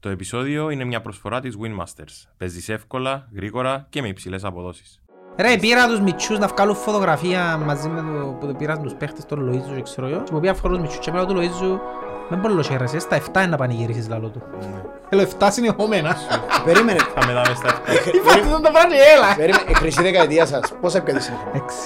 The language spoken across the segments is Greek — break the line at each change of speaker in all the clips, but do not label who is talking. Το επεισόδιο είναι μια προσφορά της Winmasters. Παίζεις εύκολα, γρήγορα και με υψηλές αποδόσεις.
Ρε, πήρα τους μητσούς να βγάλουν φωτογραφία μαζί με το που το πήραν τους παίχτες τον Λοΐζου και ξέρω εγώ. Και μου πήγαν φορώ τους μητσούς και πήρα του Λοΐζου με πολλό χέρας, ε, στα 7 είναι να πανηγυρίσεις λαλό του. Έλα, 7 συνεχόμενα.
Περίμενε.
Θα μετάμε στα
Είπατε τον τα βράδυ, έλα.
Περίμενε. Χρυσή δεκαετία σας. Πώς έπιατε σύγχρονα.
Έξι.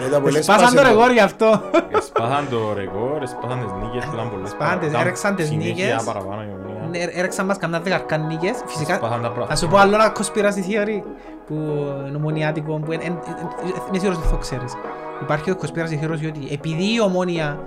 Αν ήταν πολλές
Σπάσαν το
πάσεις,
ρεγόρ γι' αυτό.
Σπάθαν το ρεκόρ, σπάθαν τις νίκες, ήταν πολλές
Σπάθαν τις-
παρα-
έρεξαν τις
συνέχεια
νίκες.
παραπάνω η ομονία.
Ναι, Έρεξαν μας καμιά δεκαρκά νίκες. Φυσικά,
Σπάθαν τα πράγματα.
θα σου πω άλλο ένα conspiracy theory που είναι ομονιάτικο, που εν- εν- εν- εν- είμαι σίγουρος ότι το ξέρεις. Υπάρχει το conspiracy theory ότι επειδή η ομόνια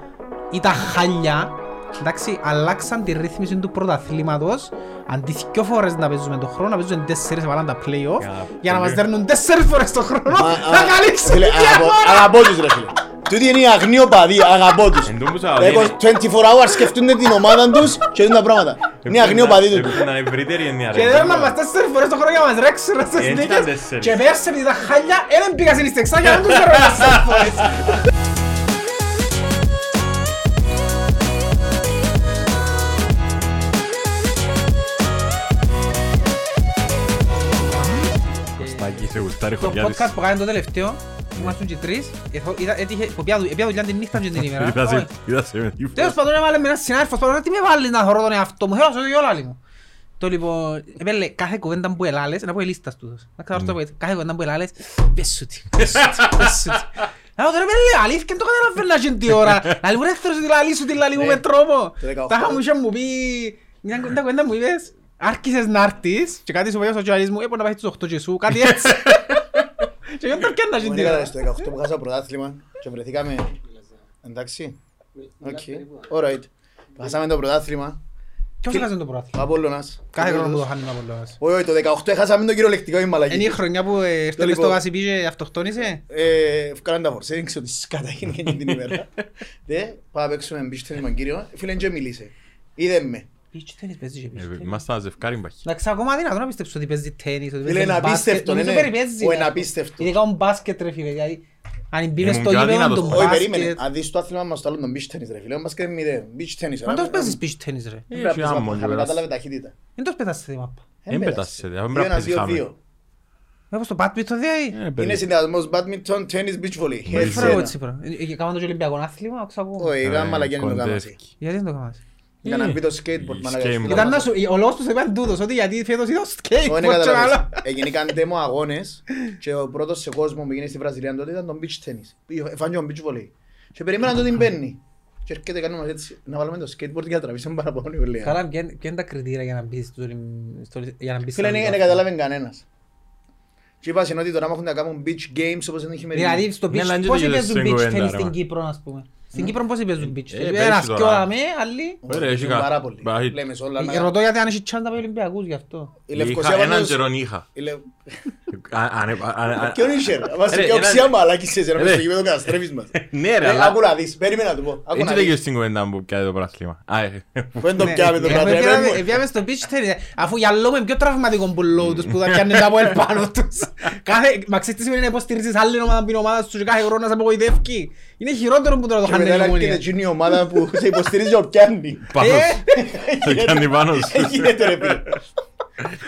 ήταν χάλια, εντάξει, αλλάξαν τη ρύθμιση του πρωταθλήματος, αντί δυο φορές να παίζουμε τον χρόνο, να παίζουν τέσσερις βάλαν τα play-off,
Για να-
για να μας δέρνουν τέσσερις φορές τον χρόνο,
Μα,
να
α,
καλύψουν
φίλε,
τη
αγαπώ-
διαφορά.
Αγαπώ τους ρε φίλε. Τούτοι είναι οι αγνοί οπαδοί, αγαπώ τους.
Εν τω που σας
Έχω
λένε,
24 hours σκεφτούνται την ομάδα τους και δουν τα πράγματα. Είναι αγνοί οπαδοί
έπρεπε
τους.
να ευρύτερη εννιά, ρε.
Και δεν μας τέσσερις φορές το χρόνο για να μας ρέξουν ρε, στις
Ε, ήταν
νίκες.
τέσσερις.
Και πέρσι επειδή τα χάλια δεν πήγα στην ιστεξά για να τους φέρω τέσσερις φορές.
Κωστάκη, σε γουστάρει
Το
χωριά της.
podcast που κάνουμε το τελευταίο, ήμασταν και τρεις, εθώ- είδα- έτυχε- που πια δου- επία δουλειά την νύχτα και την ημέρα.
Είδα σε-
Όχι.
είδα σε με τύφλο.
Τέλος πάντων έβαλε με έναν συνάδελφο πάνω, τι με βάλεις να θωρώ τον εαυτό μου, θέλω να σώσω και όλα μου. Το λοιπόν, επέλε κάθε κουβέντα που ελάλες, να πω η λίστα τούτος. Να ξέρω αυτό που έτσι, κάθε κουβέντα που ελάλες, πες σου τι, πες σου τι, πες σου τι. Να πω τώρα επέλε, αλήθεια το καταλαβαίνω να γίνει τι ώρα. Να λοιπόν έθρω σου τη λαλή σου, τη λαλή μου με τρόπο.
δεκαοχτώ.
Τα είχα μου είχε μου πει, μια κου- μια κουβέντα μου είπες, άρχισες να έρθεις και κάτι σου πήγες ο Τζοαλής μου, έπρεπε να πάει στους 8 και σου, κάτι έτσι. Και εγώ τώρα πιάνω να γίνει
Μου
τι ώρα.
έκανα στο 18 που χάσα πρωτάθλημα και βρεθήκαμε. Εντάξει. Οκ. Alright. Χάσαμε το πρωτάθλημα.
Ποιος έκανε το πρωτάθλημα?
Ο Απόλλωνας.
Κάθε χρόνο που το χάνουμε από λόγος.
Όχι, όχι, το 18 χάσαμε το κυριολεκτικό η μαλακή.
Είναι η χρονιά που ε,
Το
έρθελες
λοιπόν.
στο Βασιμπή και αυτοκτόνησε.
Ε, Βγάλαν τα φορσέ, δεν ξέρω τι σκάτα έγινε εκείνη την ημέρα. Δε, πάμε να παίξουμε μπίτσι στον Ιμαγκύριο. Φίλε, και μιλήσε. Είδε με.
Πίτσι τένις παίζει και
Ε,
πίτσι τένις.
Ήμασταν ζευκάρι μπαχή.
Εντάξει, ακόμα δυνατόν να πιστέψω ότι παίζει τένις, ότι
Φίλε,
παίζει
είναι
μπάσκετ.
απίστευτο,
Νομίζω
ναι, ναι.
περιπέζει,
Ο, Ε,
ναι.
είναι απίστευτο.
Ειδικά ο μπάσκετ ρε φίλε, δηλαδή αν μπήνες
Ήμουν
στο
πιο
γήπεδο
αδύνατος
του
Όχι,
μπάσκετ.
περίμενε.
μπάσκετ.
Αν δεις το άθλημα μας το άλλο τον beach tennis, ρε φίλε. Μας και μηδέν. Beach tennis.
Μα τόσο παίζεις πίτσι τένις ρε.
Ε,
Πρέπει
είχε
να
άμμον και
χαμηλά,
πέρασε.
κατάλαβε ταχύτητα. Ε,
Δεν τόσο πετάς στη μάπα.
Εν
πετάσαι,
πέτασε.
ρε, πρέπει να
Δύο-ένα,
παίζεις χάμερα.
δύο-δύο.
Ε, όπως το μπάτμι το δηλαδή.
Ε, παιδί.
Είναι συνδυασμός badminton, tennis, beach volley.
Δεν
Έτσι,
Ε, φράγω
ένα.
έτσι πράγμα. Ε, ε, Κάμαν το και ολυμπιακό άθλημα, άκουσα ακούω.
Όχι,
Ε,
γάμμα, αλλά και είναι το γάμμα.
κοντεύκει.
Γιατί δεν το κάνεις.
Για να
Ε,
μπει το skateboard,
η
μαλακά.
skateboard.
Ήταν να σου, ε, ο λόγος τους είπαν τούτος, ότι γιατί φέτος είδα
Όχι,
σκέιτ,
ναι,
πότσο
καταλάβες.
άλλο.
Εγινήκαν demo αγώνες και ο πρώτος σε κόσμο που γίνει στη Βραζιλία τότε ήταν το beach tennis. Εφάνηκε ο beach volley. Και περιμέναν το την μπαίνει. Και έρχεται κανένα μας έτσι να βάλουμε το skateboard για να τραβήσουμε παραπάνω η βολία.
Καλά, ποια είναι ποια είναι τα κριτήρια για να μπεις στο- στο- για να μπεις
Φίλε,
στο
δεν
Ολυμπιακό.
καταλάβαινε κανένας. Και είπα συνότι τώρα μάχουν να κάνουν beach games όπως είναι η χειμερινή.
Δηλαδή στο
Ναι, αλλά
beach,
είναι
πώς
και το
παίζουν
γελαστό
beach
κουβέντα,
tennis
ρε,
στην
μα.
Κύπρο ας πούμε. Στην Κύπρο πώς παίζουν beach
Ε,
tennis.
παίζει
Ένας
τώρα.
και όλα με, άλλοι.
Ωραία, έχει
Παίζουν
κα-
πάρα πολύ.
Μπα-
Λέμε σε όλα να-
Ε, Ρωτώ γιατί αν έχει chance να πάει Ολυμπιακούς γι' αυτό.
Η
Είχα
Λευκοσία
έναν
πάντως-
καιρόν είχα.
η Λευ-
Α, αν- αν- αν- αν-
Ποιον είσαι ρε, μας
Ρε,
και οξιά
έναν-
μαλάκι σε
Ρε.
ρε, μες στο γήπεδο καταστρέφεις μας.
Ναι ρε,
Ρε,
αλλά
Άκου να δεις, περίμενα να του πω. Άκου
έτσι
να
λέγει
δεις.
στην κουβέντα μου πια το πράθλημα. Α, ε,
Πού είναι το
Ναι,
πιάμε το
ε,
πράγμα, ρε,
πιάμε-
πες μου.
ε, πιάμε στο beach tennis, αφού για λόγο είναι πιο τραυματικό που λόγω τους που θα πιάνουν τα πόδια πάνω τους. Κάθε- Μα ξέρεις τι σημαίνει να υποστηρίζεις άλλη ομάδα από την ομάδα σου και κάθε χρόνο να σε απογοητεύει. Είναι χειρότερο που τώρα το
Και
χάνει η
μετά έρχεται
Ομόνια.
εκείνη η ομάδα που σε υποστηρίζει ο πιάνει.
πάνω
Ε,
σου. Το πιάνει πάνω σου.
Δεν γίνεται ρε φίλε.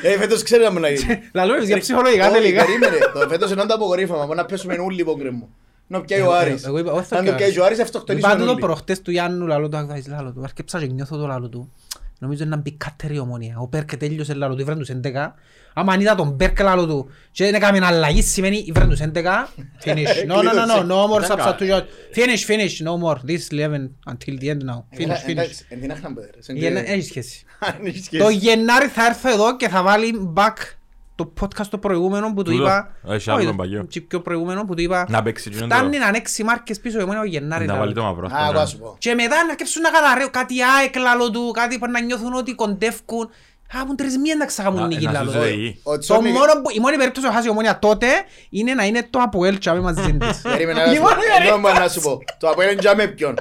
Ε, φέτος ξέρει να μου να γίνει.
Λαλούμπης, για ψυχολογικά
Όχι,
τελικά.
περίμενε. Το φέτος είναι το απογορύφωμα. Μπορεί να πέσουμε όλοι υπό γκρεμό. Να πιάει ο
Εγώ-
Άρης.
εγώ είπα, όχι θα
Αν το
πιάσει.
πιάει ο Άρης,
Είπα
αυτοκτονίζουμε
το
όλοι.
προχτές του Γιάννου λαλό του, «Αχ, βάζεις λαλό του, αρκεψα και νιώθω το λαλό του. Νομίζω είναι να μπει κάτερη η ομονία. Ο Πέρκε τέλειωσε λαλό του, ήβραν τους 11. Άμα αν είδα τον Πέρκε λαλό του και δεν έκαμε αλλαγή σημαίνει ήβραν τους 11. Finish. No, no, no, no, no more substitution. Finish, finish, no more. This 11 until the end now. Finish,
Ε,
finish.
εντάξει, εν την άχνα, μπέδε, ρε. Σε
Γεννα-
τι-
Έχει σχέση.
αν έχεις σχέση.
ε, Το Γενάρη θα έρθω εδώ και θα βάλει back το podcast το προηγούμενο που του
Τούτο.
είπα.
Έχει άλλο
Όχι,
τον παλιό.
τσι πιο προηγούμενο που του είπα.
Να παίξει εκείνον το-
Φτάνει να είναι έξι μάρκες πίσω η ομονία ο Γενάρη.
Να
λαλό
βάλει
του.
το ναι. μαυρό.
Ας, εγώ σου πω.
Και μετά να αρχίσουν να καταραίουν κάτι ΑΕΚ λαλό του, κάτι που να νιώθουν ότι κοντεύκουν. Α, μου τρεις μία να ξαγαμούν νίκη λαλό του.
Ο
Το
Τσόνι-
μόνο που, η μόνη περίπτωση που χάσει η ομόνια τότε είναι να είναι το Αποέλ τσάμε μαζί της.
Περίμενε να
Η
σου πω.
μόνη
Ενώ μου να σου πω. Το Αποέλ είναι τζάμε ποιον.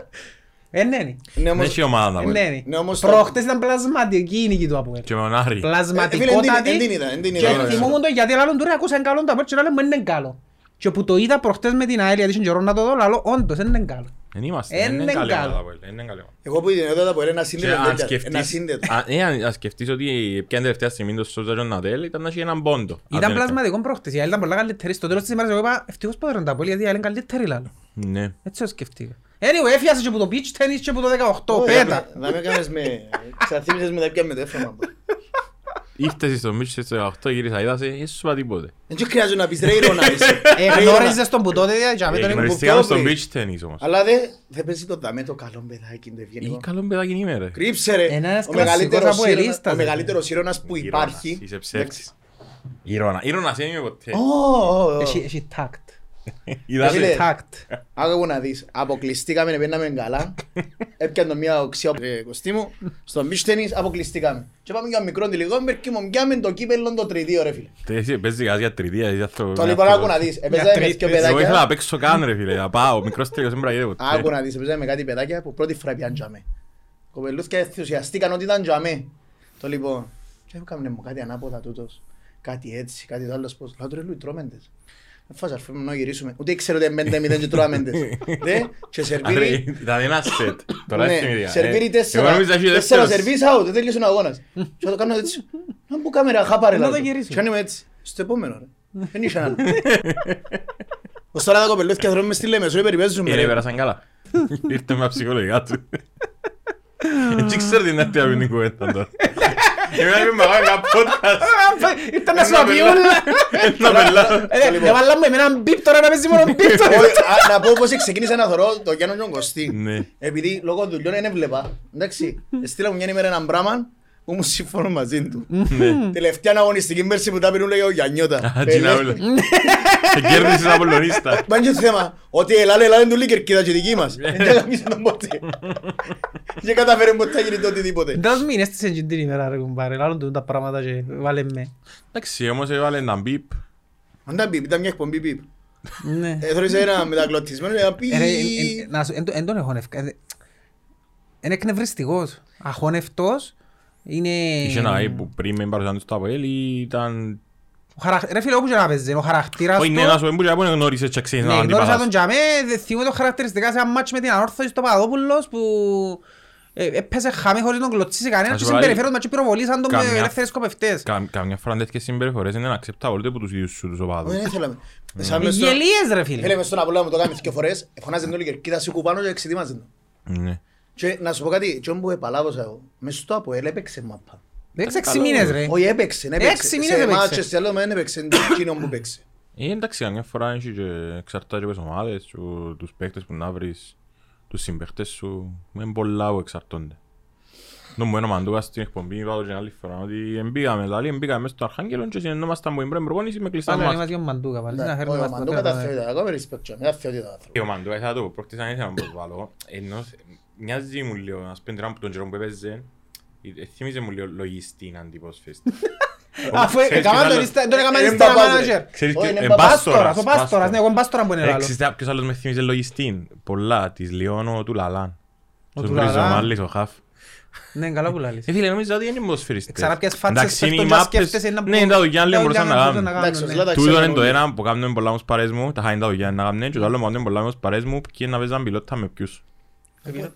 Ε, ναι, ναι.
Είναι
Δεν
όμως-
έχει ομάδα να
Ε,
βάλει.
ναι, ναι.
Ναι, όμως το-
Προχτές ήταν πλασματική η νίκη του Αποέλ.
Και με τον Άρη.
Ε, φίλε, εν την- εν την
Πλασματικότατη.
είδα, εν την
Και
είδα.
θυμόμουν το γιατί λαλόν του ρε ακούσαν καλό το Αποέλ και λένε μου είναι καλό. Και που το είδα προχτές με την ΑΕΛ, γιατί είχε καιρό να το δω, λαλώ, όντως, δεν είναι καλό.
Δεν
Ε,
είμαστε.
Εν
Εν Είναι
είναι
καλή
καλό.
ομάδα, Αποέλ, εν είναι καλή ομάδα.
Εγώ που είδα εδώ από ένα
Και
σύνδετο.
αν
τέτοια, Ένα
σκεφτείς-
σύνδετο.
αν- ε, αν- αν σκεφτείς ότι πιάνε τελευταία στιγμή το Σόζα Ρονατέλ ήταν να έχει έναν πόντο.
Ήταν
Αντί να-
πλασματικό προχτές, η ΑΕΛ ήταν πολλά καλύτερη. Στο τέλος της ημέρας εγώ είπα, ευτυχώς που έδωνε τα πόλη, γιατί η ΑΕΛ είναι καλύτερη, λαλώ.
Ναι.
Έτσι το σκεφτήκα. Anyway, έφιασε και από το beach tennis και από το 18,
Όχι,
πέτα.
Να με- να με κάνεις με... Ξαθύμισες με τα πια με τέφαμα.
Ήρθες στο Μίτσο στο 18, γύρισα, είδα σε, ίσως είπα τίποτε.
Δεν σου χρειάζεται να πεις ρε ήρω να είσαι.
Ε, γνώριζες τον που τότε, δηλαδή, και αμέ τον ήμουν-
Γνωριστήκαμε Ε, στο
πριν.
beach tennis όμως.
Αλλά δε- δεν παίζει το δαμέ το καλό παιδάκι το
Ή
ευγενικό.
καλό παιδάκι είναι ρε.
Κρύψε ρε.
Ένας
Ο
κλασσικός
μεγαλύτερος
αποελίστας,
ήρωας-
ρε.
Ο μεγαλύτερος ήρωας που
Ηρώνα,
υπάρχει.
Είσαι ψεύτης. Ηρώνα. Ήρωνας δεν είμαι ποτέ.
Όχι,
Έχει- Έχει τάκτ.
Είδατε.
φίλε.
Τάκτ.
Άκου μου να δεις, αποκλειστήκαμε, πήγαμε καλά, έπιανε μια οξιά ε, κοστί μου, στο beach tennis αποκλειστήκαμε. Και πάμε για ένα μικρό τηλεγόμπερ και μου πιάμε το κύπελλο το τριτίο ρε φίλε.
Τε, εσύ παίζεις κάτι για τριτία, είσαι άνθρωπο-
Το
με
λοιπόν άκου
άνθρωπο.
να δεις, έπαιζαμε με δύο
Εγώ ήθελα να
παιδάκια,
παίξω καν ρε φίλε, να πάω, μικρός τρίτος, δεν μπορεί να γίνεται ποτέ.
άκου να δεις, έπαιζαμε με κάτι παιδάκια που πρώτη φορά πιάνε τζαμέ. Κοπελούθια ενθουσιαστήκαν ότι ήταν τζαμέ. Το λοιπόν, και έκαμε μου κάτι ανάποδα τούτος, κάτι έτσι, κάτι το άλλος πώς, λέω του ρε Λουί τρώμεντες. Φάσα, αρφέ μου να γυρίσουμε. Ούτε ξέρω ότι είναι 5-0 και τρώμεντες. Δε, και
Άρε,
σερβίρει
Ήταν ένα set, τώρα
Ναι,
έχει μηδιά.
Σερβίρει
Ε,
τέσσερα.
εγώ νόμιζα ότι ο
Τέσσερα
δεύτερος.
σερβίς out, δεν τέλειωσε ο αγώνας. Και το κάνω έτσι. Να μπω κάμερα, χάπαρε.
Να
λαλό.
το γυρίσω.
Και κάνουμε έτσι. Στο επόμενο. ρε. Δεν είχε άλλο. Ως τώρα τα κοπελούθηκια θέλουμε στη Λέμεσο, ή περιπέζουμε.
Ε, ρε,
ρε.
πέρασαν καλά. Ήρθε με ψυχολογικά του. Έτσι ξέρει την αρτία με την κουβέντα τώρα. Εμένα είμαι μεγάλη καπότας.
Ήταν να σου
Ένα
απειούλα.
Ένα πελά.
Ε, ρε, Έβαλα μου εμένα μπιπ τώρα να παίζει μόνο μπιπ τώρα.
Όχι, α, Να πω πως ξεκίνησα να θωρώ το Γιάννο Γιον Κωστή.
Ναι.
Επειδή λόγω δουλειών δεν έβλεπα. Εντάξει, στείλα μου μια ημέρα έναν πράγμα που μου συμφωνώ μαζί του. Τελευταία αγωνιστική μέρση που τα πήρουν λέει ο Γιάννιώτα.
Α, τζινά όλα. Και κέρδισες απολωνίστα.
Μα είναι και θέμα ότι η Ελλάδα Ελλάδα είναι του Λίκερ και τα και δική μας.
Ναι.
Δεν τα γαμίσαμε ποτέ. Δεν καταφέραμε ποτέ να γίνει το οτιδήποτε.
Εντάς μήνες της έγινε την ημέρα ρε κουμπάρε, λάλλον του τα πράγματα και βάλε με.
Εντάξει, όμως έβαλε ένα μπιπ.
Αν τα μπιπ, ήταν μια εκπομπή μπιπ.
Ναι.
Έθωρες ένα μετακλωτισμένο και ένα πιπ.
Ε, ρε, εν- εν- να σου- εν το- Εν τον εχώνευκα. ε, δε- Είναι εκνευριστικός. Αχώνευτος. Είναι...
Είχε ένα hype που πριν με παρουσιάζουν στο ΑΠΟΕΛ ήταν...
Ο χαρακ- Ρε φίλε, όπου και να παίζει, ο χαρακτήρας
Όχι,
του...
ναι, να σου πω, εμπούτια που γνώρισες και ξέρεις
Ναι,
να
γνώρισα τον
αντιπαθάς.
Τζαμέ, δε- θυμούμαι το χαρακτηριστικά σε ένα μάτς με την Ανόρθωση στο Παπαδόπουλος που ε, έπαιζε χαμή χωρίς να τον κλωτσίσει κανένα
Να
και
σου πω,
συμπεριφέρονταν και πυροβολήσαν τον με
καμιά-
ελεύθερες σκοπευτές.
Κα- Καμιά φορά τέτοιες συμπεριφορές είναι acceptable ούτε από τους ίδιους σου τους οπαδούς.
Δεν θέλαμε. Σαν
Ε,
μες στο-
Γελίες ρε φίλε.
Θέλαμε στον Απόλλωνα μου το κάνουμε δύο φορές. Εφωνάζε τον Λίκερ, κοίτα σου κουπάνω και εξετοιμάζε τον.
Ναι.
Και να σου πω κάτι, και όπου επαλάβωσα εγώ, μες στο Αποέλ έπαιξε μάπα.
Έξι έξι μήνες ρε.
Όχι έπαιξε,
Ε. Έξι
έπαιξε.
μήνες
Σε
έπαιξε.
μάτσες, σε άλλο, μα δεν έπαιξε εκείνο που παίξε.
Ε, εντάξει, καμιά φορά έχει και εξαρτάται και από τις ομάδες σου, τους παίκτες που να βρεις, τους συμπαίκτες σου, με πολλά που εξαρτώνται. Νο μου ένα μαντούκα στην εκπομπή, είπα το και άλλη φορά, ότι εμπήκαμε, δηλαδή, εμπήκαμε μέσα στον Αρχάγγελο και συνεννόμασταν που η πρώτη προπόνηση με κλειστά
Πάντα
μάτια.
είμαστε ο Μαντούκα πάλι.
Ναι,
Να
όχι,
φέρνουμε
ο
μας
Μαντούκα
το
τα
θέμα.
θεότητα, ακόμα respect, ο Μαντούκα τα θεότητα, ο άνθρωπος.
Και ο μάντουκα, ήθελα να το πω, πρόκειται να ήθελα να προβάλλω, ενώ θε- μοιάζει μου λίγο, να σπέντερα από τον Τζερόμ που έπαιζε, ε, θύμιζε μου λίγο λογιστή αντιπόσφαιριστη.
Αφού
Ξέρεις
έκανα
ποιος
τον
άλλος-
ύστερα- τον έκανα
Ε,
ύστερα
μπαμπάς, ρε.
manager.
Ξέρεις
Όχι,
τι-
είναι
ε,
μπαμπάς
Πάστορας, ο Πάστορας, ναι, εγώ είμαι Πάστορα που είναι
Ε,
λάλο.
Ξέρεις ποιος άλλος με θύμιζε λογιστή, πολλά, της Λιώνο, του Λαλάν.
Ο
Τους
του Λαλάν.
Ριζομάλης, ο Χαφ.
Ναι, καλά που λαλείς.
Ε, φίλε, νομίζω ότι είναι ποδοσφαιριστές.
Ξανά πιάσεις φάτσες,
Εντάξει, είναι οι
πέφτουν, μας
μάπες.
σκέφτεσαι να
Ναι,
πω-
είναι τα δουλειά, λέει,
Τα
μπορούσαν να
δουλειά μπορούσαν
κάνουν.
να
Εντάξει,
κάνουν,
ο Ζλάτα
ναι.
Τούτο
ξέρουμε
είναι το
όλοι.
ένα που κάνουμε πολλά με τους παρέες μου, τα χάνει τα δουλειά να κάνουν, και το άλλο που κάνουμε πολλά με τους παρέες μου, ποιοι να παίζαν πιλότα με ποιους.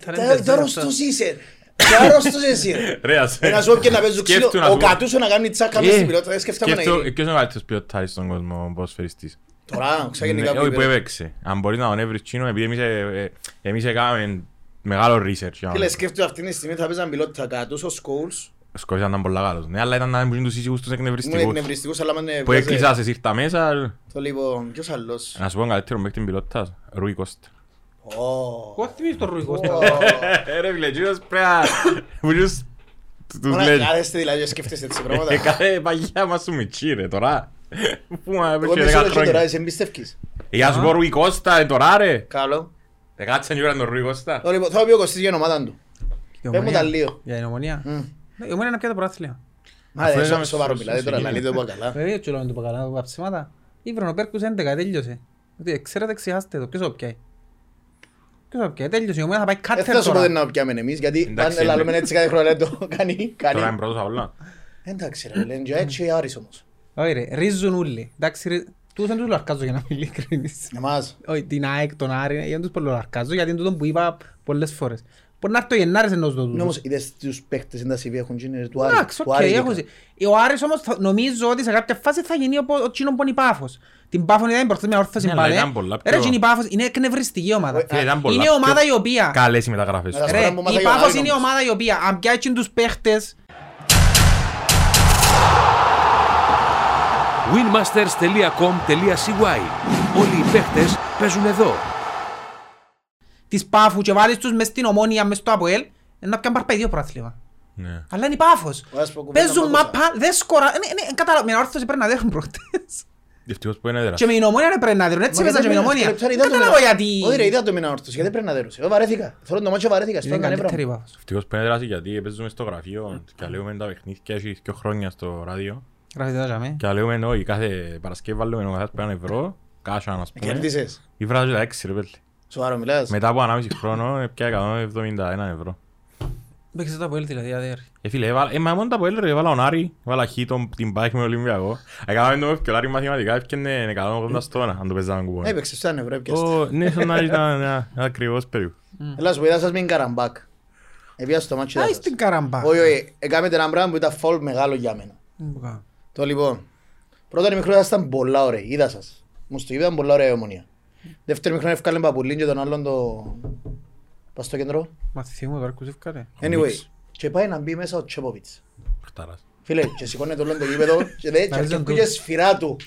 Τα- τα αρρωστός είσαι. Τι αρρωστός εσύ. ρε.
Ρε, ας-
Ε, Να σου πω και να παίζουν ξύλο.
Σκέφτου να
Ο
σου πω.
κατούσο να κάνει τσάκα μέσα
Ε,
στην πιλότητα. Δεν σκέφταμε να
σκέφτου,
γίνει.
ποιος είναι ο καλύτερος πιλόταρης στον κόσμο ποδοσφαιριστής.
Τώρα, ξαγενικά
Ναι,
που
Όχι, που
είπε.
έπαιξε. Αν μπορείς να τον έβρεις τσίνο, επειδή εμείς, ε, ε, εμείς έκαναμε μεγάλο research. για να
Φίλε,
τον-
σκέφτου αυτήν τη στιγμή θα παίζαν πιλότητα κατούσο, σκόλς.
Σκόρπιζαν ήταν πολλά καλός. Ναι, αλλά ήταν να μην γίνουν τους σύζυγους τους
Ήμουν
εκνευριστικούς.
εκνευριστικός, αλλά με
Που έκλεισασες, ήρθα μέσα.
Το λοιπόν, ποιος άλλος.
Να σου πω τον καλύτερο παίκτη πιλότας, Ρουί Κώστα.
Ω.
Εγώ θυμίζω τον Ρουί Κώστα.
Ω.
Ε, Ρε φίλε, κύριος πρέπει να... που τους- Τους
Μα να
λέει.
Κάθεστε δηλαδή και σκέφτεστε έτσι πράγματα.
Ε, κάθε παγιά μας σου μητσί ρε τώρα. Πού μα
Εγώ
έπαιξε
είμαι
δέκα
σίγουρος και τώρα,
χρόνια.
εσύ εμπιστεύκεις.
Ε, Για σου πω Ρουί Κώστα ε, τώρα ρε.
Καλό.
Δεκάτσα και τον Ρουί Κώστα.
Το λοιπόν, θα πει ο Κωστής για την ομάδα του.
Για
Πες μου τα
ομονία.
λίγο.
Για την ομονία. Ναι, Η ομονία να πιάει το πρωτάθλημα.
Μα
Αφού
δεν
έκαμε
σο- σοβαρό
στο-
μιλάτε
στο
τώρα,
συγκεκριμένο.
λαλείτε το είπα καλά.
Βέβαια, τσου λέμε το πακαλά, τα ψέματα. Ήβρε ο Πέρκους 11, τέλειωσε. Ότι Ξέρετε, ξεχάστε το. Ποιος το πιάει. Ποιος το πιάει, τέλειωσε. Η ομονία θα πάει
Δεν
κάτερ
θα σου πω δεν
τώρα.
να το πιάμε εμείς, γιατί αν
Εντάξει,
λαλούμε
είναι.
έτσι κάθε χρόνο δεν το κάνει, κάνει.
Τώρα είναι πρώτος απ' όλα.
Εντάξει ρε, λένε και έτσι Άρης όμως.
Όχι ρε, ρίζουν όλοι. Εντάξει, ρι- Τούτους δεν τους λαρκάζω για να είμαι ειλικρινής.
Εμάς.
Όχι, την ΑΕΚ, τον Άρη, για να τους πολλολαρκάζω, γιατί είναι τούτο που είπα πολλές φορές. Μπορεί να έρθει ο Γενάρης ενός το
Ναι,
τούτο.
όμως είδες τους παίχτες είναι τα CV έχουν γίνει του Άρη.
Εντάξει,
του
οκ,
Άρη
έχω
δίπλα.
ζει. Ο Άρης όμως θα- νομίζω ότι σε κάποια φάση θα γίνει ο- ο Τσίνο που είναι η Πάφος. Την Πάφο ήταν προχθές μια όρθωση
Ναι, αλλά
μπαλέ.
ήταν πολλά
Ρε,
πιο-
Τζίνη, η Πάφος είναι εκνευριστική ομάδα.
Φίλε, ήταν πολλά
Είναι
πιο
ομάδα η οποία...
Καλές οι μεταγραφές.
Ρε,
τώρα.
Ρε,
Ε, Τώρα που μάθα
η
για ο
Πάφος
Άρης
είναι η
όμως.
ομάδα η οποία αν πιάσει τους παίχτες
winmasters.com.cy Όλοι οι παίχτες παίζουν εδώ.
της Πάφου και βάλεις τους μες στην Ομόνια, μες στο Αποέλ, να πιάνε παρπαίδιο πρόθλημα.
Ναι.
Αλλά είναι η Πάφος.
Ο Άσπρο κουβέντα
Παίζουν
μπακούσα.
μάπα, δεν σκορα... Ναι, ναι, καταλαβα- με την όρθωση πρέπει να δέρουν προχτές.
Ευτυχώς που είναι έδρας.
Και με την Ομόνια δεν πρέπει να δέρουν, έτσι
Μα
παίζα και με την
δεν
Ομόνια.
πειράζει, είδα το
Κατάλαβα
μήνα-
γιατί...
Όχι ρε, είδα το μήνα όρθος, γιατί πρέπει να δέρωσε. Εγώ βαρέθηκα. Θέλω το μάτσο βαρέθηκα.
Είναι
στον κανέβρα
καλύτερη η
μου.
Πάφος.
Ευτυχώς που είναι έδρας γιατί παίζουμε στο γραφείο και λέμε τα παιχνίδια έχει δύο χρόνια στο ράδιο.
Γράφετε τα τζαμέ.
Και λέμε όχι, κάθε Παρασκευή βάλουμε ο καθένας πέραν ευρώ, κάσα
Ε,
να
Με
πούμε.
Κερδίσες.
Η βράζω τα έξι ρε πέλτε.
Ε, Σοβαρό μιλάς.
Μετά από 1,5 χρόνο πια 171 ευρώ.
Παίξε το Αποέλ δηλαδή, αδέρ.
Ε, φίλε, έβαλα, ε, μα μόνο τα που έλεγε, έβαλα τον Άρη, έβαλα χ τον, την Πάικ με τον Ολυμπιακό. Έκαναμε το και ο Άρη μαθηματικά έφτιανε 180 στόνα, αν το παίζαμε κουβά.
Ε, Έπαιξες σαν ευρώ, έπιασες.
Ω, ναι, στον Άρη ήταν ένα- ένα ακριβώς περίπου.
Mm. Έλα σου είδα σας με την καραμπάκ. Επίασε το μάτσο
Άι στην καραμπά.
Όχι, όχι, έκαμε ένα πράγμα που ήταν φόλ μεγάλο για μένα.
Δεν μπορώ να κάνω.
Το λοιπόν, πρώτον μικρό ήταν πολλά ωραία, είδα σας. Μου στο είπε, ήταν πολλά ωραία η ομονία. Δεύτερο μικρό έφκαλε παπουλίν και τον άλλον το... Πας στο κέντρο.
Μα θυμούμαι τώρα κουζεύκατε.
Anyway, και πάει να μπει μέσα ο Τσέποβιτς.
Χταράς.
Φίλε, και σηκώνεται όλο το γήπεδο και λέει, και
Μάλιστα,
ακούει
του.
και σφυρά του.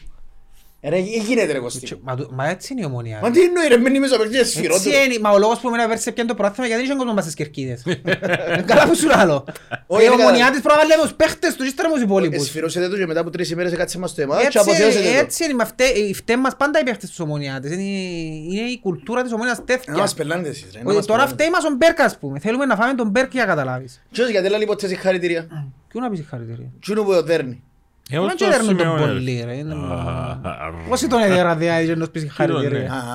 Ρε, γίνεται ρε Κωστή.
Μα του- Μα έτσι είναι η Ομόνια.
Μα τι εννοεί ρε, μένει μέσα παίξει και σφυρό
Έτσι
του.
είναι, μα ο λόγος που εμένα πέρσι πιάνε το πρόθυμα γιατί δεν είχε κόσμο μέσα στις κερκίδες. Καλά που σου λάλλω. Ε,
Όχι,
Οι
είναι
ομονιάτες πρέπει να λέμε τους παίχτες τους, ύστερα με τους υπόλοιπους.
Εσφυρώσετε τους και μετά από τρεις ημέρες έκατσε μας το εμάς και αποθέωσε
Έτσι,
το.
έτσι είναι, μα φταί- οι φταίν μας πάντα οι παίχτες της ομονιάτες. Είναι, είναι η κουλτούρα της ομονιάς
Να μας
τέτοια.
πελάνετε εσείς ρε. να
Ότι
μας
Τώρα
πελάνετε.
φταίει μας ο Μπέρκ ας πούμε. Θέλουμε να φάμε τον Μπέρκ για να καταλάβεις.
Ποιος γιατί λέει ποτέ συγχαρητήρια.
Ποιο να πεις συγχαρητήρια.
Τσούνο που δέρνει.
Ε,
Μα
ως
και
το
δέρνουν τον
Σιμεώνε, ρε.
πολύ, ρε, είναι-
Α, α,
Πώς ήταν η διάρκεια δηλαδή να πει
ναι.
συγχαρητήρια.
Α, α,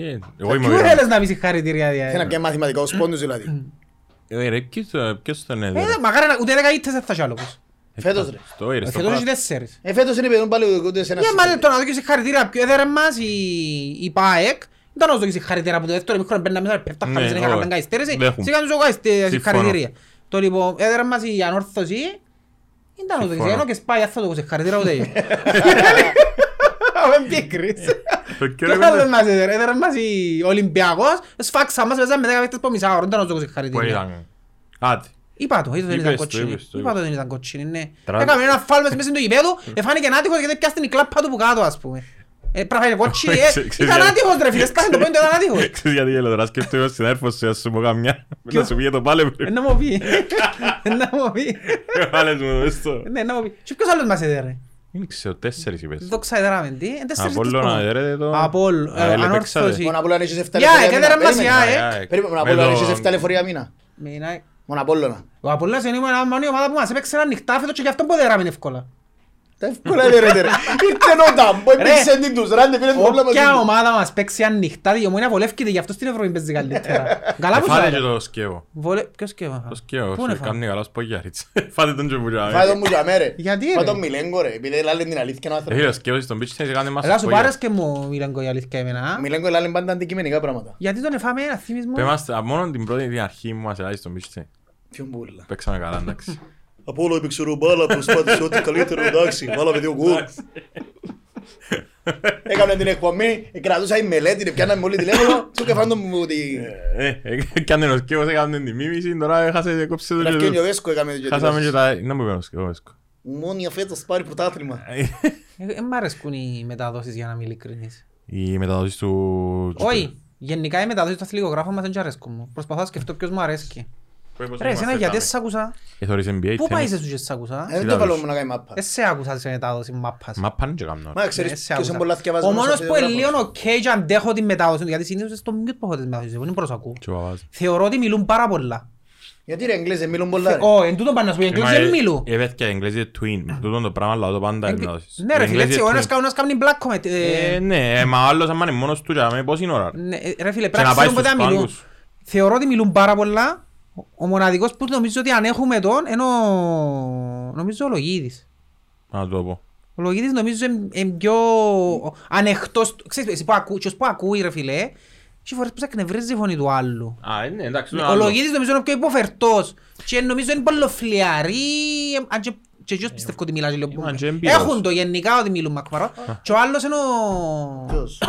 ε, Εγώ είμαι ο
Ποιο
Γιώργος.
θέλεις να πεις συγχαρητήρια
Θέλει να
δηλαδή.
πιάνει μαθηματικούς πόντους δηλαδή.
Ε, ρε, ποιος το- ποιος τον
Ε,
έδερε.
Μαγάρα να- ούτε δέκα ήττες δεν θα έχει άλλο πως.
Φέτος ρε.
Το ήρε, στο
Φέτος έχει
πράγμα.
τέσσερις.
Ε, φέτος είναι παιδόν πάλι ούτε σε ένα
Για μάλλον
σύστημα.
το να δω συγχαρητήρια ποιο έδερε μας η, η ΠΑΕΚ. Ήταν όσο συγχαρητήρια που το δεύτερο μικρό μπαίναμε μέσα πέφτα
Ναι,
χάρη συνέχεια
ωραία.
καμπέν καθυστέρηση.
Δεν έχουμε.
Σήκαν τους εγώ είστε
Συμφωνώ.
συγχαρητήρια. Το λοιπόν έδερε μας η ανόρθωση. Ήταν όσο
Συμφωνώ.
ενώ και σπάει αυτό το συγχαρητήρια ούτε εγώ. Με πίκρης.
Το
Τι
κύριο
άλλο
είναι-
μας έδερε, έδερε μας η Ολυμπιακός, σφάξα μας μέσα με δέκα παίκτες από μισά ώρα, ήταν όσο
Πού
συγχαρητήρια.
ήταν. Άντε.
Είπα το, είδες δεν ήταν
Είπες το,
κοτσίνη.
είπες το,
Είπα το
είπες.
δεν ήταν κοτσίνη, ναι.
Τραν-
Έκαμε ένα φάλ μέσα μέσα στο γηπέδο, εφάνηκε άτυχος γιατί πιάστηκε η κλάπα του που κάτω, ας πούμε. Ε, πράγμα είναι κοτσίνη, ε,
Ξέρεις- ξέρεις
ήταν
γιατί-
άτυχος ρε φίλε, σπάσε το πόντο, ήταν άτυχος.
Ξέρεις γιατί γελώ τώρα, σκέφτομαι ο συνάδελφος σου, να σου πω καμιά. Να σου πήγε το πάλι
Ε,
πριν.
Να μου πει, Ε, να μου πει,
Βάλες μου το έστω.
ναι, να μου πει. Και ποιος άλλος μας έδερε.
Δεν ξέρω, τέσσερις είπες.
Δόξα έδεραμε, τι, ε, τέσσερις
Απόλλωνα,
της πόδας.
έδερε το.
Απόλλ-
Α,
ε,
ελ,
ανόρθωση.
παίξατε.
Μόνο Απόλλωνα έχεις 7
Γεια,
λεπτά
έδερε μας η
μήνα.
ΑΕΚ.
ΑΕΚ.
Περίμενε, μόνο
Με
Απόλλωνα
το-
έχεις 7 λεωφορεία μήνα.
Με την ΑΕΚ.
Μόνο Απόλλωνα.
Ο Απόλλωνας είναι μια μόνη ομάδα που μας έπαιξε ένα νυχτάφετο και γι' αυτό που έδεραμε εύκολα.
Τα εύκολα είναι ρε, ρε. Ήρθε ο Ταμπό,
Ρε.
έπαιξε την τους, ράντε, πήρε το πρόβλημα μαζί
Όποια
του.
ομάδα μας παίξει ανοιχτά, η ομόνια βολεύκεται, γι' αυτό στην Ευρώπη παίζει καλύτερα. Καλά
Ε,
που σου
Φάτε
λέω.
και το σκεύο.
Βολε... Ποιος και εμένα.
Το σκεύο.
Πού είναι
σου
φάμε.
Κάνει καλά σπογιάριτς. Φάτε τον ε. και μπουζάμε.
Φάει τον Μουτζαμέ, ρε.
Γιατί,
Φάει
ρε.
τον Μιλέγκο ρε, επειδή λάλλει την αλήθεια να
Ε,
άνθρωπο.
φίλε, ο σκεύος στον πίτσι θέλει να κάνει μας
Ελά σου
σπογιά.
πάρες και μου μιλάγκο η αλήθεια εμένα. α.
Μιλέγκο λάλλει πάντα αντικειμενικά πράγματα.
Γιατί τον εφάμε ένα θύμις μου.
Πες μας, α, μόνο την πρώτη την αρχή μου μας ελάχιστον πίτσι.
Ποιον πουλα.
Παίξαμε καλά, εντάξει.
Από όλο έπαιξε ρουμπάλα, προσπάθησε ό,τι καλύτερο, εντάξει, βάλαμε δύο γκολ. Έκαμε την εκπομπή, κρατούσα η μελέτη, πιάναμε όλη τηλέφωνο, σου και φάνε μου τη...
Ε, ε, Κι αν είναι ο σκεύος έκαναν την μίμηση, τώρα έχασε, κόψε το
Ένα
και
ευκαινιο
το.
βέσκο έκαμε και
Χάσαμε και
τίποτα.
τα... Να μου είπε ο σκεύος.
Μόνοι φέτος πάρει πρωτάθλημα.
Ε, ε, μ' αρέσκουν οι μεταδόσεις για να είμαι ειλικρινής.
Η μεταδόση του...
Όχι. Γενικά οι μεταδόσεις του αθλητικογράφου μας δεν τους αρέσκουν μου. Προσπαθώ να σκεφτώ ποιος μου αρέσκει. Ρε, εσένα γιατί σ' άκουσα.
Εθωρείς NBA,
Πού πάει
τέννις.
εσύ σ' άκουσα.
Ε, Δεν το βάλω μου να κάνει μάπα.
Δεν σε άκουσα σε μετάδοση μάπας.
Μα πάνε και κάνω.
Μα
Ναι,
ξέρεις
σε
ποιος
άκουσα.
είναι πολλά
Ο
θυκευασμένος
μόνος
σε
που είναι
διαγράφος.
λίγο ok και αντέχω την μετάδοση του, γιατί συνήθως στο mute που έχω τις μεταδόσεις, εγώ δεν μπορώ να σ' ακούω.
Και ο παπάς.
Θεωρώ ότι μιλούν πάρα πολλά.
Γιατί ρε Εγγλές δεν μιλούν πολλά ρε.
Ω, εν τούτον πάνε να σου πω, οι Εγγλές δεν μιλούν.
Ε, παιδιά, οι Εγγλέζοι είναι twin. Τούτον το πράγμα λαό το πάντα οι μεταδόσεις.
Ναι ρε
Οι
φίλε,
Εγγλέζοι
έτσι, ο
είναι
ένας
twin.
κα- ο ένας κάνει black comment. ε,
Ε, Ναι, ε, μα ο άλλος άμα είναι μόνος του, για μένα, πόση είναι ώρα.
ναι, ε, Ρε
Και
φίλε, πρέπει
να
να
πάει
ξέρουν
στους
πότε να μιλούν.
πάγκους.
Θεωρώ ότι μιλούν πάρα πολλά. Ο- Ο μοναδικός που νομίζω ότι αν έχουμε τον είναι ο... Νομίζω ο Λογίδης.
Να το πω.
Ο Λογίτης νομίζω είναι πιο ανεχτός, ξέρεις εσύ που ακού- και ως που ακούει ρε φίλε, έχει φορές που σε εκνευρίζει η φωνή του άλλου.
Α, είναι, εντάξει.
Ο Λογίτης νομίζω είναι πιο υποφερτός και νομίζω είναι παλοφλιαρή, εμ, αν και- και εγώ πιστεύω ότι μιλάζει λίγο.
Είμαι αν και εμπειρός.
Έχουν το γενικά ότι μιλούν μακβαρό. Και ο άλλος είναι ο...
Ποιος.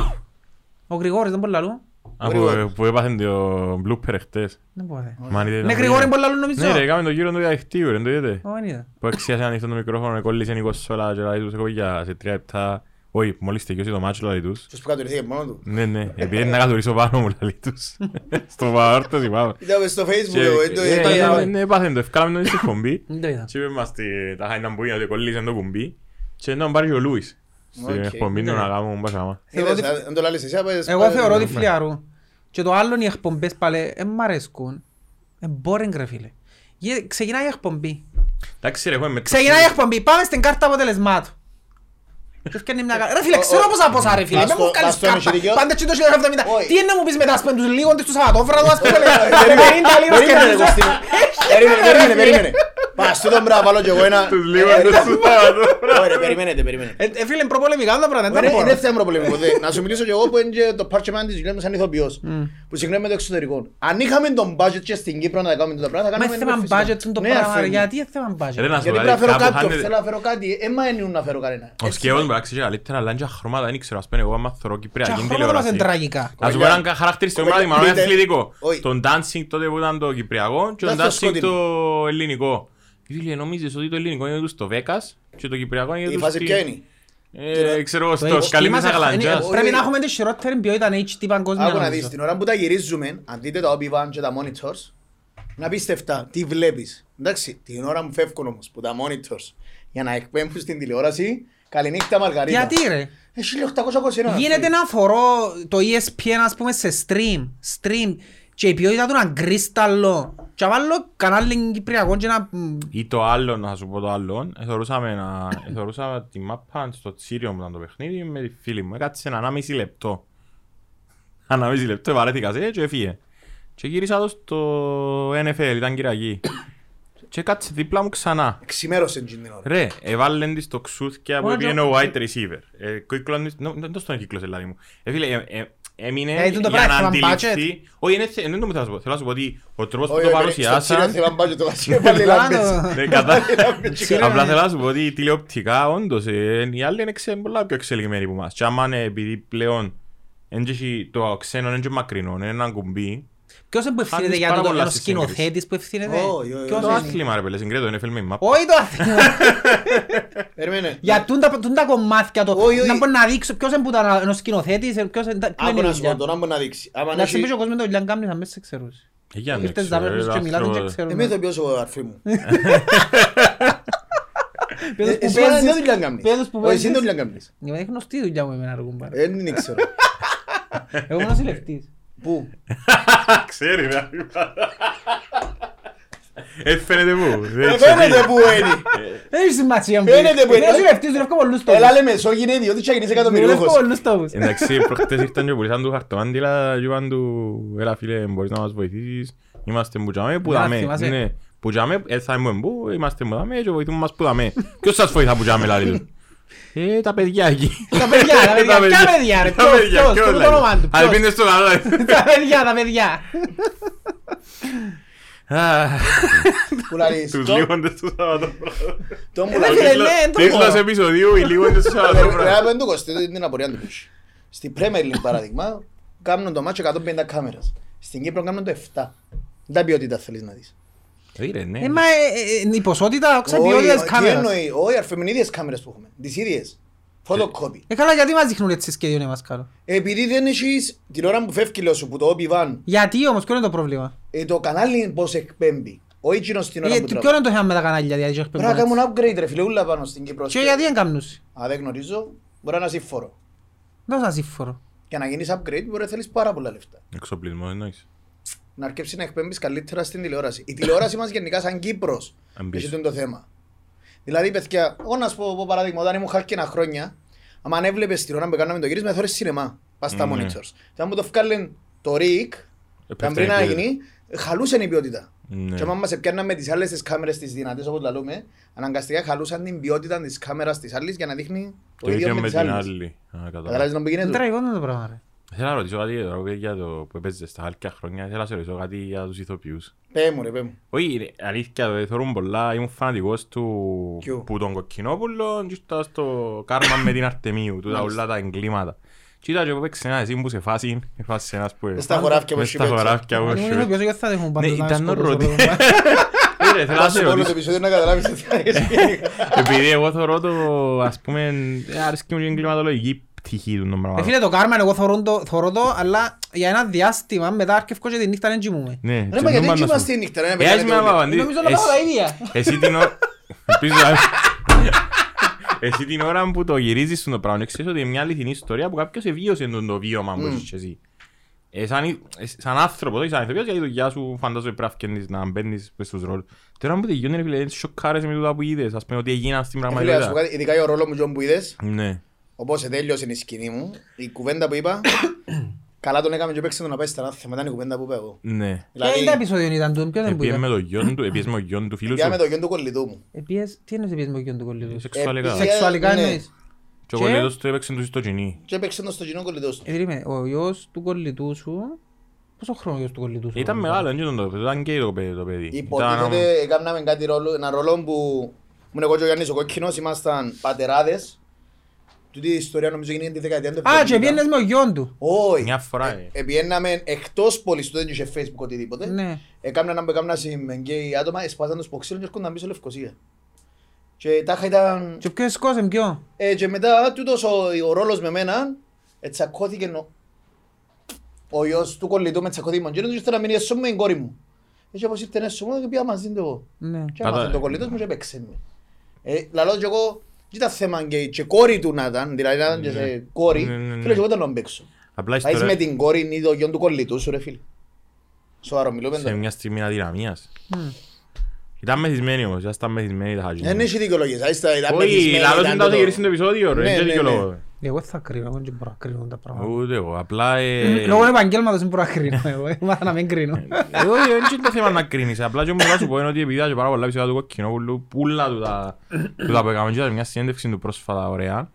Ο Γρηγόρης, δεν μπορεί να λαλού.
Από που έπαθεν το blooper χτες.
Δεν μπορεί.
Μαν είδε
Με
το
Γρηγόρη
βίντεο.
μπορείς να λαλού νομίζω.
Ναι ρε, έκαμε το γύρο του διαδικτύου ρε, το είδε.
Ω, δεν είδα.
Που εξίασε ανοιχτό το μικρόφωνο, κόλλησε η κοσόλα και λέει τους έχω πει για σε τρία λεπτά. Όχι, μόλις τελειώσει το μάτσο λέει τους.
Ποιος που κατορθήκε μόνο του.
Ναι, ναι, επειδή είναι να καθορίσω πάνω μου λέει τους. Στο παρόρτος είπαμε.
Είδαμε στο facebook,
Και-
εγώ, ε, το-
Ναι,
το-
ναι,
το-
Ναι, έπαθεν το, ευκάλαμε τον στην εκπομπή.
Δεν το είδα.
Και είπε μας τη- τα χάινα που γίνεται, κόλλησε το κουμπί. Και να πάρει και ο Λούις. Στην
Οκ.
εκπομπή του να κάνουμε μπασάμα.
Είδες, αν το λάλλεις εσύ, απέδες-
Εγώ θεωρώ ότι φλιαρού. Και το άλλο είναι οι εκπομπές πάλι, δεν μ' αρέσκουν. Είναι boring ρε φίλε. Γε- Ξεκινάει η εκπομπή.
Εντάξει ρε, έχουμε με-
Ξεκινάει η εκπομπή. Πάμε στην κάρτα αποτελεσμάτων. Και φτιάχνει μια κα- Ρε φίλε, ξέρω πόσα πόσα ρε φίλε.
Μας
Δεν μου
το-
βγάλεις
μας το
κάρτα.
μεσημεριό.
Πάντα τσιν το 1070.
Όχι.
Τι είναι να μου πεις μετά, ας πούμε, τους λίγων της του Σαββατόβραδου, ας πούμε,
Περίμενε,
50 λίρες και
περίμενε, Κωστή. Περίμενε, περίμενε, περίμενε. Πας, τούτον πρέπει να βάλω κι εγώ ένα...
Τους λίγο εντός του Σαββατόπουλου.
Ωραία, περιμένετε, περιμένετε.
Ε, φίλε, είναι προπολεμικά τα πράγματα,
Είναι
δεν τα
είναι
μπορώ.
θέμα προβληματικό. δε. Να σου μιλήσω κι εγώ που είναι και το parchment της Γιουλέμπης σαν ηθοποιός. Που συγκρίνουμε με το εξωτερικό. Αν είχαμε τον budget και στην Κύπρο να τα κάνουμε τα πράγματα,
Μα
κάναμε
είναι
ένα
θέμα
φυσικό.
budget είναι το
Ναι,
πράγμα,
αφού
ρε,
είναι.
γιατί είναι θέμα
Ρε,
budget.
να σου
Γιατί
πω,
πρέπει να
δηλαδή,
φέρω
κάπου
κάτι,
χάνεται-
θέλω να φέρω κάτι. Έμα εννοούν να φέρω κανένα.
Ο σκεύος μου αξίζει καλύτερα, αλλά είναι και χρώματα, δεν ήξερα, ας πούμε, εγώ άμα θωρώ
Και
κυπριακή
χρώματα μας
τηλεόραση.
είναι τραγικά.
Να σου πω έναν χαρακτηριστικό
Κοπέλια,
παράδειγμα, ένα
πείτε-
αθλητικό.
Όχι.
Τον dancing τότε που ήταν το κυπριακό και τον
Ήταν στο
dancing
σκοτεινό.
το ελληνικό. Γιατί λέει, νομίζεις ότι το ελληνικό είναι τους στο Βέκας και το κυπριακό είναι
Η
τους
φάση
στη-
ποια είναι.
Ε, Ξέρω, εγώ,
Το
στο
HD
σκαλί
μας
της Αγλαντζάς.
είναι- Ε, Πρέπει να έχουμε τη χειρότερη ποιότητα HD παγκόσμια.
Άκου να
νομίζω.
δεις, την ώρα που τα γυρίζουμε, αν δείτε τα obi και τα monitors, να πίστευτα τι βλέπεις. Εντάξει, την ώρα μου φεύγουν όμως που τα monitors για να εκπέμπουν στην τηλεόραση, καληνύχτα Μαργαρίτα.
Γιατί ρε.
Ε, 1821.
Γίνεται να φορώ το E ESPN ας πούμε σε stream, stream και η ποιότητα του να κρίσταλλο και να βάλω κανάλι κυπριακό και να... μ,
Ή το άλλο, να σου πω το άλλο, εθωρούσαμε, να, εθωρούσαμε τη μάπα στο Τσίριο που ήταν το παιχνίδι με τη φίλη μου. Έκατσε ένα μισή λεπτό. Ένα μισή λεπτό, βαρέθηκα σε και έφυγε. Και γύρισα το στο NFL, ήταν κυριακή. και κάτσε δίπλα μου ξανά.
Ξημέρωσε την ώρα.
Ρε, έβαλεν της το ξούθκια που
Ωραία,
έπιε
και-
ο wide receiver. Ε, Κύκλον της, νο- δεν το στον κύκλωσε δηλαδή μου. Ε, φίλε, ε, ε, έμεινε
Ε, ήταν το
για να
πράγμα,
αντιληφθεί... Όχι, είναι θε- δεν το που θέλω να σου πω. Θέλω να σου πω ότι ο τρόπος που
Όχι,
ε,
το
όχι, στο
παρουσιάσαν...
Τσίριο θέλω να πάω και το βασίλειο πάλι λάμπες.
Άνω.
Ναι, κατά.
Λάμπες.
Απλά θέλω να σου πω ότι τηλεοπτικά όντως ε, οι άλλοι είναι ξε- πολλά πιο εξελιγμένοι που μας. Και άμα είναι επειδή πλέον εν και έχει- το ξένο είναι και μακρινό, είναι ένα κουμπί.
Ποιος που ευθύνεται
Χάνεις
για
πάρα
το
πολλά
ένας
στη σύγκριση.
σκηνοθέτης που ευθύνεται.
Όχι, όχι,
Ποιος
Το
όχι.
είναι?
άθλημα ρε πέλε, συγκρέτω είναι film με
Όχι το άθλημα.
Περίμενε.
Για τούντα τούντα κομμάτια το...
Όχι, όχι.
Να μπορώ να δείξω ποιος είναι που ήταν ο σκηνοθέτης, ε, ποιος είναι... τα- ποιος
Άκου
είναι η
να σου πω,
δουλειά.
τώρα μπορεί να δείξει. Άμα
Να σου
έχει-
πεις ο κόσμος το δουλειά κάνεις αμέσως σε ξέρους.
Ε, Για να
Ήρθες
ξέρω,
να βλέπεις
ρε,
και μιλάς δεν
άνθρωπο.
ξέρουμε.
Είμαι ηθοποιός εγώ, αρφή μου.
Παίζεις
Ε,
που
εσύ δεν
παίζεις.
δουλειά κάνεις.
Παίζεις που
Όχι, εσύ
παίζεις.
δεν δουλειά κάνεις.
Ε, Είναι γνωστή η δουλειά μου εμένα ρε κουμπάρε.
Ε, Δεν ξέρω.
Εγώ είμαι νοσηλευτής.
Πού.
Ξέρει ρε. Έφερετε μου.
Ε, Φαίνεται που είναι.
Δεν έχει σημασία μου.
Φαίνεται που-
Είναι νοσηλευτής, δουλεύω πολλούς τόπους.
Έλα λέμε, σώ γυναίτη, ότι τσακινείς
Δουλεύω
εκατομμυριούχος.
πολλούς τόπους.
Εντάξει, προχτές ήρθαν και πουλήσαν του χαρτομάντιλα και είπαν του «Έλα φίλε, μπορείς να μας βοηθήσεις, είμαστε που τζαμέ, που
Να
δαμέ».
θυμάσαι.
Ναι, που τζαμέ, ε, θα ήμουν που, είμαστε που δαμέ και βοηθούμε μας που δαμέ. Ποιος σας βοηθά που τζαμέ, λαλεί του. «Ε, τα παιδιά εκεί».
Τα παιδιά, τα παιδιά, ποια παιδιά ρε,
Τα
ποιος,
παιδιά,
ποιος,
ποιος,
ποιος είναι το
λαλεί.
όνομά του,
Α,
ποιος.
πίνε στο καλό, λαλεί.
Τα παιδιά, τα παιδιά.
Α,
Που λαλείς.
Τους
Το-
λίγοντες του Σαββατόπραδο.
το μου
Ρε
λαλείς.
φίλε, ναι, εν το
Τίτλος
μπορώ.
επεισοδίου, οι λίγοντες του
Ρε, ρε,
Σαββατόπραδο.
απ' εν του Κωστή, τούτη είναι την απορία του Κωστή. Στην Premier League παράδειγμα, κάνουν το μάτσο 150 κάμερες. Στην Κύπρο κάνουν το 7. Τα ποιότητας θέλεις να δεις.
Ρε, ναι.
Ε, μα, ε, ε, ε, η ποσότητα, όξα η
Όχι,
ποιότητα της
τι
κάμερας.
εννοεί, Όχι, αρφεμινίδιες κάμερες που έχουμε. Τις ίδιες. Photocopy.
Ε, καλά, γιατί μας δείχνουν έτσι σχεδίον εμάς καλό.
Επειδή δεν έχεις την ώρα που φεύγει λέω σου που το Obi-Wan,
Γιατί όμως, ποιο είναι το πρόβλημα.
ε, το κανάλι πώς εκπέμπει. Όχι εκείνος την ώρα
Ε,
που
τι- Ποιο
τραβά.
είναι το θέμα με τα κανάλια, δηλαδή, έχει
Πρέπει να κάνουν upgrade ρε φίλε, ούλα πάνω στην Κύπρο.
Και γιατί δεν κάνουν.
Αν δεν γνωρίζω, μπορεί να είσαι φόρο.
Δώσε ένα σύμφορο.
Για να γίνεις upgrade μπορεί να θέλεις πάρα πολλά λεφτά.
Εξοπλισμό εννοείς.
Να αρκέψει να εκπέμπεις καλύτερα στην τηλεόραση. Η τηλεόραση μας γενικά σαν Κύπρος
Εμπείς.
έχει τούτο το θέμα. Δηλαδή, παιδιά, εγώ να σου πω, πω παράδειγμα, όταν ήμουν χάρκινα χρόνια, άμα αν έβλεπες την ώρα που κάναμε το γύρισμα, θωρείς σινεμά, πας στα
Ναι.
monitors. Θα μου το βγάλουν το Rick,
Ε,
τα πριν να
πέφτει.
γίνει, χαλούσε η ποιότητα.
Ναι.
Και άμα μας έπιαναν με τις άλλες τις κάμερες τις δυνατές όπως λαλούμε, αναγκαστικά χαλούσαν την ποιότητα της κάμερας της άλλης για να δείχνει
Το ίδιο με την άλλη. Α, κατάλαβα.
Καταλάβεις να μου γίνεται
Είναι
του.
τραγικό το πράγμα, ρε.
Θέλω να ρωτήσω κάτι εδώ, ρε, για το που έπαιζες στα χάλκια χρόνια. Θέλω να σε ρωτήσω κάτι για τους ηθοποιούς.
Πέ μου ρε, πέ μου.
Όχι, ρε, αλήθεια, το θεωρούν πολλά. Ήμουν φανατικός του
Ποιου?
που τον Κοκκινόπουλο και ήρθα στο κάρμα με την Αρτεμίου, του τα όλα τα εγκλήματα. Και είδα και που έπαιξε ένας εσύ που σε φάση, σε φάση ένας που...
Μες στα χωράφια που
Μες
έχει
στα
παίξει.
χωράφια που
Αν
έχει
ήμουν ηθοποιός, εγώ θα δεχόμουν πάντως
Ε, Ναι,
να
ήταν
σκοτώσω
ρωτή.
τον κόσμο.
παίξει. Ε, Ρε, Θέλω να σε
Πάσε όλο το
ρωτήσω.
επεισόδιο να καταλάβεις τι θα γίνει.
Επειδή εγώ θεωρώ το, ας πούμε, ε, άρεσκε μου και η εγκληματολογική πτυχή του των
Ε,
πραγμάτων.
Φίλε, το κάρμα εγώ θωρώ το- θωρώ το, αλλά για ένα διάστημα μετά αρκευκώ και τη νύχτα δεν κοιμούμαι.
Ναι,
Ρε, μα γιατί
τσιμπούμπα να
κοιμάσαι
σου-
τη νύχτα, ρε, να
Ε,
πετάνε
ας με να
τα ούλια.
απαντήσεις.
Νομίζω να πάω
Εσύ-
τα ίδια.
Εσύ την ώρα... Ελπίζω να- Εσύ την ώρα που το γυρίζεις στον πράγμα, ξέρεις ότι είναι μια αληθινή ιστορία που κάποιος εβίωσε τον το βίωμα που
Μμμ.
έχεις εσύ. Ε, σαν, ι- ε, σαν άνθρωπο, όχι σαν ηθοποιός, γιατί η δουλειά σου φαντάζομαι πρέπει να φκαίνεις, να μπαίνεις μες στους ρόλους. Τώρα που τελειώνει ρε φίλε, σοκάρεσαι με τούτα που είδες, ας πούμε ότι έγιναν στην
Ε, Φίλε, να σου πω
πραγματικότητα.
κάτι, ειδικά για ο ρόλος μου Τζον που είδες,
Ναι.
όπως τέλειωσε η σκηνή μου, η κουβέντα που είπα, καλά τον έκαμε και παίξε τον να πάει στα ανάθεμα, ήταν η κουβέντα που είπα εγώ.
Ναι.
Ε,
Δηλαδή,
τα επεισόδιο ήταν του, ποιο δεν που
Επίεσαι με
ήταν.
το γιον του, επίεσαι με το γιον του φίλου
πια Ε, με
σου. Ε,
το γιον του κολλητού μου.
Επίες- τι εννοείς επίες με ποιον του κολλήτου.
Σεξουαλικά.
Επίεσαι-
Σεξουαλικά
ναι.
εννοείς.
Και ο
ε, και-
κολλήτος του έπαιξε του στο κοινή.
Και έπαιξε τον στο κοινό κολλητός του.
Ε, περίμενε, ο γιος του κολλητού σου, πόσο χρόνο ο γιος του κολλητού σου.
Ήταν
ήταν?
μεγάλο, δεν ήταν το παιδί, ήταν και το παιδί. το
Ε,
παιδί. Ήταν-
Υποτίθεται έκαναμε κάτι ρόλο, ένα ρόλο που ήμουν εγώ και ο Γιάννης ο Κόκκινος, ήμασταν πατεράδες. Τούτη η ιστορία νομίζω γίνεται τη δεκαετία του
Α, και
70.
πιένες με ο γιον του.
Όχι.
Μια φορά, ε.
Επιέναμε εκτός πόλης, τότε δεν είχε facebook οτιδήποτε.
Ναι.
Έκαναν να μπεκάμουν με γκέι άτομα, εσπάζαν τους ποξίλους και έρχονταν πίσω Λευκοσία. Και τάχα ήταν...
Και ποιος σκόσε ποιο.
Ε, και μετά τούτος ο, ο ρόλος με μένα ε, τσακώθηκε νο... ο γιος του κολλητού με τσακώθηκε μόνο και ήρθε να μείνει εσώ με την κόρη μου. Έτσι όπως ήρθε εσώ μου και πήγα μαζί του εγώ.
Ναι.
Και
Κατά-
έμαθα το κολλητός μου και έπαιξε με. Ε, λαλώ και εγώ, κοίτα θέμα και, και κόρη του να ήταν, δηλαδή να ήταν και σε κόρη,
Ναι, ναι, ναι.
φίλε και εγώ ήταν να τον παίξω.
Απλά η
Θα είσαι με
ιστορία-
την κόρη ή το γιον του κολλητού σου ρε φίλε. Σοβαρό μιλούμε
σε
τώρα.
μια στιγμή αδυναμίας.
Μμ.
Ήταν μεθυσμένοι όμως, ας ήταν μεθυσμένοι τα χαζιά.
Δεν έχει δικαιολογίες, άιστα, ήταν
Όχι,
μεθυσμένοι,
λαλός
ήταν
σου τα
τούτο.
γυρίσει το επεισόδιο, ρε,
Ναι,
δεν
ναι,
ξέρω
ναι.
λόγο.
Εγώ δεν θα κρίνω, εγώ δεν μπορώ να κρίνω τα πράγματα.
Ούτε εγώ, απλά... ε,
Λόγω επαγγέλματος δεν μπορώ να κρίνω εγώ, έμαθα να μην κρίνω.
Εγώ δεν είναι το θέμα να κρίνεις, απλά και μου να σου πω είναι ότι επειδή είδα και πάρα πολλά επεισόδια του Κοκκινόπουλου, πουλά του τα του τα που έκαμε και ήταν μια συνέντευξη του πρόσφατα ωραία.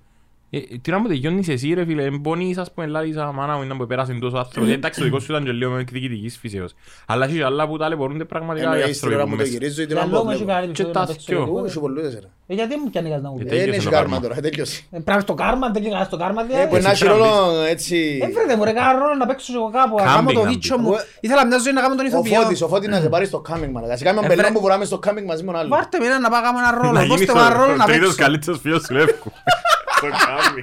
Ε, ε, Τι να μου τελειώνεις εσύ ρε φίλε, εμπονείς ας πούμε λάδι σαν μάνα μου ήταν που πέρασε τόσο άνθρωπο. Εντάξει το δικό σου ήταν και λίγο με εκδικητικής φύσεως. Αλλά έχει και άλλα που ταλαιπωρούνται πραγματικά οι
Εννοείς την
άνθρωποι
ώρα
που
ναι, που το
μες-
γυρίζω ή την ώρα που
Καλό
το
μου έχει
βλέπω.
κάνει
ναι, Και τα
επεισόδιο να παίξω
δυο.
Ού,
εγώ.
έχει πολλούς, ρε.
Ε, Γιατί μου πιάνει να μου πει.
Ε,
Δεν
τέλειωσε
έχει
το
κάρμα
κάρμα.
ναι, τώρα, τέλειωσε.
Ε, Πρέπει στο κάρμα, δεν κερνάς στο κάρμα
Ε, Μπορεί
δηλαδή. Ε,
να έχει
πρέπει να
ρόλο έτσι...
Έφερε μου ρε κάνα ρόλο να παίξω εγώ κάπου, να κάνω
Κάμπινγκ
το
να
βίτσο
μπει.
μου.
Εγώ-
Ήθελα μια ζωή να κάνω τον
Ο
ηθοποιό.
Φώτης, ο Φώτης να σε πάρει στο κάμινγκ μάνα. Ας κάνουμε
Έφερε-
μπελόν που βουράμε στο κάμινγκ μαζί με τον άλλο.
Πάρτε με έναν να πάω κάνω ένα
Να
ρόλο,
γίνεις
δώστε
ο
μου ένα ρόλο να
τρίτος
παίξω.
καλύτερος φίλος του Λεύκου. Το κάνει.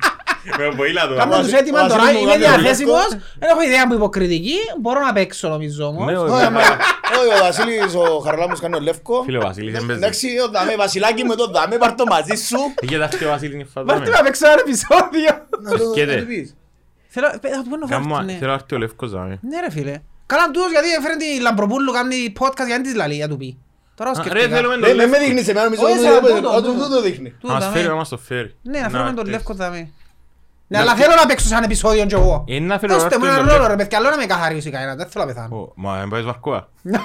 Με βοήλα του.
Κάμε τους
Ο Βασίλης- ο
έτοιμα
Βασίλης
τώρα,
μου
είμαι
κάνει το
διαθέσιμος,
λευκό.
δεν έχω ιδέα μου υποκριτική, μπορώ να παίξω νομίζω
Ναι,
όμως.
ο-
Όχι, άμα- όχι, ο Βασίλης, ο Χαρλάμος κάνει ο Λεύκο.
Φίλε, ο Βασίλης δεν παίζει.
Εντάξει, ο Δαμέ, Βασιλάκι μου, εδώ Δαμέ, πάρ' το μαζί σου.
Είχε ταχθεί ο Βασίλης είναι φαντάμενος.
Βάρτε με να παίξω ένα επεισόδιο.
Να το-
Έρχεται.
να το πεις.
Θέλω, ε, θα του πω να
Κάμω-
φάρτε, ναι.
Θέλω να έρθει ο Λεύκος να με.
Ναι ρε φίλε. Καλά τούτος γιατί έφερε τη Λαμπροπούλου, κάνει podcast γιατί της λαλεί, για του πει. Τώρα
Ρε
σκεφτικά.
θέλουμε
Δεν
τον
δεν Ναι, με
Λεύκο.
δείχνεις εμένα, νομίζω
Όχι,
ότι
σαν
το-
τούτο,
α, το-
τούτο.
τούτο δείχνει.
Να μας
δαμέ.
φέρει, να μας το φέρει.
Ναι, να φέρουμε τον
έρθεις.
Λεύκο δαμέ. Ναι,
Να
αλλά
έρθει-
θέλω να παίξω σαν επεισόδιο κι εγώ.
Ε, να φέρει ο
Δώστε μου
Άρτεμις
έναν
τον
ρόλο ρε παιδιά, άλλο να με καθαρίσει κανένας, δεν θέλω να πεθάνω.
Ω, Μα ε, δεν πάει βαρκόα.
Ναι.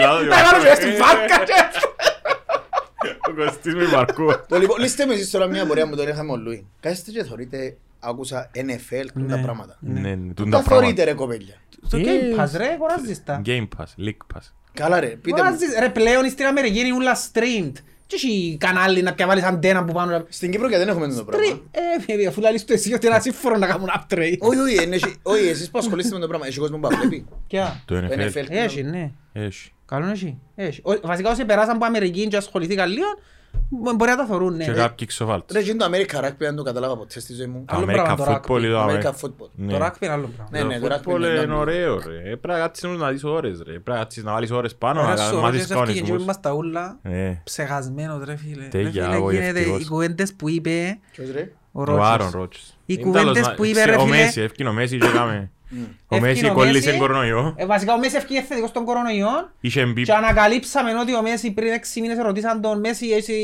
Να κάνω και στην βάρκα και-
Ε, Ο Κωστής με βαρκόα.
Το λοιπόν, λύστε μου εσείς τώρα μια πορεία που τον είχαμε ο Λουί. Κάθεστε και θωρείτε, άκουσα NFL, τούτα πράγματα.
Ναι, ναι, τούν
Τα
τα πράγματα.
θωρείτε ρε κοπέλια.
Στο
Ε,
Game Pass ρε, αγοράζεις τα.
Game Pass, League Pass.
Καλά ρε, πείτε μου.
Αγοράζεις- Ρε πλέον στην Αμερική είναι ούλα streamed. Τι έχει κανάλι να πια βάλεις αντένα που πάνω. να-
Στην Κύπρο και δεν έχουμε το πράγμα.
Τρι- Ε, βέβαια, αφού λαλείς το εσύ ότι είναι ασύμφωνο να κάνουν uptrade.
Όχι, όχι, εν έχει- όχι, εσείς που ασχολείστε με το πράγμα, έχει κόσμο που τα βλέπει.
Ποια.
Το
Το
NFL.
NFL.
Έχει, ναι.
Έχει.
Καλό έχει. Έχει. Ο- Βασικά όσοι περάσαν από Αμερική και ασχοληθήκαν λίγο, μπο- μπορεί να τα θεωρούν, ναι.
Και κάποιοι ξοφάλτες.
Ρε, γίνει το American Rugby, δεν το κατάλαβα ποτέ στη ζωή μου.
Το
άλλο
American
πράγμα, το
Football
rugby.
είδαμε.
American Football.
Ναι.
Το rugby είναι άλλο πράγμα.
Ναι, ναι,
Το
το
football
rugby
Ε, είναι ωραίο ρε. Ε, Πρέπει να κάτσεις να δεις ώρες ρε. Πρέπει να κάτσεις να βάλεις ώρες πάνω,
Ωραία,
να
σου,
μάθεις
ωραία, και
κανονισμούς.
είμαστε ούλα
Ε,
ψεγασμένος, ρε φίλε.
Τέλεια,
Ρε φίλε,
αγωγευτικός.
γίνεται οι κουβέντες που είπε
Ποιος ρε.
ο
Ο Άρον
Ρότσες.
Ρότσες.
Οι
Είναι
κουβέντες
τέλος,
που
να-
είπε,
ξέρω,
ρε,
Ο
φίλε.
Μέση, έφυγε ο Μέση και έκαμε. Ο
Έφυγε
Μέση
ο
κόλλησε
Μέση.
κορονοϊό.
Ε, Βασικά ο Μέση έφυγε θετικός των κορονοϊών
Είχε μπει
Και ανακαλύψαμε ότι ο Μέση πριν 6 μήνες ρωτήσαν τον Μέση εσύ,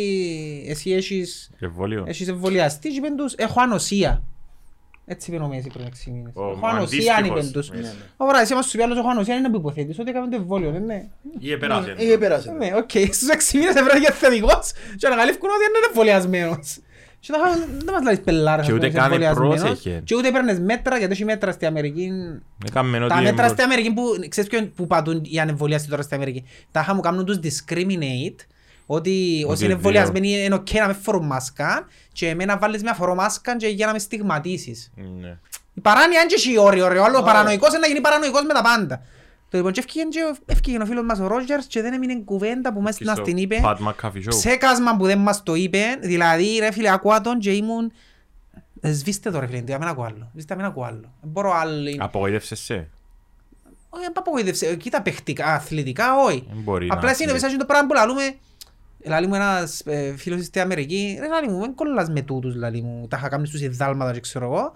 εσύ έχεις,
εμβόλιο.
έχεις εμβολιαστεί και είπαν τους έχω ανοσία. Έτσι είπε ο Μέση πριν 6 μήνες.
Ο-
Ο
ο
Ανοσία
αντίστοιχος
είπε τους.
Μέση.
Ναι, ναι.
Ωραία, εσύ μας σου πει άλλος ο Ανοσία είναι να που υποθέτεις ότι έκαμε το εμβόλιο, δεν είναι.
Ή επέρασε.
Είχε περάσει.
Ναι, οκ, στους 6 μήνες έφερε και θετικός και ανακαλύφθηκαν ότι είναι εμβολιασμένος. Και τα- δεν μας λάβεις πελάρα
Και ούτε καν πρόσεχε.
Και ούτε έπαιρνες μέτρα γιατί έχει μέτρα στην Αμερική
Έκαμε Ε, ότι...
τα μέτρα
εμπορ-
στην Αμερική που ξέρεις ποιον που πατούν οι ανεμβολιαστοί τώρα στην Αμερική. Τα είχα μου κάνουν τους discriminate ότι όσοι
δύο.
είναι εμβολιασμένοι είναι ok να με φορούν μάσκα και εμένα βάλεις μια φορώ μάσκα και για να με στιγματίσεις.
Ναι.
Η παράνοια είναι και εσύ όριο ρε, ο άλλος παρανοϊκός είναι να γίνει παρανοϊκός με τα πάντα. Το λοιπόν και έφυγε και έφυγε ο φίλος μας ο Ρότζερς και δεν έμεινε κουβέντα που μέσα
Και
στην
στο
την είπε.
Pat McAfee Show.
Ψέκασμα που δεν μας το είπε, δηλαδή ρε φίλε ακούα τον και ήμουν «Ε, Σβήστε το ρε φίλε, δεν ακούω άλλο. Σβήστε, μην ακούω άλλο. Δεν μπορώ άλλη.
Απογοήτευσεσαι.
Όχι, δεν απογοήτευσε. Ε, Κοίτα παιχτικά, αθλητικά, όχι.
Δεν Ε, μπορεί να
Απλά είναι
αθλεί.
μέσα το πράγμα που λαλούμε. Λαλεί μου ένας ε, φίλος στην Αμερική. Ρε λαλεί μου, δεν κολλάς με τούτους λαλεί μου. Τα είχα κάνει στους εδάλματα και ξέρω εγώ.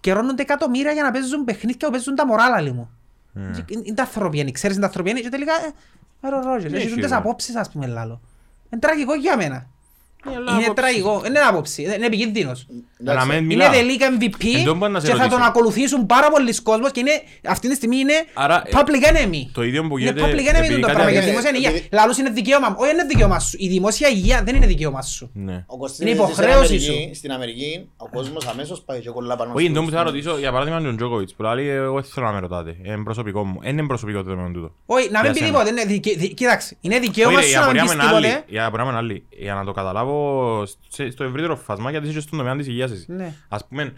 Καιρώνονται εκατομμύρια για να παίζουν παιχνίδια που παίζουν τα μωρά λαλεί μου.
Ναι.
Και Είναι είναι τα ανθρωπιένη, ξέρεις είναι τα ανθρωπιένη και τελικά... ε, ε, ρε, Ρόζερ,
Ναι,
έχεις τούτες
σίγουρα.
απόψεις ας πούμε λάλο. Είναι τραγικό για μένα. Είναι
άποψη.
τραγικό, δεν είναι άποψη, δεν- είναι επικίνδυνος.
Να μην
Είναι
μιλά.
the league
Εν
MVP
τω μπορεί να σε
και θα
ρωτήσω.
τον ακολουθήσουν πάρα πολλοί κόσμος και είναι, αυτή τη στιγμή είναι
Άρα, ε,
public enemy.
Το ίδιο που
Είναι
γίνεται...
public enemy
επειδή
το
κάτι
πράγμα για τη
άλλο-
είναι-
δημόσια υγεία.
επειδή-
Λαλούς είναι δικαίωμα μου. Όχι είναι δικαίωμα σου. Η δημόσια υγεία δεν είναι δικαίωμα σου.
Ναι.
Ο Κωστής
Είναι
ζει στην
υποχρέωση
Αμερική-
σου.
Στην Αμερική ο κόσμος αμέσως πάει και κολλά πάνω
Όχι,
στους-
εντό που θα ρωτήσω, για παράδειγμα, τον Τζόκοβιτς που λέει, «Ε, εγώ δεν θέλω να με ρωτάτε. Ε, Είναι προσωπικό μου. Είναι προσωπικό το θέμα τούτο.
Όχι, να
Για
μην πει
σένα.
τίποτα. Είναι δικαι- δι- Κοίταξε, είναι δικαίωμα
Όχι, ρε,
σου
η
να
απορία
μην
μου
πεις
είναι άλλη.
τίποτε.
Η απορία μου είναι άλλη. Για να το καταλάβω σε- στο ευρύτερο φασμά, γιατί είσαι στον τομέα της υγείας εσύ.
Ναι.
Ας πούμε,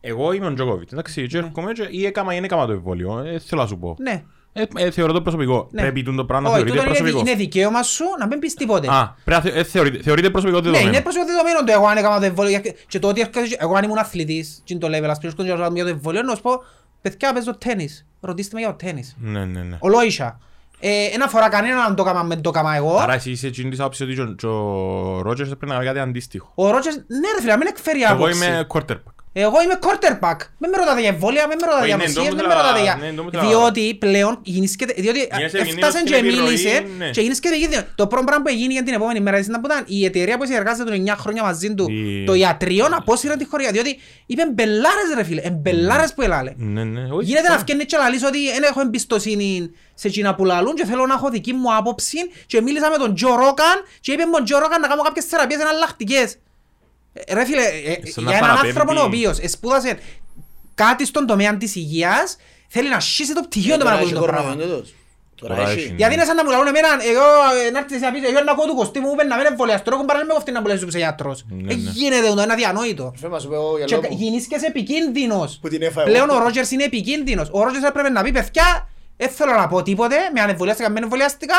εγώ είμαι ο Τζόκοβιτς, εντάξει, και έρχομαι και ή έκαμα ή δεν έκαμα το εμβόλιο, ε, θέλω να σου πω.
Ναι.
Ε, ε, θεωρώ το προσωπικό.
Ναι.
Πρέπει τούτο πράγμα να
Όχι, τούτο
θεωρείται
είναι δι-
προσωπικό.
είναι δικαίωμα σου να μην πεις τίποτε.
Α, πρέπει να θε- ε, θεωρείται- θεωρείται προσωπικό
Ναι, είναι
δεδομένο.
προσωπικό δεδομένο το εγώ αν έκανα το εμβόλιο. και- Και το ότι έρχεσαι- εγώ αν ήμουν αθλητής, τι είναι το level, ας πούμε, έρχονται και ρωτάνε για το εμβόλιο, να σου πω, παιδιά, παίζω τέννις. Ρωτήστε με για το τέννις.
Ναι, ναι, ναι.
Ολόησα. Ε, Ένα φορά κανέναν αν το έκαμα, με το έκαμα εγώ.
Άρα εσύ είσαι εκείνης της άποψης ότι και ο- και ο Ρότζερς πρέπει να κάνει κάτι αντίστοιχο.
Ο Ρότσες, ναι ρε φίλε, να μην εκφέρει
Εγώ
άποψη.
είμαι quarterback.
Εγώ είμαι quarterback. Μην με ρωτάτε για εμβόλια, μην με ρωτάτε
Όχι,
για
ναι, εν τω
μεσίες, μην με
μετρά-
ρωτάτε για...
ναι, εν τω μετρά-
Διότι πλέον γίνησκεται... Διότι ε,
Γίνεσαι
έφτασαν
επικίνδυνος
και
στην επιρροή,
μίλησες
ναι.
και γίνησκεται επικίνδυνο. Το πρώτο πράγμα που έγινε για την επόμενη μέρα ήταν που ήταν η εταιρεία που συνεργάζεται των 9 χρόνια μαζί του,
Η-
το ιατρείο, απόσυρε τη χωρία. Διότι είπε μπελάρες ρε φίλε, εμπελάρες που έλαλε.
Ναι, ναι, όχι,
Γίνεται να
σωστά.
φτιάχνει και να λύσει ότι δεν έχω εμπιστοσύνη σε εκείνα που λαλούν και θέλω να έχω δική μου άποψη και μίλησα με τον Τζο Ρόκαν και είπε με τον Τζο Ρόκαν να κάνω κάποιες θεραπείες εναλλακτικές. Ε, Ρε φίλε, ε, ε,
Σαν να
για έναν
παραπέμπει-
άνθρωπο ο οποίος εσπούδασε κάτι στον τομέα της υγείας θέλει να σήσει το πτυχίο του
Ε, Τώρα
να
έχει
ακούσει το
κορονοϊό
πράγμα.
τούτος. Τώρα
Τώρα
έχει.
έχει.
Γιατί είναι σαν να μου λαλούν εμένα, εγώ ε, να έρθεις εσύ να πεις, εγώ να ακούω του κοστί μου, να μην εμβολιαστώ, έχουν παράλληλα με κοφτεί να μου λες ότι είσαι γιατρός.
Ναι,
Ε,
ναι.
Γίνεται το, είναι αδιανόητο.
Φέρε μας, είπε ο
Και
γυαλό μου.
γίνησκες επικίνδυνος.
Που την έφαγε.
Πλέον ο Ρότζερς είναι επικίνδυνος. Ο Ρότζερς έπρεπε να πει παιδιά, δεν θέλω να πω τίποτε, με ανεμβολιάστηκα, με ανεμβολιάστηκα,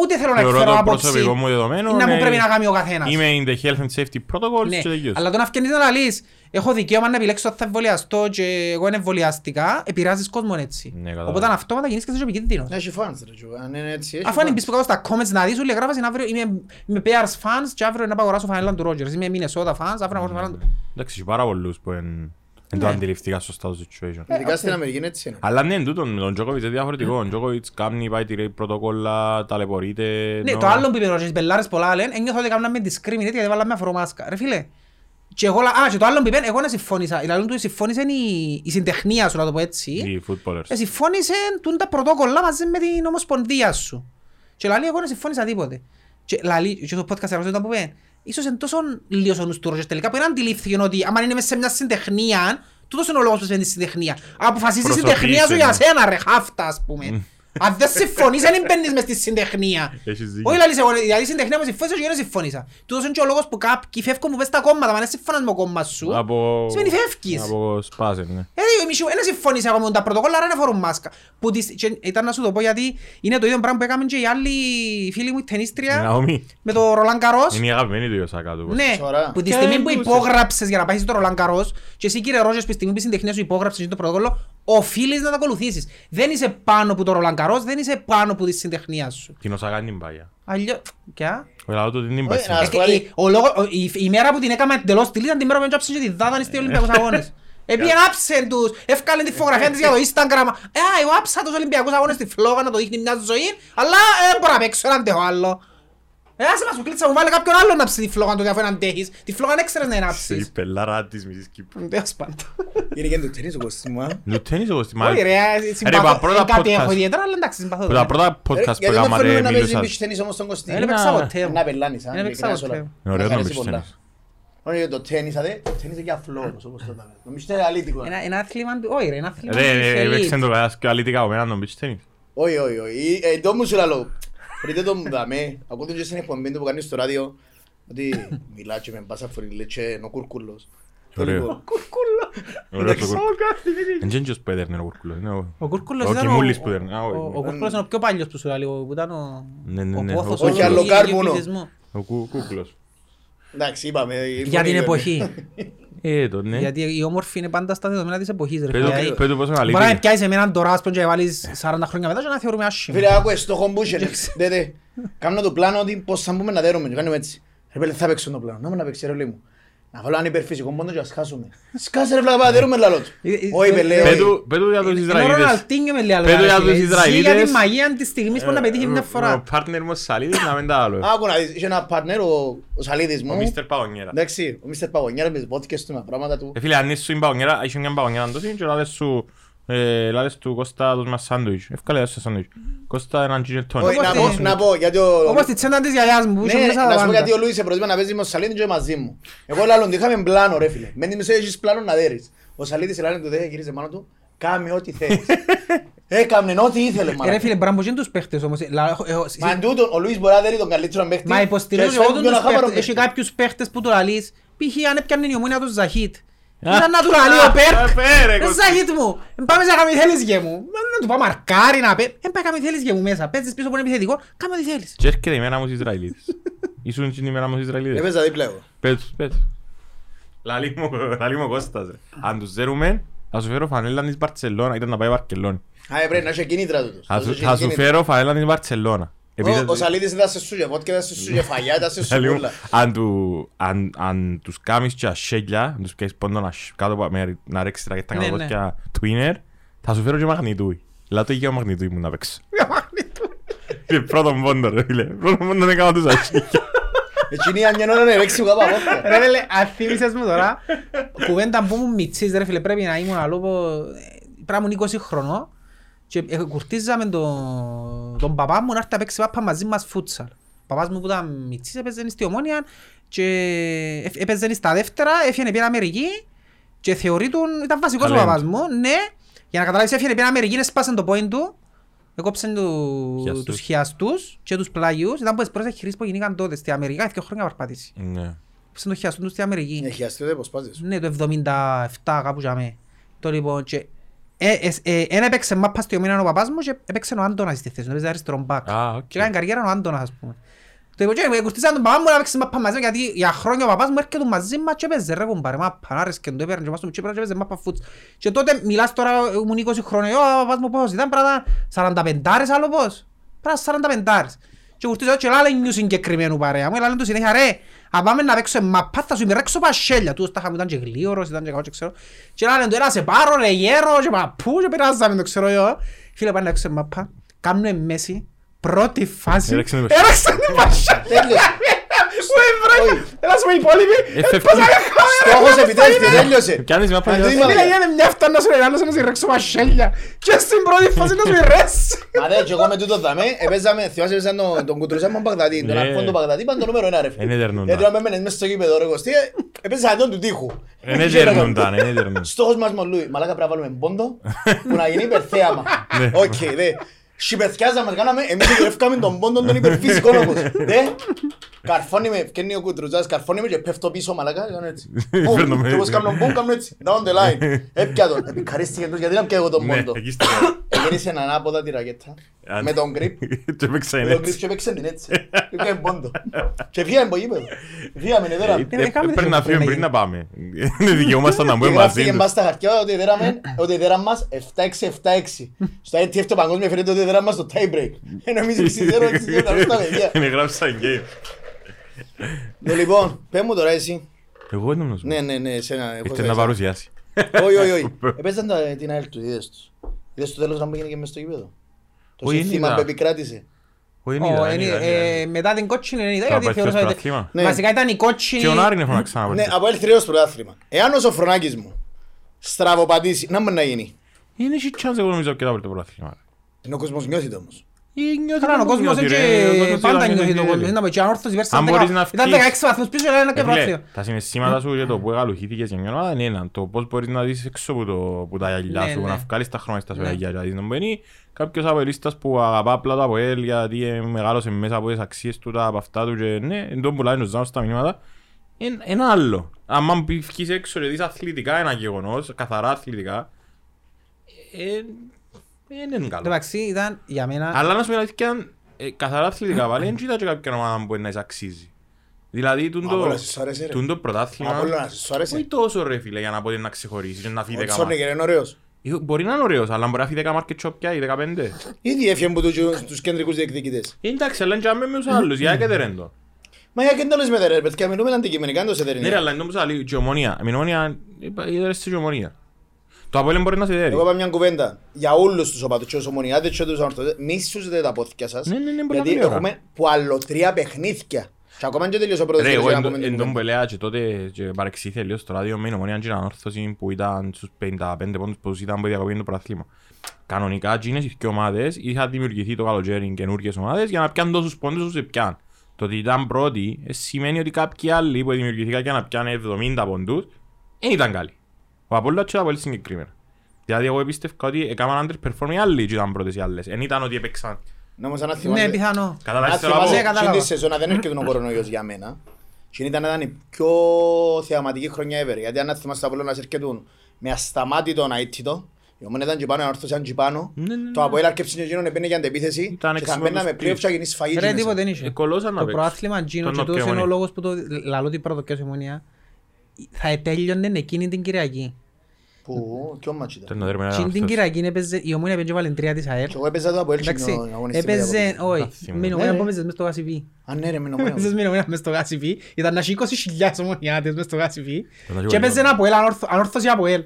ούτε θέλω να
Θεωρώ
εκφέρω
το
άποψη.
προσωπικό μου δεδομένο,
Είναι να
ναι.
μου πρέπει να κάνει ο καθένας.
Είμαι in the health and safety protocols
Ναι.
και τελείωσε.
Αλλά το να φτιάχνεις να λαλείς, έχω δικαίωμα να επιλέξω ότι θα εμβολιαστώ και εγώ δεν εμβολιαστικά, επηρεάζεις κόσμον έτσι.
Ναι, κατάλαβα.
Οπότε αν αυτόματα γίνεις και είσαι επικίνδυνος.
Να έχει fans, ρε, τζου. Αν είναι έτσι, έχει
Αφού αν
fans.
μπεις που κάτω στα comments να δεις, όλοι γράφασαν αύριο είμαι, είμαι Bears fans και αύριο να πάω αγοράσω φανέλα του Rogers. Είμαι Minnesota fans, αύριο να αγοράσω φανέλα του...
Εντάξει, έχει πάρα πολλούς που εν- εν το
Ναι.
αντιληφθήκα σωστά το situation.
Ε,
Ειδικά στην Αμερική είναι έτσι. είναι.
Αλλά ναι, εν τούτον, με τον Τζόκοβιτς είναι διαφορετικό. Ο Τζόκοβιτς κάνει, πάει τη πρωτοκόλλα, ταλαιπωρείται.
Ναι,
νο-
το άλλο που είπε ο Ρόγερς Μπελάρες πολλά λένε, ένιωθα ότι έκαναν με discriminate γιατί βάλαμε μια φορομάσκα. Ρε φίλε, και εγώ, λα- α, και το άλλο που είπε, εγώ να συμφώνησα. Η λαλούν του συμφώνησε η, η συντεχνία σου, να το πω έτσι.
Οι footballers.
Ε, συμφώνησε τούν τα πρωτόκολλα μαζί με την ομοσπονδία σου. Και λαλεί, εγώ να συμφώνησα τίποτε. Και λαλεί, και στο podcast ακούσα όταν που είπε, ίσως είναι τόσο λίγος ο νους του Ρόγερς τελικά που δεν αντιλήφθηκε ότι άμα είναι μέσα σε μια συντεχνία, τούτος είναι ο λόγος που συμβαίνει στη συντεχνία. Αποφασίζεις η συντεχνία
Προσωπείται,
σου για
ναι.
σένα ρε, χάφτα ας πούμε. Αν δεν συμφωνείς, δεν μπαίνεις μες στη συντεχνία.
Έχεις δίκιο.
Όχι λαλείς εγώ, δηλαδή στην τεχνία μου συμφώνησες και εγώ δεν συμφώνησα. Τούτος είναι και ο λόγος που κάποιοι φεύγουν μου πες τα κόμματα, μα δεν συμφωνάς με το κόμμα σου.
Από...
Σημαίνει φεύγεις.
Από σπάσε, ναι.
Ε, ρε, μισού, δεν συμφωνήσα εγώ με τα πρωτοκόλλα, άρα δεν φορούν μάσκα. Που τις, και, ήταν να σου το πω γιατί είναι το ίδιο πράγμα που έκαμε και οι άλλοι φίλοι μου η ταινίστρια
Ναόμι.
με το Ρολάν Καρός.
Ναι, Είναι η αγαπημένη του η Οσάκα του.
Ναι,
Σωρά.
που τη
Και
στιγμή που
εντούσες.
υπόγραψες για να πάει στο Ρολάν Καρός και εσύ κύριε Ρόζες που τη στιγμή που η συντεχνίας σου υπόγραψες το πρωτοκόλλο, οφείλεις να τα ακολουθήσεις. Δεν είσαι πάνω που το Ρολάν Καρός, δεν είσαι πάνω που τη συντεχνία σου.
Την Οσάκα είναι πάγια.
Αλλιώ, ποια.
Ο λαός του την
Όχι,
πάει.
να-
Ε,
Ασφαλή.
ε, ο λόγο- ο- η- Η μέρα που την έκαμε εντελώς τη ήταν την μέρα που έντιαψε και τη δάδανε
Ε.
στις Ολυμπιακούς Αγώνες. Επίεν άψε τους, έφκαλε τη φωτογραφία της για το Instagram. Ε, α, εγώ άψα τους Ολυμπιακούς Αγώνες στη φλόγα να το δείχνει μια ζωή, αλλά ε, δεν μπορώ να παίξω, δεν αντέχω άλλο. Ε, άσε μας που κλείτσα μου, βάλε κάποιον άλλον να ψήσει τη φλόγα του αφού έναν τέχεις. Τη φλόγα δεν ξέρεις να είναι να
Η
ψήσεις.
πελάρα της μισής Κύπρου.
Δεν ας πάντα.
Είναι και το τένις ο Κωστήμα.
Λουτένις εγώ στη
Ε, Όχι ρε,
μάλλη.
συμπαθώ.
είπα, πρώτα
Δεν κάτι
podcast.
έχω ιδιαίτερα, αλλά εντάξει, συμπαθώ. ε.
Τα
τον.
πρώτα podcast που
Γιατί δεν
έκανα
φέρνουμε
ρε
να παίζει
μιλούσα.
beach tennis όμως τον Κωστή.
Δεν έπαιξα
Είναι-
ποτέ. μου.
Να πελάνεις, αν
Δεν έπαιξα
ειλικρινά σε όλα.
ποτέ. μου.
Είναι ωραίο
Μας
να
αρέσει
μπεις
πολλά.
τένις.
Όχι, το τένις, αδε, το τένις είναι για φλόρους, όπως το λέμε. Νομίζω ότι είναι αλήτικο.
Ένα- Ένα άθλημα του, όχι ρε, ένα άθλημα
Ε, Ρε,
της
ρε,
ελίτ.
έπαιξε το κανένας πιο αλήτικα από έναν τον beach tennis.
Όχι, όχι, όχι. Ε, το μου σου λαλώ. Πριν δεν το μου δαμέ, ακούω τον και στην εκπομπή του που κάνει στο ράδιο, ότι μιλά και με μπάσα φορή, και ο κουρκούλος. Το
Ωραίο.
λοιπόν,
Κουρκούλα.
Ωραίο το
Ξέρω
κουρκ-
κάτι, δεν είναι.
Δεν είναι ποιος που έδερνε ο κουρκούλος. είναι
Ο Κουρκούλος
Ο
ήταν
Κιμούλης
ο-
που έδερνε. Α,
ο-
όχι.
ο- Ο Κουρκούλος είναι ο πιο παλιός που σου λέει, ο- που ήταν ο
Ναι, ναι,
ο
ναι,
πόθος
ο-
του
Όχι, άλλο
ελληνικού
κάρβουνο.
πληθυσμού.
Ο κου- κούκλος.
Εντάξει, είπαμε. η
Για την
φωνή,
εποχή.
Ε, το ναι.
Γιατί η όμορφη είναι πάντα στα δεδομένα της εποχής. ρε.
Πες του-
Δηλαδή,
πες του πόσο είναι
Μπορεί να
αλήτη.
πιάσεις εμένα τώρα, ας πούμε, και να βάλεις 40 χρόνια μετά και να θεωρούμε άσχημα.
Φίλε, άκουε στο χομπούσεν. Δέτε, κάνω το πλάνο ότι πώς θα μπούμε να δέρουμε. Και κάνουμε έτσι. Ρε πέλε, θα παίξω το πλάνο. Να μου να παίξει ρε λέει μου. Να βάλω έναν υπερφυσικό μόνο και να σκάσουμε. Σκάσε ρε βλάπα, δέρουμε λαλό του.
Ε, ε,
Όχι
ε,
πέλε,
ε,
Πες
όχι.
του- πες του για τους
Είναι ο
Ισραηλίτες.
Ροναλντίνιο με λέει άλλο.
Πες το
ρε,
για
φίλε.
τους
Ζει για
Ισραηλίτες.
τη μαγεία της στιγμής που να πετύχει μια
Ο
φορά.
partner μου Σαλίδης να μην τα άλλο.
Άκου να δεις, είχε ένα partner ο- ο Σαλίδης
Ο
μου.
Μίστερ Παγωνιέρα.
Εντάξει, ο Μίστερ Παγωνιέρα με τις βότκες του, με τα πράγματα του.
Ε, Φίλε, αν είσαι στην Παγωνιέρα, είσαι μια Παγωνιέρα να δώσεις και λάδες σου... ε, Λάδες του Κώστα δώσ' μας σάντουιτς. Εύκολα δώσ' σε σάντουιτς. Κώστα έναν gin and tonic.
Όχι, να πω-
την-
Να πω, γιατί ο...
Όπως τη τσέντα της γιαγιάς μου που είχε
Ναι,
μέσα
να
τα
σου πω
πάντα.
γιατί ο Λούις προτιμά να παίζει με ο Σαλίδης και μαζί μου. Εγώ λάλλον του είχαμε πλάνο ρε φίλε. Μένει μισό έχεις πλάνο να δέρεις. Ο Σαλίδης λάλλον του δεν γύριζε πάνω του. Κάμε ό,τι θέλεις. Έκαμνε ό,τι ήθελες
Ε, Ρε
μάλλον.
φίλε, μπορεί να μπουν και τους παίχτες όμως. Λα- έχω- έχω-
Μα εν τούτον, ο Λουίς μπορεί να δέρει τον καλύτερο παίχτη.
Μα
και
υποστηρίζω
φέρνει
εγώ
τον
τους
αχάβαρο
παίχτες. Έχει
παίχτη.
κάποιους παίχτες που του λαλείς. Π.χ. αν έπιανε η ομόνια του Ζαχίτ.
Ah.
Ήταν να του λαλεί ο
ε, Eh,
Πέρκ. «Ρε Ζαχίτ μου, εν πάμε σε καμιθέλης γε μου. Μα Να του πάω μαρκάρι να πέ. Εν πάει καμιθέλης γε μου μέσα. Παίζεις πίσω που είναι επιθετικό. Κάμε ό,τι θέλεις.
Και έρχεται η μέρα μου στους Ισραηλίτες. Ήσουν στην ημέρα μου στους Ισραηλίτες.
Έπαιζα Ε, δίπλα εγώ.
Πες, πες. Λαλή μου, λαλή μου ο Κώστας. ρε. Αν τους δέρουμε, θα σου φέρω φανέλα της Μπαρτσελώνα. Ήταν να πάει Βαρκελόνη.
Α, ε, πρέπει να έχει κίνητρα τούτος.
Θα
Τούτος
σου-
έχει
Θα σου
κίνητρα.
φέρω φανέλα της Μπαρτσελώνα.
Ο- Ο
Επειδή-
Σαλίδης ήταν σε σούγια, βότκα ήταν σε σούγια, φαγιά ήταν σε
Λαλή μου,
σούγια.
αν του- αν- Αν τους κάνεις και ασχέλια, αν τους πιάσεις πόντο να σ- κάτω από- με- να ρέξεις ρακέτα κάτω
Ναι,
από
ναι.
τα Twitter, θα σου φέρω και μαγνητούι. Λάτω για μαγνητούι μου να παίξω. Φίλε, Πρώτον πόντο ρε φίλε. Πρώτον πόντο έκανα τους ασχέλια.
Ε, Εκείνη αν γεννώνω να παίξει κάπου από βότκα.
Ρε φίλε, αθύμισες μου τώρα κουβέντα που μου μητσής ρε φίλε, πρέπει να ήμουν άλλο που πράγμα 20 χρονών και ε, κουρτίζαμε τον, τον παπά μου να έρθει να παίξει πάπα μαζί μας φούτσαλ. Ο παπάς μου που ήταν μητσής έπαιζε στη Ομόνια και ε- έπαιζε στα δεύτερα, έφυγε πήρε Αμερική και θεωρεί τον, ήταν βασικός ο
Talent.
παπάς μου, ναι, για να καταλάβεις έφυγε πήρε Αμερική, έσπασε το πόιν του Έκοψε
Χιαστούς.
τους, τους χιαστούς και τους πλάγιους. Ήταν από τις πρώτες χειρίες που γίνηκαν τότε. Στη Αμερική, δύο χρόνια παρπατήσει.
Ναι.
Έκοψε το χιαστούν τους στη Αμερική.
Έχει αστείο δεν υποσπάζεσαι.
Ναι, το 77 κάπου για μέ. Το λοιπόν και... ε, ε, ε, Ένα έπαιξε μάπα στη ομίνα ο παπάς μου και έπαιξε ο Άντωνας στη θέση του. Έπαιξε αριστερό μπακ.
Α, οκ.
Και έκανε καριέρα ο Άντωνας ας πούμε. Το λοιπόν και κουρτίζαν τον παπά μου να παίξει μάπα μαζί μου γιατί για χρόνια ο παπάς μου έρχεται μαζί μας και έπαιζε ρε κουμπάρε μάπα. Να ρίσκε το έπαιρνε και μας το και έπαιζε μάπα φούτς. Και τότε μιλάς τώρα ε, ήμουν 20 χρόνια, ο παπάς μου πόσο ήταν πράγμα 45 άλλο πώς. Πράγμα 45 και κουρτίζω και λάλε νιου συγκεκριμένου παρέα μου, λάλε του συνέχεια ρε, αν πάμε να παίξω μαπά θα σου μοιράξω πασέλια. Τούτος τα είχαμε, ήταν και γλίωρος, ήταν και κακό και ξέρω. Και λάλε του έλα σε πάρω ρε γέρο και παππού και πειράζαμε το ξέρω εγώ. Φίλε πάνε να παίξω μαπά, κάνουμε μέση, πρώτη φάση,
Έραξε
έραξαν
με.
την πασέλια.
Τέλειωσε.
Ου ευράγια, έλα σου με υπόλοιποι,
Εφεύγει.
πώς να κάνω.
Στόχος επιτέλους τέλειωσε.
Πιάνεις με
Μα,
πάνω.
τι
και-
Φίλε, είναι μια φτάνα σου ρε, άλλος να σε ρέξω πασέλια. Και στην πρώτη φάση να σου μοιράσει.
Μα δε, και εγώ με τούτο δαμέ, επέζαμε, θυμάσαι έπαιζαν τον, τον κουτρούσαμε τον Παγδατή, τον
Ναι.
αρχόν τον Παγδατή, είπαν το νούμερο ένα ρε φίλε.
Εν έδερνονταν.
Γιατί όταν έμενες μέσα στο κήπεδο ρε Κωστή, ε, έπαιζες αντίον του τείχου.
Δεν έδερνονταν, δεν έδερνονταν.
Στόχος μας με ο Λούι, μαλάκα πρέπει να βάλουμε πόντο που να γίνει υπερθέαμα.
Ναι.
Οκ, δε. Σιπεθιάζα μας κάναμε, εμείς γυρεύκαμε τον πόντο τον υπερφυσικό λόγος. Δε. Καρφώνει με, βγαίνει ο κουτρουζάς, καρφώνει με και πέφτω πίσω μαλάκα, κάνω έτσι. Μπουμ,
Φέρνω με.
και όπως κάνω μπουμ, κάνω έτσι, down the line. Έπια τον, επικαρίστηκε τους, γιατί να πιάω εγώ τον
Ναι,
πόντο.
εκεί στα-
Γύρισε ανάποδα τη ρακέτα
Αν-
με τον grip.
Και παίξα
Με τον
έτσι.
grip και παίξε την έτσι. Είχε πόντο. Και φύγαμε από γήπεδο. Φύγαμε ναι, δέραμε.
Ε, είχαμε
Πρέπει
δίκιο
να φύγουμε
πριν
πριν
να
να πάμε. Είναι δικαιούμασταν να
Και
μπούμε μαζί
γράφτηκε
τους.
μπας στα χαρτιά ότι δέραμε, ότι δέραμε μας 7-6-7-6. Στο ITF το παγκόσμιο φαίνεται ότι δέραμε μας το tie break. Ε, Νομίζω 6-0, 6-0, τα ρούστα παιδιά.
Είναι γράψαν game.
Ναι, Λοιπόν, πες μου τώρα εσύ.
Εγώ δεν νομίζω.
Ναι, ναι, ναι, εσένα. εγώ
Ήρθε
σε
Ε, να
εσένα.
παρουσιάσει.
Όχι, όχι, όχι. Έπαιζαν τα- την ΑΕΛ τους, είδες τους. Είδες το τέλος να μου γίνει και μες στο γήπεδο. Το
Όχι,
σύνθημα
είδα.
που επικράτησε.
Όχι, δεν
Ο-
είδα, δεν
εν-
είδα, δεν είδα,
ε,
δεν είδα.
Μετά την κότσινη δεν είδα
Τα
γιατί
πάει
θεωρούσα
στο
ότι-
πρωτάθλημα.
Ναι.
Βασικά ήταν η κότσινη.
Και ο Νάρη είναι φωναξά να
Ναι,
παίρνει.
από έλθει ως πρωτάθλημα. Εάν ο Σοφρονάκης μου στραβοπατήσει, να μπορεί να γίνει.
Είναι και chance εγώ νομίζω και να βρει το πρωτάθλημα.
Ενώ ο κόσμος νιώθει το όμως.
Ε, νιώθει
Καλά, ο
να μου
κόσμος
νιώθει,
έτσι,
ρε, ο κόσμος
πάντα
ήταν νιώθει,
νιώθει το κόσμο.
ρε. ε,
Είναι με ανόρθωση πέρσι.
Αν
ήταν
μπορείς
10
να
Ήταν
βγεις.
16 βαθμούς πίσω, αλλά ένα και
Ε, φίλε,
βράθλιο.
Τα συναισθήματα σου για το που εγκαλουχήθηκες για μια ομάδα είναι ένα. Το πώς μπορείς να δεις έξω από, το, από τα γυαλιά
Ναι,
σου,
ναι.
να βγάλεις τα χρώματα στα σου
Ναι.
γυαλιά. Δηλαδή να μπαίνει κάποιος απελίστας που αγαπά απλά το ΑΠΟΕΛ γιατί ε, μεγάλωσε μέσα από τις αξίες του, τα από αυτά του και ναι, εν τον πουλάει ο Ζάνος στα μηνύματα. Είναι ένα άλλο. Αν βγεις έξω και δεις αθλητικά ένα γεγονός, καθαρά αθλητικά, δεν είναι καλό.
Εντάξει, ήταν για μένα.
Αλλά να σου πω την αλήθεια, ε, καθαρά αθλητικά πάλι, δεν κοίταξε κάποια ομάδα που να της αξίζει. Δηλαδή, τούτο-
Απόλλωνα, σου άρεσε, ρε.
τούτο πρωτάθλημα...
Απόλλωνας, σου άρεσε.
Όχι τόσο ρε φίλε, για να πω ότι να ξεχωρίσει, να φύγει
Ο
δέκα
Τσόρνικερ είναι ωραίος.
μάρκες. Ε, Μπορεί να είναι ωραίος, αλλά μπορεί να φύγει δέκα μάρκες και όποια, ή δεκαπέντε.
Ήδη έφυγε από τους- τους κεντρικούς διεκδικητές.
Ε, Εντάξει, αλλά είναι και άμε με τους άλλους, για και δεν είναι το.
Μα για κεντρικούς με ρε παιδιά, μιλούμε αντικειμενικά, το σε δεν
Ναι ρε,
είναι.
αλλά είναι όμως άλλη, και η ομονία. Με την ομονία, είπα, είδες στην ομονία. Το Απόλλων μπορεί να σε δέρει.
Εγώ είπα μια κουβέντα για όλους τους οπαδούς, και τους ομονιάτες και τους ανορθωτές. Μη σούζετε τα πόθηκια σας,
Ναι, ναι, ναι, πολλά
γιατί
γρήγορα.
έχουμε που άλλο τρία παιχνίδια. Και ακόμα και τελείωσε ο πρώτος
Ρε,
γύρος
εγώ
για να
εν τω-
πούμε την
εν τω
κουβέντα.
που έλεγα και τότε και παρεξήθη λίγο στο ράδιο με η Ομόνια και την ανόρθωση που ήταν στους 55 πόντους που τους ήταν που διακοπήν το πρωταθλήμα. Κανονικά τζίνες οι δύο ομάδες είχαν δημιουργηθεί το καλοκαίρι καινούργιες ομάδες για να πιάνουν τόσους πόντους όσους πιάνουν. Το ότι ήταν πρώτοι ε, σημαίνει ότι κάποιοι άλλοι που δημιουργηθήκαν για να πιάνουν 70 πόντους δεν ήταν καλοί. Ο Απόλλας και ο Απόλλης συγκεκριμένα. Δηλαδή εγώ πίστευα ότι έκαναν underperform οι άλλοι και ήταν πρώτες οι άλλες. Εν ήταν ότι έπαιξαν.
Ναι, όμως αν θυμάστε-
Ναι, πιθανό.
Αν
Καταλάβεις τι θέλω να
θυμάσαι,
πω.
κατα- κατάλαβα.
εκείνη τη σεζόν δεν έρχεται ο κορονοϊός για μένα. Και ήταν, ήταν η πιο θεαματική χρονιά ever. Γιατί αν θυμάστε από να έρχεται με ασταμάτητο αίτητο, η ομόνοια ήταν και πάνω, η ανόρθωση ήταν και πάνω.
Ναι, ναι, ναι.
Το Αποέλ άρκεψε και εκείνον επένε για αντεπίθεση
Ήταν
και θα
εξημερινός
μπαίναμε
πλήρης.
πλέον και θα γίνει σφαγή και
Ρε,
μέσα.
τίποτε δεν είχε.
Ε, κολώσαν να
Το
παίξουν.
προάθλημα Τζίνο
Τον
και τόσο είναι ο
Νοτιοεμονία.
λόγος που το λαλώ την πρωτοκιάς ομονία θα ετέλειωνε εκείνη την Κυριακή.
Που, ποιο μάτς ήταν.
Θέλω να δέρουμε ένα
Εκείνη την
ανόρθωση.
Κυριακή έπαιζε- η ομονία έπαιζε βαλεντρία της ΑΕΛ.
Και εγώ έπαιζα το Αποέλ και
Εντάξει,
ο αγωνιστής
έπαιζε,
πήρε από
Τα
όχι,
θυμώ.
μην ομονία
Ναι.
που έπαιζες μες στο γασιβί.
την- Α, ναι, ρε, με νομονία.
Έπαιζες με νομένα μες στο γάσιβι, ήταν να έχει 20.000 ομονιάτες μες στο
Ε,
γάσιβι
Ήταν
και έπαιζε
λίγο.
ένα Αποέλ, ανόρθω- ανόρθωση Αποέλ.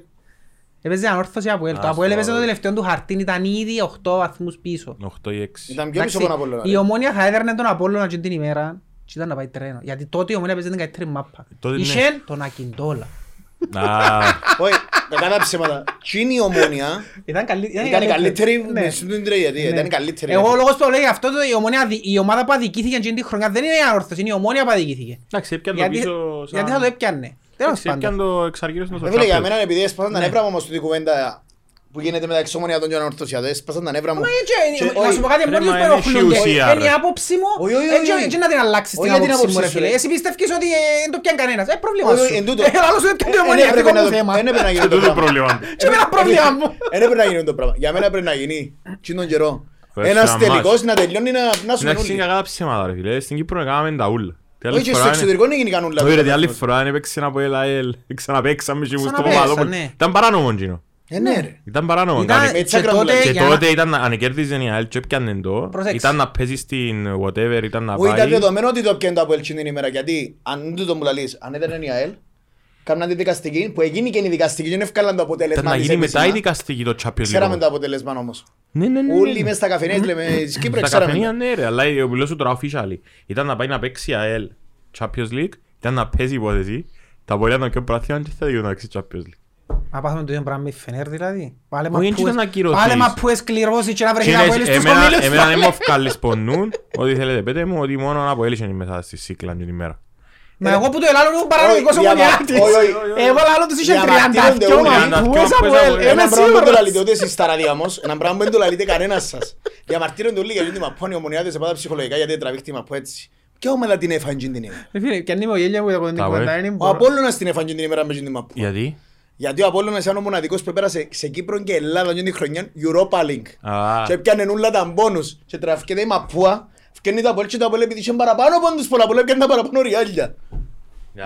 Έπαιζε ανόρθωση Αποέλ. Το
Άστο,
Αποέλ έπαιζε το
Αποέλ.
τελευταίο του χαρτί, ήταν ήδη 8 βαθμούς πίσω.
Οκτώ ή έξι.
Ήταν πιο
Εντάξει,
πίσω από τον Απόλλωνα,
Η
ρε.
ομόνια θα έδερνε τον Απόλλωνα και την ημέρα και ήταν να πάει τρένο. Γιατί τότε η ομόνια παίζει την καλύτερη μάπα.
Τότε ναι.
Είχε τον Ακιντόλα.
Α,
Όχι, κατά ψέματα. Εκείνη η ομόνοια
Ήταν καλή- ήταν η
ήταν η καλύτερη
Ναι.
με στην τριετία,
Ναι.
ήταν η καλύτερη.
Εγώ ο λόγος που το λέει αυτό, το- η, ομόνια, δι- η ομάδα που αδικήθηκε εκείνη τη χρονιά δεν είναι η ανόρθωση, είναι η ομόνια που αδικήθηκε.
Εντάξει, έπιαν Ε, το
Γιατί,
πίσω σαν...
γιατί θα το έπιανε. Τέλος
έπιανε.
πάντων.
Έπιαν το εξαργύρωσαν στο
Ρε φίλε, για
Champions.
μένα επειδή έσπασαν τα
Ναι.
νεύρα μου όμως τούτη κουβέντα που γίνεται μεταξύ ομονιατών και ανορθωσιατών, έσπασαν τα νεύρα μου.
Μα έτσι,
Και-
να
όχι,
σου πω κάτι,
ρε,
μόνοι τους
μα
που
είναι E
ενοχλούνται. Ε,
χιουσία,
Είναι η
ρε.
άποψη μου,
Όχι, όχι,
έτσι-
όχι.
έτσι να την αλλάξεις
Όχι
την
για την
άποψη μου ρε
άποψη σου,
φίλε.
ρε.
Εσύ πιστεύεις ότι ε, δεν το πιάνει κανένας. Ε, πρόβλημα
Όχι,
σου.
όχι, εν τούτο.
Ε, αλλά σου δεν πιάνει
Ε, ναι,
η ομονία,
εν έπρεπε
δικό
να
μου
το-
θέμα.
εν έπρεπε να γίνει
Και
το
τούτο
πράγμα.
πρόβλημα.
Και εμένα πρόβλημα μου.
Εν έπρεπε να γίνει το πράγμα. Για μένα πρέπει να γίνει. Τι τον καιρό.
Βέβαια,
Ένας
μας.
τελικός να τελειώνει να πνάσουν
Εντάξει, είναι
όλοι.
κακά τα ψέματα ρε φίλε. Στην Κύπρο έκαναμε τα ούλα. Την άλλη
Όχι και στο
φορά ναι. είναι-
εξωτερικό δεν γίνει κανούλα.
Όχι, ρε, την άλλη φορά είναι έπαιξε ένα από ΕΛΑΕΛ. Ξαναπαίξαμε και μου στο
Ξαναπαίξα,
Παπαδόπουλο.
ναι.
Ήταν παράνομο εκείνο.
Ε, ναι ρε.
Ήταν παράνομο.
Ήταν-
Κάνει-
με
και
τσάκρα
τότε
μου
Και
για να-
τότε ήταν, αν κέρδιζε η ΑΕΛ και έπιανε το,
Προσέξτε.
ήταν να παίζεις στην whatever, ήταν να
Όχι, ήταν
πάει.
δεδομένο ότι το πιάνει το Αποέλ την ημέρα. Γιατί αν δεν το μου λαλείς, αν ήταν η ΑΕΛ, κάμναν τη δικαστική που έγινε και η δικαστική δεν ευκάλαν το αποτέλεσμα.
Ήταν να
της
γίνει μετά η
επίσημα.
δικαστική λοιπόν. το Champions
Ξέραμε
League.
το αποτέλεσμα όμως.
Ναι, ναι, ναι, ναι.
Όλοι μέσα στα καφενές λέμε, στην Κύπρο
Στα
ξέραμε.
καφενεία ναι ρε, αλλά ο μιλός του τώρα officially. Ήταν να πάει να παίξει ΑΕΛ Champions League, ήταν να παίζει η υπόθεση, τα πολλά να πιούν πράθυνα και θα διούν αξί Champions League.
Να πάθουμε το ίδιο πράγμα με η Φενέρ δηλαδή. Πάλε
Όχι, έτσι
μαππούες-
ήταν να κυρωθείς.
Πάλε μαππούες κληρώσει και να βρεχεί
Και
Ε, να
είναι-
βγάλεις τους
εμένα-
ομίλους.
Εμένα δεν
πάλε.
μου ευκάλεις πονούν, ότι θέλετε πέτε μου, ότι μόνο να είναι μέσα στη σύκλα την ημέρα.
Μα εγώ που το ελάλω είμαι παραδικός
Όχι, για μα-
ομονιάτης.
όχι, όχι, όχι.
Εγώ λαλώ τους είχε
Για
32
μαρτύρονται όλοι.
μαππούες
32
από
Αποέλ.
ελ. Είμαι
Ένα Ε, πράγμα που το λαλείτε
σίγουρος.
ούτε εσείς τα ραδιά όμως, ένα πράγμα που δεν το λαλείτε κανένας σας. Διαμαρτύρονται όλοι για την μαπώνη ομονιάδες σε πάντα ψυχολογικά γιατί τραβήχτη μαπώ έτσι. Ποια ομάδα την έφαγε την ημέρα.
Ρε φίλε, κι αν είμαι ο Γέλια που ήταν κοντά,
Τα
κοντά,
βέ.
είναι
Ο
μπορώ.
Απόλλωνας την έφαγε την ημέρα με την μαπώ.
Γιατί?
Γιατί ο Απόλλωνας ήταν ο μοναδικός που πέρασε σε Κύπρο και Ελλάδα και την χρονιά Europa League.
Α.
Και έπιανε όλα τα μπόνους και τραβήκεται η μαπούα. Φκένει το Απόλλη και το Απόλλη επειδή είχε παραπάνω πόντους πολλά πολλά έπιανε τα παραπάνω ριάλια.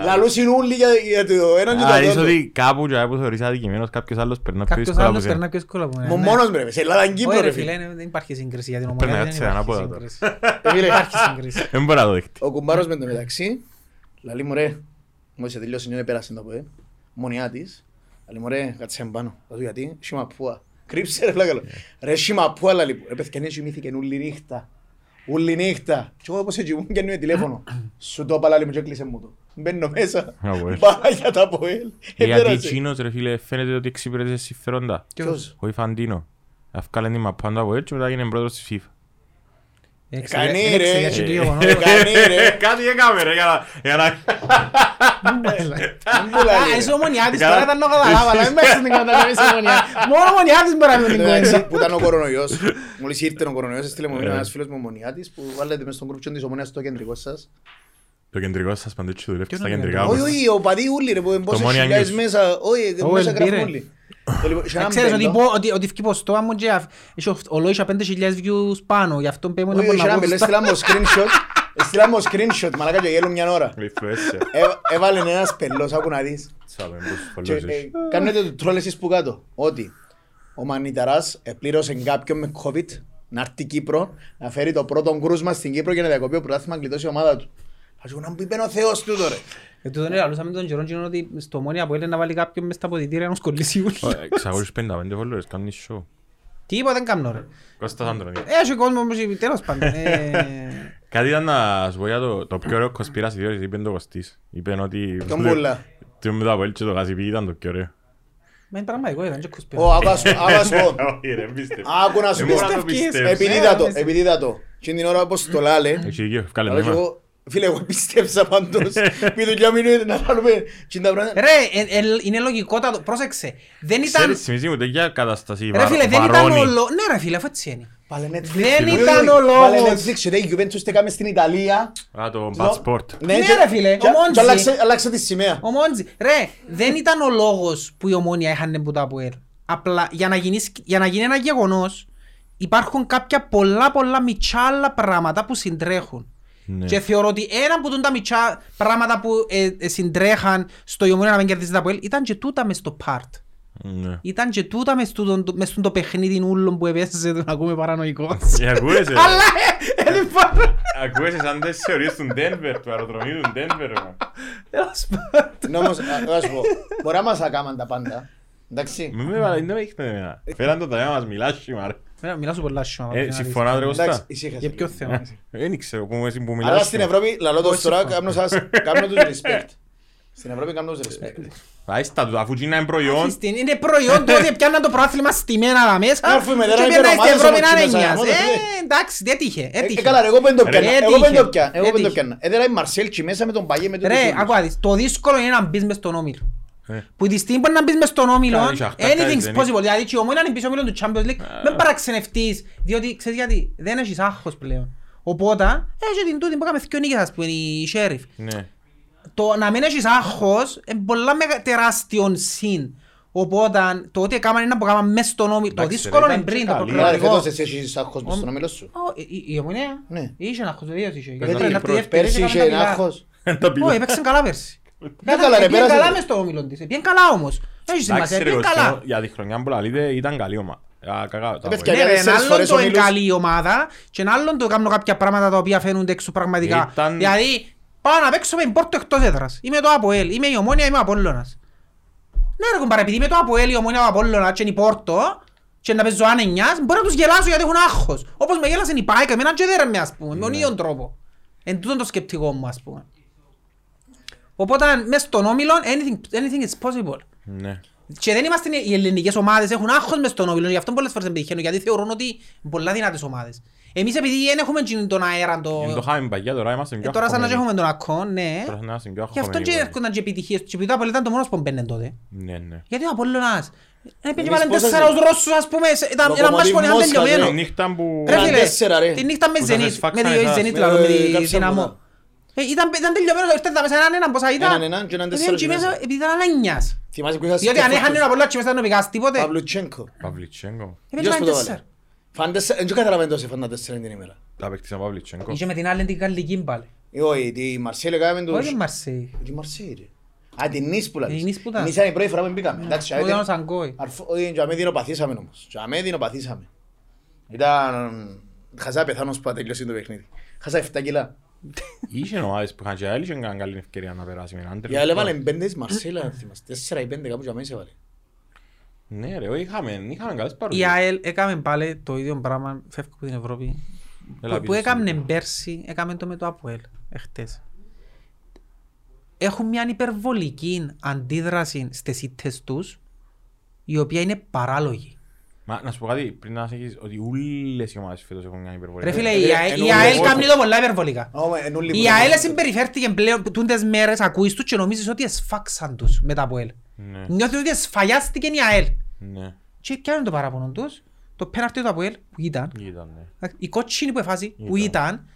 Λαλούσιν όλοι για- για το έναν και το
Άρα είσαι
δόντο.
ότι κάπου και που θεωρείς αδικημένος κάποιος άλλος περνά πιο
Κάποιος
δύσκολα από
άλλος
σένα.
περνά πιο εύκολα από μένα,
Μου
ναι.
μόνος μπρε, σε Ελλάδα και Κύπρο
Όχι,
ρε
ρε
φίλε.
φίλε, δεν υπάρχει σύγκριση για την
Περνάει
ομονία. Δεν
έτσι,
υπάρχει
ανάποδα τώρα.
σύγκριση.
Ε,
Δεν
φίλε,
υπάρχει σύγκριση.
Δεν μπορώ να το δείχνει.
Ο κουμπάρος με το μεταξύ, λαλεί μου ρε, μόλις σε τελειώσει νιώνε πέρασε το πόδι, μονιά της, λαλεί μου ρε, κάτσε πάνω, θα του γιατί, σιμαπούα, κρύψε ρε πλάκα λέω. Ρε σιμαπούα λαλεί μου, ρε παιδιά, είναι σιμήθηκε νουλή νύχτα. Ούλη νύχτα. Και εγώ όπως έτσι μου καινούριο τηλέφωνο. Σου το παλάλι μου και κλείσε μου το. Μπαίνω μέσα.
Αποέλ.
Πάρα για τα Αποέλ. Ε,
Γιατί
Επέρασε.
εκείνος ρε φίλε φαίνεται ότι εξυπηρέτησε συμφέροντα.
Ποιος.
Ο Ιφαντίνο. Αυκάλε την μαπά του από έτσι μετά έγινε πρόεδρος της FIFA.
Κανεί ρε.
Εξαιρετικά το γεγονός.
Κανεί ρε.
Κάτι έκαμε ρε για να- για να...
Μην πουλάει,
Α,
ρε.
Είσαι ομονιάτης τώρα ήταν ο καταλάβα, αλλά μην παίξεις την καταλάβεις ομονιά. Μόνο ομονιάτης μπορεί να μην την
Εντάξει,
κόβει.
Ε, Που ήταν ο κορονοϊός. Μόλις ήρθε ο κορονοϊός, έστειλε μου ένας φίλος μου ομονιάτης που βάλετε μες στον κρουπτσιόν της ομονίας στο κεντρικό σας.
Το κεντρικό σας πάντα έτσι δουλεύει στα
είναι το
κεντρικά.
Όχι,
όπως-
όχι, ο παδί ούλη ρε, που είναι πόσες
Monia
χιλιάδες
News.
μέσα. Όχι,
Ο
μέσα
Ελμπή, ρε.
γράφουν όλοι. Το λοιπόν, είχε
Να
έναν
Ξέρεις ότι
μπέλο.
πω- ότι- ότι φκεί ποστό μου και αφ- έχει ο- ο Λόης 5.000 views πάνω, γι' αυτό πέμουν να
Όχι,
μπορούν
όχι,
να
ένα
βγουν στα-
μπέλο, έστειλα μου screenshot. Έστειλα μου screenshot, μαλάκα και γέλω μια ώρα.
Influencer.
Ε, Έβαλε ένας πελός, άκου να δεις.
Τσάμε, πώς
Και,
followers
ε,
έχει.
Κάνετε το τρόλ εσείς που κάτω. Ότι ο Μανιταράς επλήρωσε κάποιον με COVID να έρθει Κύπρο, να φέρει το πρώτο κρούσμα στην Κύπρο και να διακοπεί ο πρωτάθλημα να κλειδώσει η ομάδα του. Ας να μου πει μπαίνει ο Θεός του τώρα.
Ε, τούτον είναι, λαλούσαμε τον καιρόν κοινό ότι στο Ομόνια που έλεγε να βάλει κάποιον μες στα αποδητήρια να σκολίσει ούλη.
Ω, 655 followers, κάνει show.
Τίποτα δεν κάνω ρε.
Κώστας Ανδρονίδης.
Ε, Έχει κόσμος όμως ε, τέλος πάντων. Ε,
Κάτι ήταν να σου πω για το, το πιο ωραίο κοσπίραση διότι είπε το Κωστής. Είπε ότι...
Τον Μπούλα.
Τι με το Αποέλ και το Γασιπί ήταν το πιο ωραίο.
Μα είναι πραγματικό, ήταν και κοσπέρα.
Ω, άκου να σου- άκου να σου πω.
Όχι ρε, πίστευα.
Άκου να σου πω.
μπορώ να το πιστεύω.
Επειδή είδα
Ε, ναι,
το, επειδή είδα το. Και την ώρα όπως το λάλε,
Έχει δίκιο, βγάλε
αλλά και
νόημα.
εγώ, φίλε, εγώ πίστεψα πάντως. Μη δουλειά μου είναι να βάλουμε και τα πράγματα.
Ρε, ε, ε, είναι λογικότατο. Πρόσεξε. Δεν ήταν...
Ξέρεις, θυμίζει μου τέτοια κατάσταση
Ρε
βα-
φίλε, δεν ήταν
βαρώνει.
ο λο- Ναι ρε φίλε, αφού έτσι είναι.
Πάλε Netflix.
Δεν
Ui, ui,
ήταν ο
Πάλε
λόγος.
Netflix, ρε, η Juventus τέκαμε στην Ιταλία.
Α, το Bad Sport.
Ναι,
και-
ρε, φίλε,
και-
ο Μόντζη.
και άλλαξε- Άλλαξε τη σημαία.
Ο Μόντζη, ρε, δεν ήταν ο λόγος που η ομόνια είχαν που τα Αποέλ. Απλά για να, γίνεις, για να γίνει ένα γεγονός υπάρχουν κάποια πολλά πολλά μιτσάλα πράγματα που συντρέχουν.
Ναι.
Και θεωρώ ότι ένα από τούτα μιτσά πράγματα που ε, ε, συντρέχαν στο η ομόνια να μην κερδίσει τα Αποέλ ήταν και τούτα μες στο part.
Ναι.
Ήταν και τούτα μες τούτον- μες στον το παιχνίδι ούλων που έπαιζε τον ακούμε παρανοϊκός.
Ε, Ακούεσαι, ρε.
Αλλά ε, δεν πάρω.
ακούεσαι σαν τις θεωρίες του Ντένβερ, του αεροδρομίου του Ντένβερ. μα.
Τέλος πάντων.
Ναι, όμως, α, ας πω, μπορεί να μας ακάμαν τα πάντα. Εντάξει.
Μην με βα- δεν με έχετε εμένα. Φέραν το ταμέα μας, μιλάς σήμα, ρε.
Μιλά- Μιλά σου πολλά σιωμά.
Ε, συμφωνάτε, ρε,
Εντάξει,
Κωστά.
ησύχασε.
Για ποιο θέμα.
Δεν ξέρω που εσύ που
Αλλά
μιλάς.
στην Ευρώπη, λαλώ το
Όχι,
τώρα,
συμφωνώ.
κάνω σας, κάνω τους respect. Στην Ευρώπη κάνω τους
Ε,
respect. Ε,
Άιστα του, αφού γίνα είναι προϊόν,
Στην- Είναι προϊόν του ότι πιάνναν το πρόθλημα στη μέρα τα μέσα
Ε, Αφού είμαι, δεν
και
είναι
πιάνναν στην
ομάδες
Ευρώπη
όμως
να είναι
κοινές,
εννιάς.
αγώνες,
Ε, εντάξει, δεν τύχε.
Ε,
δεν τύχε.
Καλά, ρε, εγώ πέντε πιάνα,
Ρε,
εγώ πέντε
έτυχε.
πιάνα, εγώ πέντε
Έτυχε.
πιάνα. Ε, δεν είναι η Μαρσέλ και μέσα με τον Παγιέ με τον
Ρε,
Τουσούλη.
ακούγατε, το δύσκολο είναι να μπεις μες στον όμιλο.
Ε.
Που τη στιγμή που να μπεις μες στον όμιλο,
Καλά, είσαι αχτά, κάτι
anything's
δεν είναι. Ε.
possible. Δηλαδή, και ο μόνος είναι πίσω όμιλο του Champions League, μην παραξενευτείς. Διότι, ξέρεις γιατί, δεν έχεις άγχος πλέον. Οπότε, έχει την τούτη που έκαμε δυο νίκες, ας πούμε, η Sheriff.
Ναι.
το να μην έχεις άγχος είναι πολλά μεγα, τεράστιον συν. Οπότε το ότι έκαναν είναι που έκαναν μέσα στον όμιλο. Το
Εντάξει,
δύσκολο
ρε,
είναι
ήταν
πριν
και
το
καλή.
Ρε,
προκληματικό.
φέτος εσύ έχεις άγχος μες στον όμιλο σου.
Ω, η- η- Η Ομονία
Ναι.
είχε άγχος, βεβαίως είχε. Γιατί
είχε
πρέπει να έρθει η
πρώτη.
δεύτερη,
Πέρσι
έκαναν
είχε
τα κιλά.
άγχος.
Τα πιλά.
Όχι, έπαιξαν καλά πέρσι.
καλά, ρε,
Έπαιξαν- Πήγαν
πέρασε
καλά
το.
μες στο όμιλο της. Πήγαν καλά όμως. Έχεις σημασία,
Εντάξει, ρε,
πήγαν
Κωστό,
καλά.
Για τη χρονιά που λαλείτε ήταν καλή ομάδα. Α, κακά, τα
Έπαιξε
πω.
και
Ναι, ρε,
τέσσερις
ένα άλλον
φορές
το είναι
ομίλους.
καλή η ομάδα και ένα άλλον το κάνουν κάποια πράγματα τα οποία φαίνονται έξω πραγματικά.
Ήταν-
Δηλαδή, πάω να παίξω με την Πόρτο εκτός έδρας. Είμαι το Αποέλ, είμαι η Ομόνια, είμαι ο Απόλλωνας. Ναι ρε κουμπάρα, επειδή είμαι το Αποέλ, η Ομόνια, ο Απόλλωνας και είναι η Πόρτο και να παίζω αν εννιάς, μπορώ να τους γελάσω γιατί έχουν άγχος. Όπως με γέλασε η Πάικα, εμένα και δεν με ας πούμε, με τον ίδιο τρόπο. Εν τούτον το σκεπτικό μου ας πούμε. Οπότε, μες στον όμιλο, anything, anything is possible.
Ναι.
Και δεν είμαστε οι ελληνικές ομάδες, έχουν άγχος μες στον όμιλο, γι' αυτό πολλές φορές δεν πετυχαίνουν, γιατί θεωρούν ότι είναι πολλά δυνατές ομάδες. Εμείς επειδή δεν έχουμε τζιν τον αέρα, το...
Εν το χάμε παγιά, τώρα είμαστε πιο
Ε, τώρα σαν να
αγχωμένοι.
έχουμε τον ακόν, ναι.
Τώρα σαν να είμαστε πιο
Γι' αυτό
αγχωμένοι,
και
βέβαια.
έρχονταν και επιτυχίες, και επειδή το Απόλλων ήταν το μόνος που μπαίνε τότε.
Ναι, ναι.
Γιατί ο Απόλλωνας, ε, πήγε
Εμείς
βάλαν
πόσα
τέσσερα
σε-
ως Ρώσους, ας πούμε, σε- ήταν ένα μάτς
Λοκομοτήβ
που ήταν
Μόσχα,
τελειωμένο.
Ενώ-
Η νύχτα που...
Ρε
Ήταν
φίλε,
τέσσερα, ρε.
τη νύχτα με
Που
Zenit,
σας
με τη
φάξανε εσάς.
Zenit,
Με
λαλώ, με
το-
τη
κάψαμε
Δυναμό.
πολλά.
Ε, Ήταν ήταν τελειωμένο, ήρθε τα μέσα έναν έναν πόσα ήταν.
Έναν έναν και έναν
Ε,
τέσσερα
και μέσα,
γυμνάσια.
επειδή ήταν ανάνιας.
Θυμάσαι που είχα
Διότι αν έχανε ένα πολλά και μέσα ήταν ο Πικάς, τίποτε.
Παυλουτσένκο.
Παυλιτσέγκο.
Είμαι
Ποιος που το
94.
βάλε. Φαν τέσσερα, δεν καταλαβαίνω τόσο φαν τα τέσσερα είναι την ημέρα.
Τα παίκτησα Παυλιτσέγκο.
Είχε με την άλλη την γαλλική μπάλη.
Ε, Όχι, τη Μαρσέλ έκαμε τους... Ε,
Όχι η Μαρσέη.
Τη Μαρσέη ρε. Α, την Νίσ που
Η
λαλείς.
Νης που ήταν. Ναι.
Η Νης ήταν η πρώτη φορά που μπήκαμε. Εντάξει,
Ο
άρα
Ιωάννος
ήταν-
Αγκόη.
Αρφ- Όχι, για μένα δεινοπαθήσαμε όμως. Για μένα δεινοπαθήσαμε. Ήταν... Χαζά πεθάνω που τελειώσει το παιχνίδι. Χαζά 7 κιλά.
Είχε ομάδες που είχαν και άλλοι είχαν καλή ευκαιρία να περάσει με έναν
Για
άντρα.
άλλα έβαλε πέντε της Μαρσέλα, αν θυμάστε. 4 ή 5 κάπου για μένα σε βάλε.
Ναι ρε, είχαμε, είχαμε καλές
Η
παρουσίες.
ΑΕΛ έκαμε πάλι το ίδιο πράγμα, φεύγω από την Ευρώπη.
Έλα,
που, που
πίσω.
έκαμνε πέρσι, έκαμε το με το Αποέλ, εχθές. Έχουν μια υπερβολική αντίδραση στις ήττες τους, η οποία είναι παράλογη.
Μα να σου πω κάτι, πριν να έχεις ότι όλες οι ομάδες φέτος έχουν μια υπερβολή.
Ρε φίλε,
ε,
η,
ε,
ΑΕ- η
εννοώ
ΑΕΛ
εγώ.
κάνει το πολλά υπερβολικά.
Ω, ε, εννοώ λίγο
Η
το
ΑΕΛ
μάτι.
συμπεριφέρθηκε πλέον τούντες μέρες, ακούεις τους και νομίζεις ότι εσφάξαν τους μετά από ΕΛ.
Ναι,
Νιώθεις ότι εσφαγιάστηκε η ΑΕΛ.
ναι,
Και πιάνουν το παράπονο τους, το πέναρτι του ΑΠΟΕΛ που ήταν,
ήταν, ναι.
η κότσινη που εφάζει που ήταν,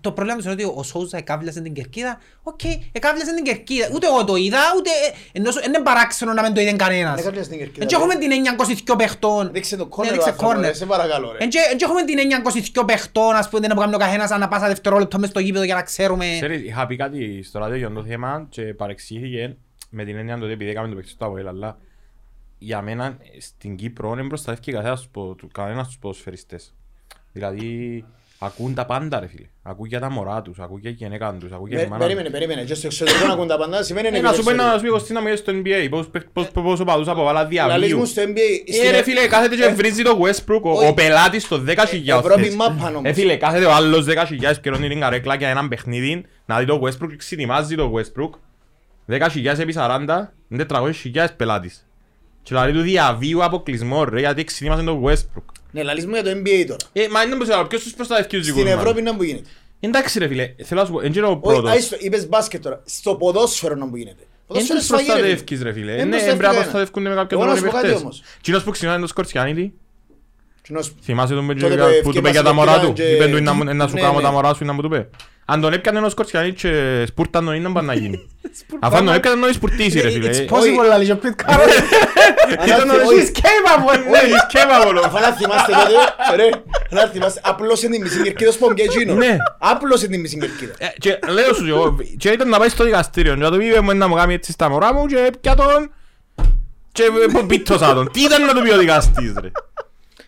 το πρόβλημα τους είναι ότι ο Σόουζα εκάβλιασε την κερκίδα, οκ, εκάβλιασε την κερκίδα, ούτε εγώ το είδα, ούτε, ενώ σου- είναι παράξενο να μην το είδε κανένας.
Δεν έκαβλιασε την κερκίδα,
Έτσι
ρε.
έχουμε την 922 παιχτών.
Δείξε το
Ναι,
corner,
δείξε
ο άνθρωπος,
corner.
ρε, σε παρακαλώ, ρε.
Εν και- εν και έχουμε την 922 παιχτών, ας πούμε, δεν που κάνει ο καθένας ανά πάσα δευτερόλεπτο μες στο γήπεδο για να ξέρουμε.
Ξέρεις, είχα πει κάτι στο ράδιο για το θέμα και παρεξήθηκε με την έννοια ότι επειδή έκαμε το παίξι του Αποέλ, αλλά για μένα στην Κύπρο δεν προστατεύει καθένας τους πο- του- κανένας τους ποδοσφαιριστές. Δηλαδή, ακούν τα πάντα ρε φίλε. Ακούν για τα μωρά τους, ακούν για γενέκαν τους, ακούν για τη
Πε-
μάνα τους.
Περίμενε, περίμενε. Και στο εξωτερικό να ακούν τα παντά, σημαίνει
Ε,
είναι
Να σου πει
εξωτερικό.
να σου πει Κωστίνα μου είσαι στο NBA, πώς παίχ- πώς- πόσο παδούς από βάλα
Λαλείς
διαβίου.
μου στο NBA.
Ε,
στην
ρε
Ε-
φίλε, κάθεται και
Ε,
βρίζει το Westbrook, ο- ο πελάτης το 10.000.
Ευρώπη μάπαν
Ε,
όμως.
φίλε, κάθεται ο άλλος 10.000 και ρώνει την καρέκλα για έναν παιχνίδι, να δει το Westbrook και ξετοιμάζει το Westbrook. 10.000 επί 40, είναι 400.000 πελάτης. Και λαλεί του διαβίου αποκλεισμό ρε, γιατί ξετοιμάζει το Westbrook.
Ναι, λαλείς μου για το NBA τώρα.
Ε, μα είναι πως άλλο, ποιος τους προστατεύει τους δικούς
Στην
μας.
Ευρώπη να μου γίνεται.
Εντάξει ρε φίλε, θέλω να σου πω, εν ο
Όχι,
πρώτος.
άιστο, είπες μπάσκετ τώρα. Στο ποδόσφαιρο να μου γίνεται.
Δεν
Ποδόσφαιρο
τους
σφαγή, ρε,
προστατεύκεις
φίλε.
ρε φίλε,
Δεν
Ε, ναι,
προστατεύει
πρέπει να
κανένα.
προστατεύκουν με κάποιον
Εγώ να
τρόπο
σου πω
οι
κάτι
παίχτες.
όμως.
Κοινός που ξυνάει τον Σκορτσιανίδη,
Κοινός-
Θυμάσαι τον
Τότε
Μπεντζεβικά
που
που του είπε
έφυγε
για τα
μας
μωρά
το
του.
πήγαν και-
Είπε του «Είναι να μου- να σου
Ναι,
κάνω
ναι.
τα μωρά σου ή να μου το πει. Αν τον έπιανε ο Σκορτσιανί και σπουρταν τον είναι να γίνει. Αφού αν τον έπιανε να σπουρτήσει ρε φίλε.
It's
Ε,
possible,
όχι.
λέει ο Pete Carroll.
Ήταν ο
όχι.
Ρεσίς.
capable.
Ναι, he's capable.
Αφού να θυμάστε τότε, ρε, να θυμάστε, απλώσε τη μισή κερκίδα που και εκείνο.
Ναι.
Απλώσε τη μισή κερκίδα.
Ε, και Λέω σου εγώ, και ήταν να πάει στο δικαστήριο και να του είπε μου να μου κάνει έτσι στα μωρά μου και έπια τον και ε, που πίτωσα τον. Τι ήταν να του πει ο δικαστής ρε.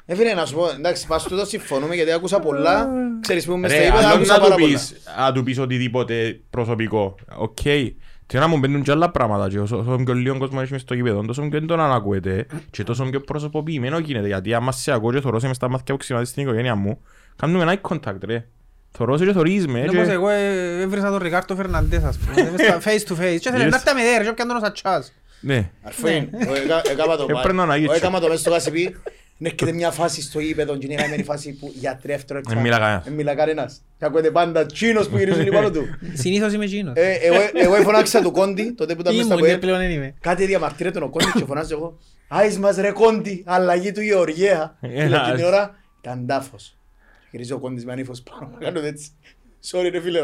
Ε, φίλε, να σου πω, εντάξει, πας τούτο συμφωνούμε γιατί άκουσα πολλά, ξέρεις που είμαι Ναι, στα
Ε. Ρε,
ύπεδα,
άλλο
άκουσα
να του
πάρα πολλά.
πεις, να του πεις οτιδήποτε προσωπικό. Οκ. Τι να μου μπαίνουν και άλλα πράγματα και όσο όσο πιο λίγο κόσμο έχει μες στο γήπεδο, τόσο πιο τον ανακούεται και τόσο πιο προσωποποιημένο γίνεται. Γιατί άμα σε ακούω και θωρώ σε μες τα μάτια που ξυπνάτε στην οικογένεια μου, κάνουμε ένα eye contact ρε. Θωρώ σε και θωρείς με
Όπως
και...
εγώ ε, έβρισα τον Ρικάρτο Φερναντές, ας πούμε, μες στα face to face. Και ήθελε
Yes.
να έρθει με δέρ, και πιάνε τον σατσάς.
Ναι.
Αρφήν, ο, εκα- έκαμα το
Έπρεπε Ε, να
πάει,
αναγείψω.
ο, έκαμα το μέσα στο κασιπί, να έρχεται μια φάση στο ύπεδο, και είναι η χαμένη φάση που γιατρεύτρο
Εν μιλά κανένας.
Δεν μιλά κανένας. Και ακούεται πάντα τσίνος που γυρίζει πάνω του.
Συνήθως είμαι εκείνος.
Ε, εγώ- Εγώ φωνάξα του Κόντι, τότε που ήταν μέσα
Ήμουν,
στα
ναι,
ΠΟΕΛ,
πλέον δεν είμαι.
Κάτι διαμαρτύρεται ο Κόντι και φωνάζω εγώ. Άις μας ρε Κόντι, αλλαγή του Γεωργέα. Και λέω εκείνη την ώρα, ήταν τάφος. Γυρίζει ο Κόντις με ανήφος πάνω, να κάνω έτσι. Sorry ρε φίλε.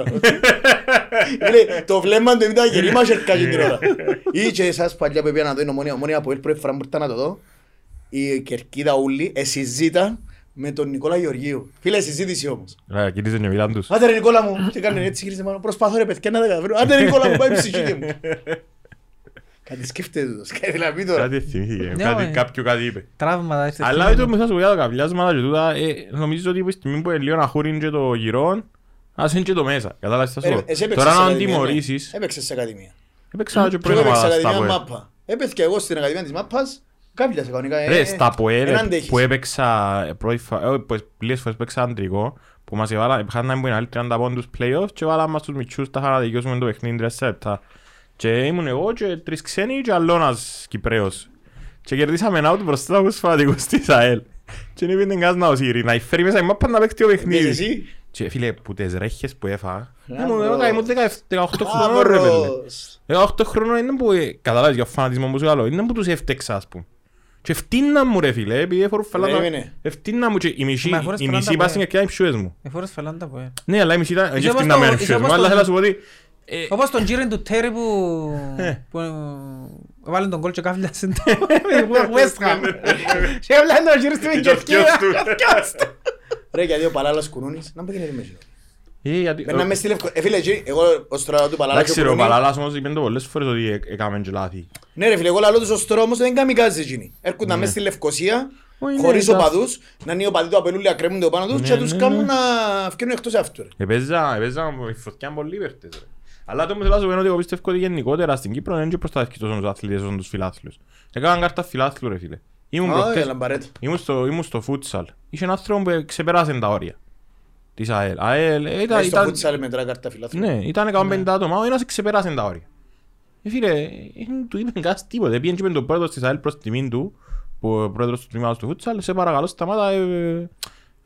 Λέει, το βλέμμα του ήταν γερήμα σερκά εκείνη την ώρα. Ή και εσάς παλιά που πήγαινα να δω είναι ομόνια, ομόνια από ελ πρώτη φορά που ήρθα να το δω. Η Κερκίδα ούλη εσυζήτα με τον Νικόλα Γεωργίου. Φίλε, συζήτηση όμως.
Ρε, κυρίζουν και μιλάν τους.
Άντε ρε Νικόλα μου, και κάνουν έτσι γύρισε πάνω, προσπαθώ ρε παιδιά να τα καταφέρω. Άντε ρε Νικόλα μου, πάει η ψυχή μου. Κάτι σκέφτεται το, κάτι να πει τώρα.
Κάτι θυμήθηκε,
Ναι,
κάτι-
ε.
κάποιο κάτι είπε.
Τραύματα, έτσι,
Αλλά
θυμάμαι.
το μέσα σου για τα καπιάσματα και τούτα, ε, νομίζω ότι από τη στιγμή που είναι λίγο να χωρίνει και το γυρόν, ας είναι και το μέσα. Κατάλαβες τι θα σου
Ε,
πω.
εσύ έπαιξες
Τώρα
σε
να τον
ακαδημία, ναι.
τιμωρήσεις,
Έπαιξες σε ακαδημία.
Έπαιξα και
Και εγώ
πρώην
έπαιξα
ομάδα στα
ακαδημία
ΠΟΕ.
μάπα. Έπαιξε και εγώ στην ακαδημία της μάπας. Κάποια σε κανονικά. ε,
Ρε,
ε,
στα ΠΟΕ
εν
ρε,
αντέχεις.
που έπαιξα ε, πρώτη φορά, ε, που πλήρες φορές παίξα αντρικό, που μας έβαλα, είχαν να μπουν άλλοι 30 πόντους playoff και βάλα μας τους μητσούς, τα είχα να δικαιώσουμε το παιχνίδι τρεις λεπτά. Και ήμουν εγώ και τρεις ξένοι και άλλο ένας Κυπρέος. Και κερδίσαμε ένα out μπροστά από τους φανατικούς της ΑΕΛ. Και δεν πήγαινε κανένας να οσύρει, να φέρει μέσα η μάπα να παίξει το
Πήγες
παιχνίδι.
εσύ.
Και φίλε, που τις ρέχες που έφαγα,
Μπράβο.
ήμουν εγώ, ήμουν 18 χρονών ρε παιδί.
Μαύρος.
Εγώ 8 χρονών είναι που ε, καταλάβεις για φανατισμό που σου λέω, είναι που τους έφτεξα ας πούμε. Και ευθύνα μου ρε φίλε, επειδή έφορουν φαλάτα,
Περίμενε.
ευθύνα μου και οι μισοί,
Μα φορές
οι
φαλάτα
μισοί
που
πάσαν
είναι.
και πιάνε ψουές μου.
Ε, φορές φαλάντα που, ε.
Ναι, αλλά οι μισοί ήταν,
Είσαι
και
όπως
ευθύνα
το-
με είναι
είσαι
ψουές μου,
όπως
αλλά
το-
θέλω να σου πω ότι... ε,
Όπως τον γύριν του Τέρι που...
Ε.
που ε, βάλε τον κόλ και κάβλιασε το West Ham. Και έβλανε τον γύρι στην
το
κερκίδα.
θκιός του.
Ρε γιατί ο Παλάλας κουνούνης. Να μην γίνεται με εκείνο.
Ε, γιατί...
Μπαίναμε στη Λευκο- Ε, φίλε, εκεί, εγώ ως τώρα του Παλάλα και
Εντάξει
ο
ρε, ο
Κουρούνης-
Παλάλας όμως είπε το πολλές φορές ότι ε- έκαμε και λάθη.
Ναι ρε φίλε, εγώ λαλώ τους ως τώρα όμως δεν κάνει κάζι εκείνοι. Έρχονταν μέσα στη Λευκοσία,
Ναι. Ω, είναι
χωρίς
εντάξει.
οπαδούς, να είναι οι οπαδοί του απελούλια κρέμουν το πάνω τους
Ναι,
και τους
ναι,
κάνουν
ναι.
να βγαίνουν εκτός αυτού. ρε.
Επέζα, επέζα με φωτιά πολύ παίχτες ρε. Αλλά το μου θέλω να σου πω είναι ότι εγώ πιστεύω ότι γενικότερα στην Κύπρο δεν είναι προστατεύκει τόσο τους αθλητές όσο τους φιλάθλους. Έκαναν κάρτα φιλάθλου ρε φίλε. Ήμουν
Α,
προχτές-
έλα, Λαμπαρέτο.
Ήμουν στο, ήμουν στο φούτσαλ. Είχε έναν άνθρωπο που ξεπεράσαν τα όρια. Της ΑΕΛ. ΑΕΛ ε, ήταν...
Ε, Στο
ήταν
φούτσαλ μετρά κάρτα φιλάθλου.
ναι, ήταν 150 άτομα, ο ένας ξεπέρασε τα όρια. Ε, φίλε, δεν του είπε κάτι τίποτε. Πήγαινε και είπε τον πρόεδρος της ΑΕΛ προς τιμήν του, που ο πρόεδρος του τμήματος του φούτσαλ, σε παρακαλώ σταμάτα, ε, ε,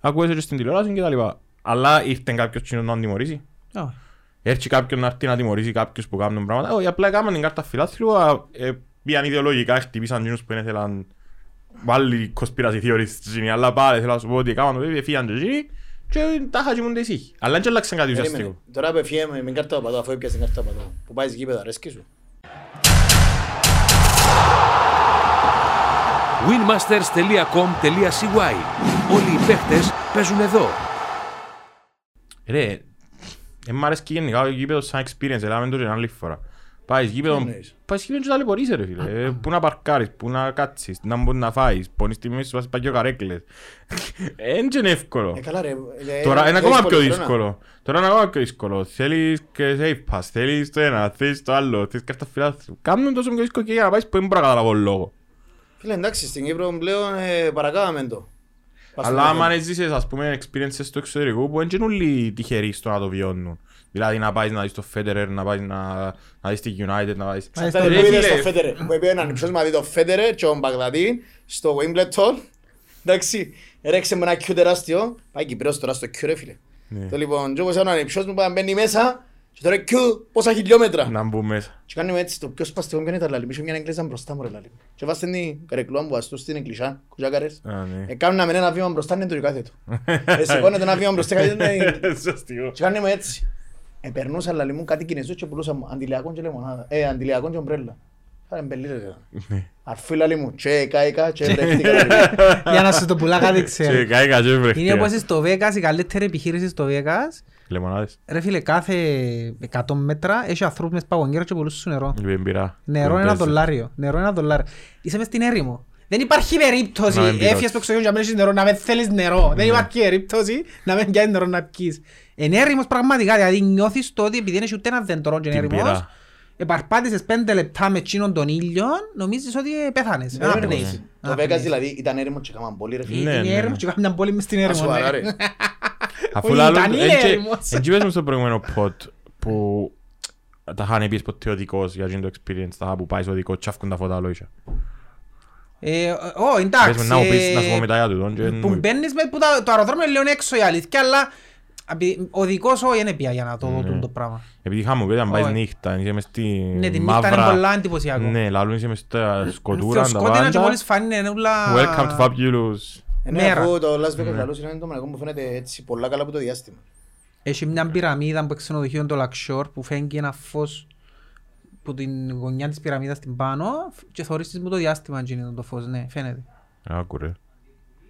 ακούεσαι και στην τηλεόραση και τα λοιπά. Αλλά ήρθε κάποιος κοινός να αντιμωρήσει.
Α,
Έρχει κάποιον να έρθει να τιμωρήσει κάποιους που κάνουν πράγματα. Όχι, απλά έκαναν την κάρτα φιλάθλου, α, ε, πήγαν ιδεολογικά, χτυπήσαν εκείνους που ήθελαν πάλι conspiracy theories στην Κίνα, αλλά πάλι θέλω να σου πω ότι έκαναν το βέβαια, φύγαν και εκείνοι και τα χαζιμούν τις ήχοι. Αλλά δεν άλλαξαν κάτι
Περίμενε.
ουσιαστικό.
Τώρα πεφύγε με με κάρτα παπατώ, αφού έπιασε την κάρτα παπατώ. Που πάει γήπεδα, αρέσκει σου.
winmasters.com.cy Όλοι οι παίχτες παίζουν εδώ.
Ρε, δεν μ' αρέσει και γενικά το γήπεδος σαν experience, έλαμε το και άλλη φορά. Πάεις γήπεδο,
Τι εννοείς?
πάεις γήπεδο και ταλαιπωρείσαι ρε φίλε. Ε, Πού να παρκάρεις, πού να κάτσεις, να μπορεί να φάεις, πόνεις τη μέση σου πας πάει και ο καρέκλες. Δεν είναι εύκολο.
Ε, καλά ρε. ε,
Τώρα είναι
ε,
ακόμα πιο
δύσκολο, ρε, να.
δύσκολο. Τώρα είναι ακόμα πιο δύσκολο. Θέλεις και safe pass, θέλεις το ένα, θέλεις το άλλο, θέλεις κάρτα φιλάθλου. Κάνουν τόσο πιο δύσκολο και για να πάεις που δεν μπορώ να καταλάβω λόγο.
Φίλε, εντάξει, στην Κύπρο πλέον ε, παρακάμαμε το. Πας
Αλλά
στο
άμα
Λονδίνο.
ανέζησες ας πούμε experiences στο εξωτερικό που δεν είναι όλοι τυχεροί στο να το βιώνουν. Δηλαδή να πάεις να δεις το Federer, να πάεις να, να δεις τη United, να πάεις...
Πάει
Ήταν
Ρε,
που είδες
φίλε.
στο Φέντερε. Που είπε έναν υψός μαζί το Φέντερε και τον Μπαγδατή στο Wimbledon. Εντάξει, ρέξε με ένα κιού τεράστιο. Πάει Κυπρέος τώρα στο κιού ρε φίλε.
Ναι.
Το λοιπόν, και όπως έναν υψός μου πάει να μπαίνει μέσα και τώρα κιού πόσα χιλιόμετρα.
Να μπουν μέσα.
Και κάνουμε έτσι το πιο σπαστικό ποιον ήταν λαλή. Είχε μια εγκλέζα μπροστά μου ρε λαλή. Και βάστε την καρεκλούα μου βαστού στην εκκλησιά, κουζάκαρες.
Α, ναι.
Ε, Κάνουμε ένα βήμα μπροστά, είναι το και κάθετο. Ε, σηκώνεται ένα βήμα μπροστά, κάθεται, ναι, είναι
Σωστικό.
και κάνουμε έτσι. Ε, περνούσα αλλά μου κάτι κινέζος και πουλούσα μου αντιλιακόν και λεμονάδα. Ε, αντιλιακόν και ομπρέλα. Άρα μπελίδες. Αρφή λαλή μου. Τσε, κάηκα, τσε, βρέχτηκα.
Για να σου το πουλά κάτι
Σε
ξέρει.
κάει κατσέ
Είναι όπως
βρεχτήρα.
στο Vegas, η καλύτερη επιχείρηση στο Vegas.
Λεμονάδες.
Ρε φίλε, κάθε 100 μέτρα έχει ανθρώπινες παγωνιέρες και πουλούς σου νερό.
Λοιπόν, πειρά.
Νερό είναι ένα
Κοντέζι.
δολάριο. Νερό είναι ένα δολάριο. Είσαι μες στην έρημο. Δεν υπάρχει περίπτωση.
Να μην Ναι. πειράζει.
Έφυγες το εξωτερικό για να μην έχεις νερό, να μην θέλεις νερό. Δεν υπάρχει περίπτωση να μην πιάσεις νερό να πιείς. Είναι έρημος πραγματικά. Δηλαδή νιώθεις το ότι επειδή δεν έχει ούτε ένα δέντρο και είναι
Την
έρημος,
πειρά.
επαρπάτησες πέντε λεπτά με τσίνον τον ήλιο, νομίζεις ότι ε, πέθανες.
Δεν
Αναπνέεις.
είναι ερήμος. Το
Αναπνέεις.
Βέγκας δηλαδή ήταν έρημος και κάμαν πολύ ρε φίλε.
Ναι,
Είναι
ναι.
έρημος και κάμουν μια πόλη μες στην
Ας,
έρημο.
Σοβαρά
ναι.
ρε.
Αφού
Όχι,
λάλλον,
ήταν η έρημος.
έτσι πες μου στο προηγούμενο pod που τα είχαν πει ποτέ οδικός για εκείνο το experience, τα που πάει στο οδικό και τα φώτα λόγια.
Ε, Ω,
Πες μου
εντάξει.
να μου πεις, να σου
ε,
πω μετά για τούτον και
Που
μου-
μπαίνεις με που τα- το αεροδρόμιο είναι λίγο έξω η αλήθεια, αλλά απει- ο δικός όχι είναι πια για να το
Ναι.
δω τούτο το πράγμα.
Επειδή είχαμε πει, αν πάεις
Όχι.
νύχτα, είσαι μες στη
Ναι, την νύχτα είναι πολλά
μαύρα...
εντυπωσιακό.
Ναι, λαλούν είσαι μες στα
Θεός
σκοτούρα, τα
σκότεινα και
πάντα.
μόλις φάνηκε είναι ούλα...
Welcome to Fabulous.
Ε, ναι,
Μέρα.
αφού το Las Vegas λαλούς είναι το μοναδικό που φαίνεται έτσι πολλά καλά από το διάστημα.
Έχει μια πυραμίδα που ξενοδοχείο το Λαξιόρ που φαίνεται ένα φως που την γωνιά της πυραμίδας την πάνω και θωρείς μου το διάστημα αν γίνεται το φως, ναι, φαίνεται.
Άκου ρε.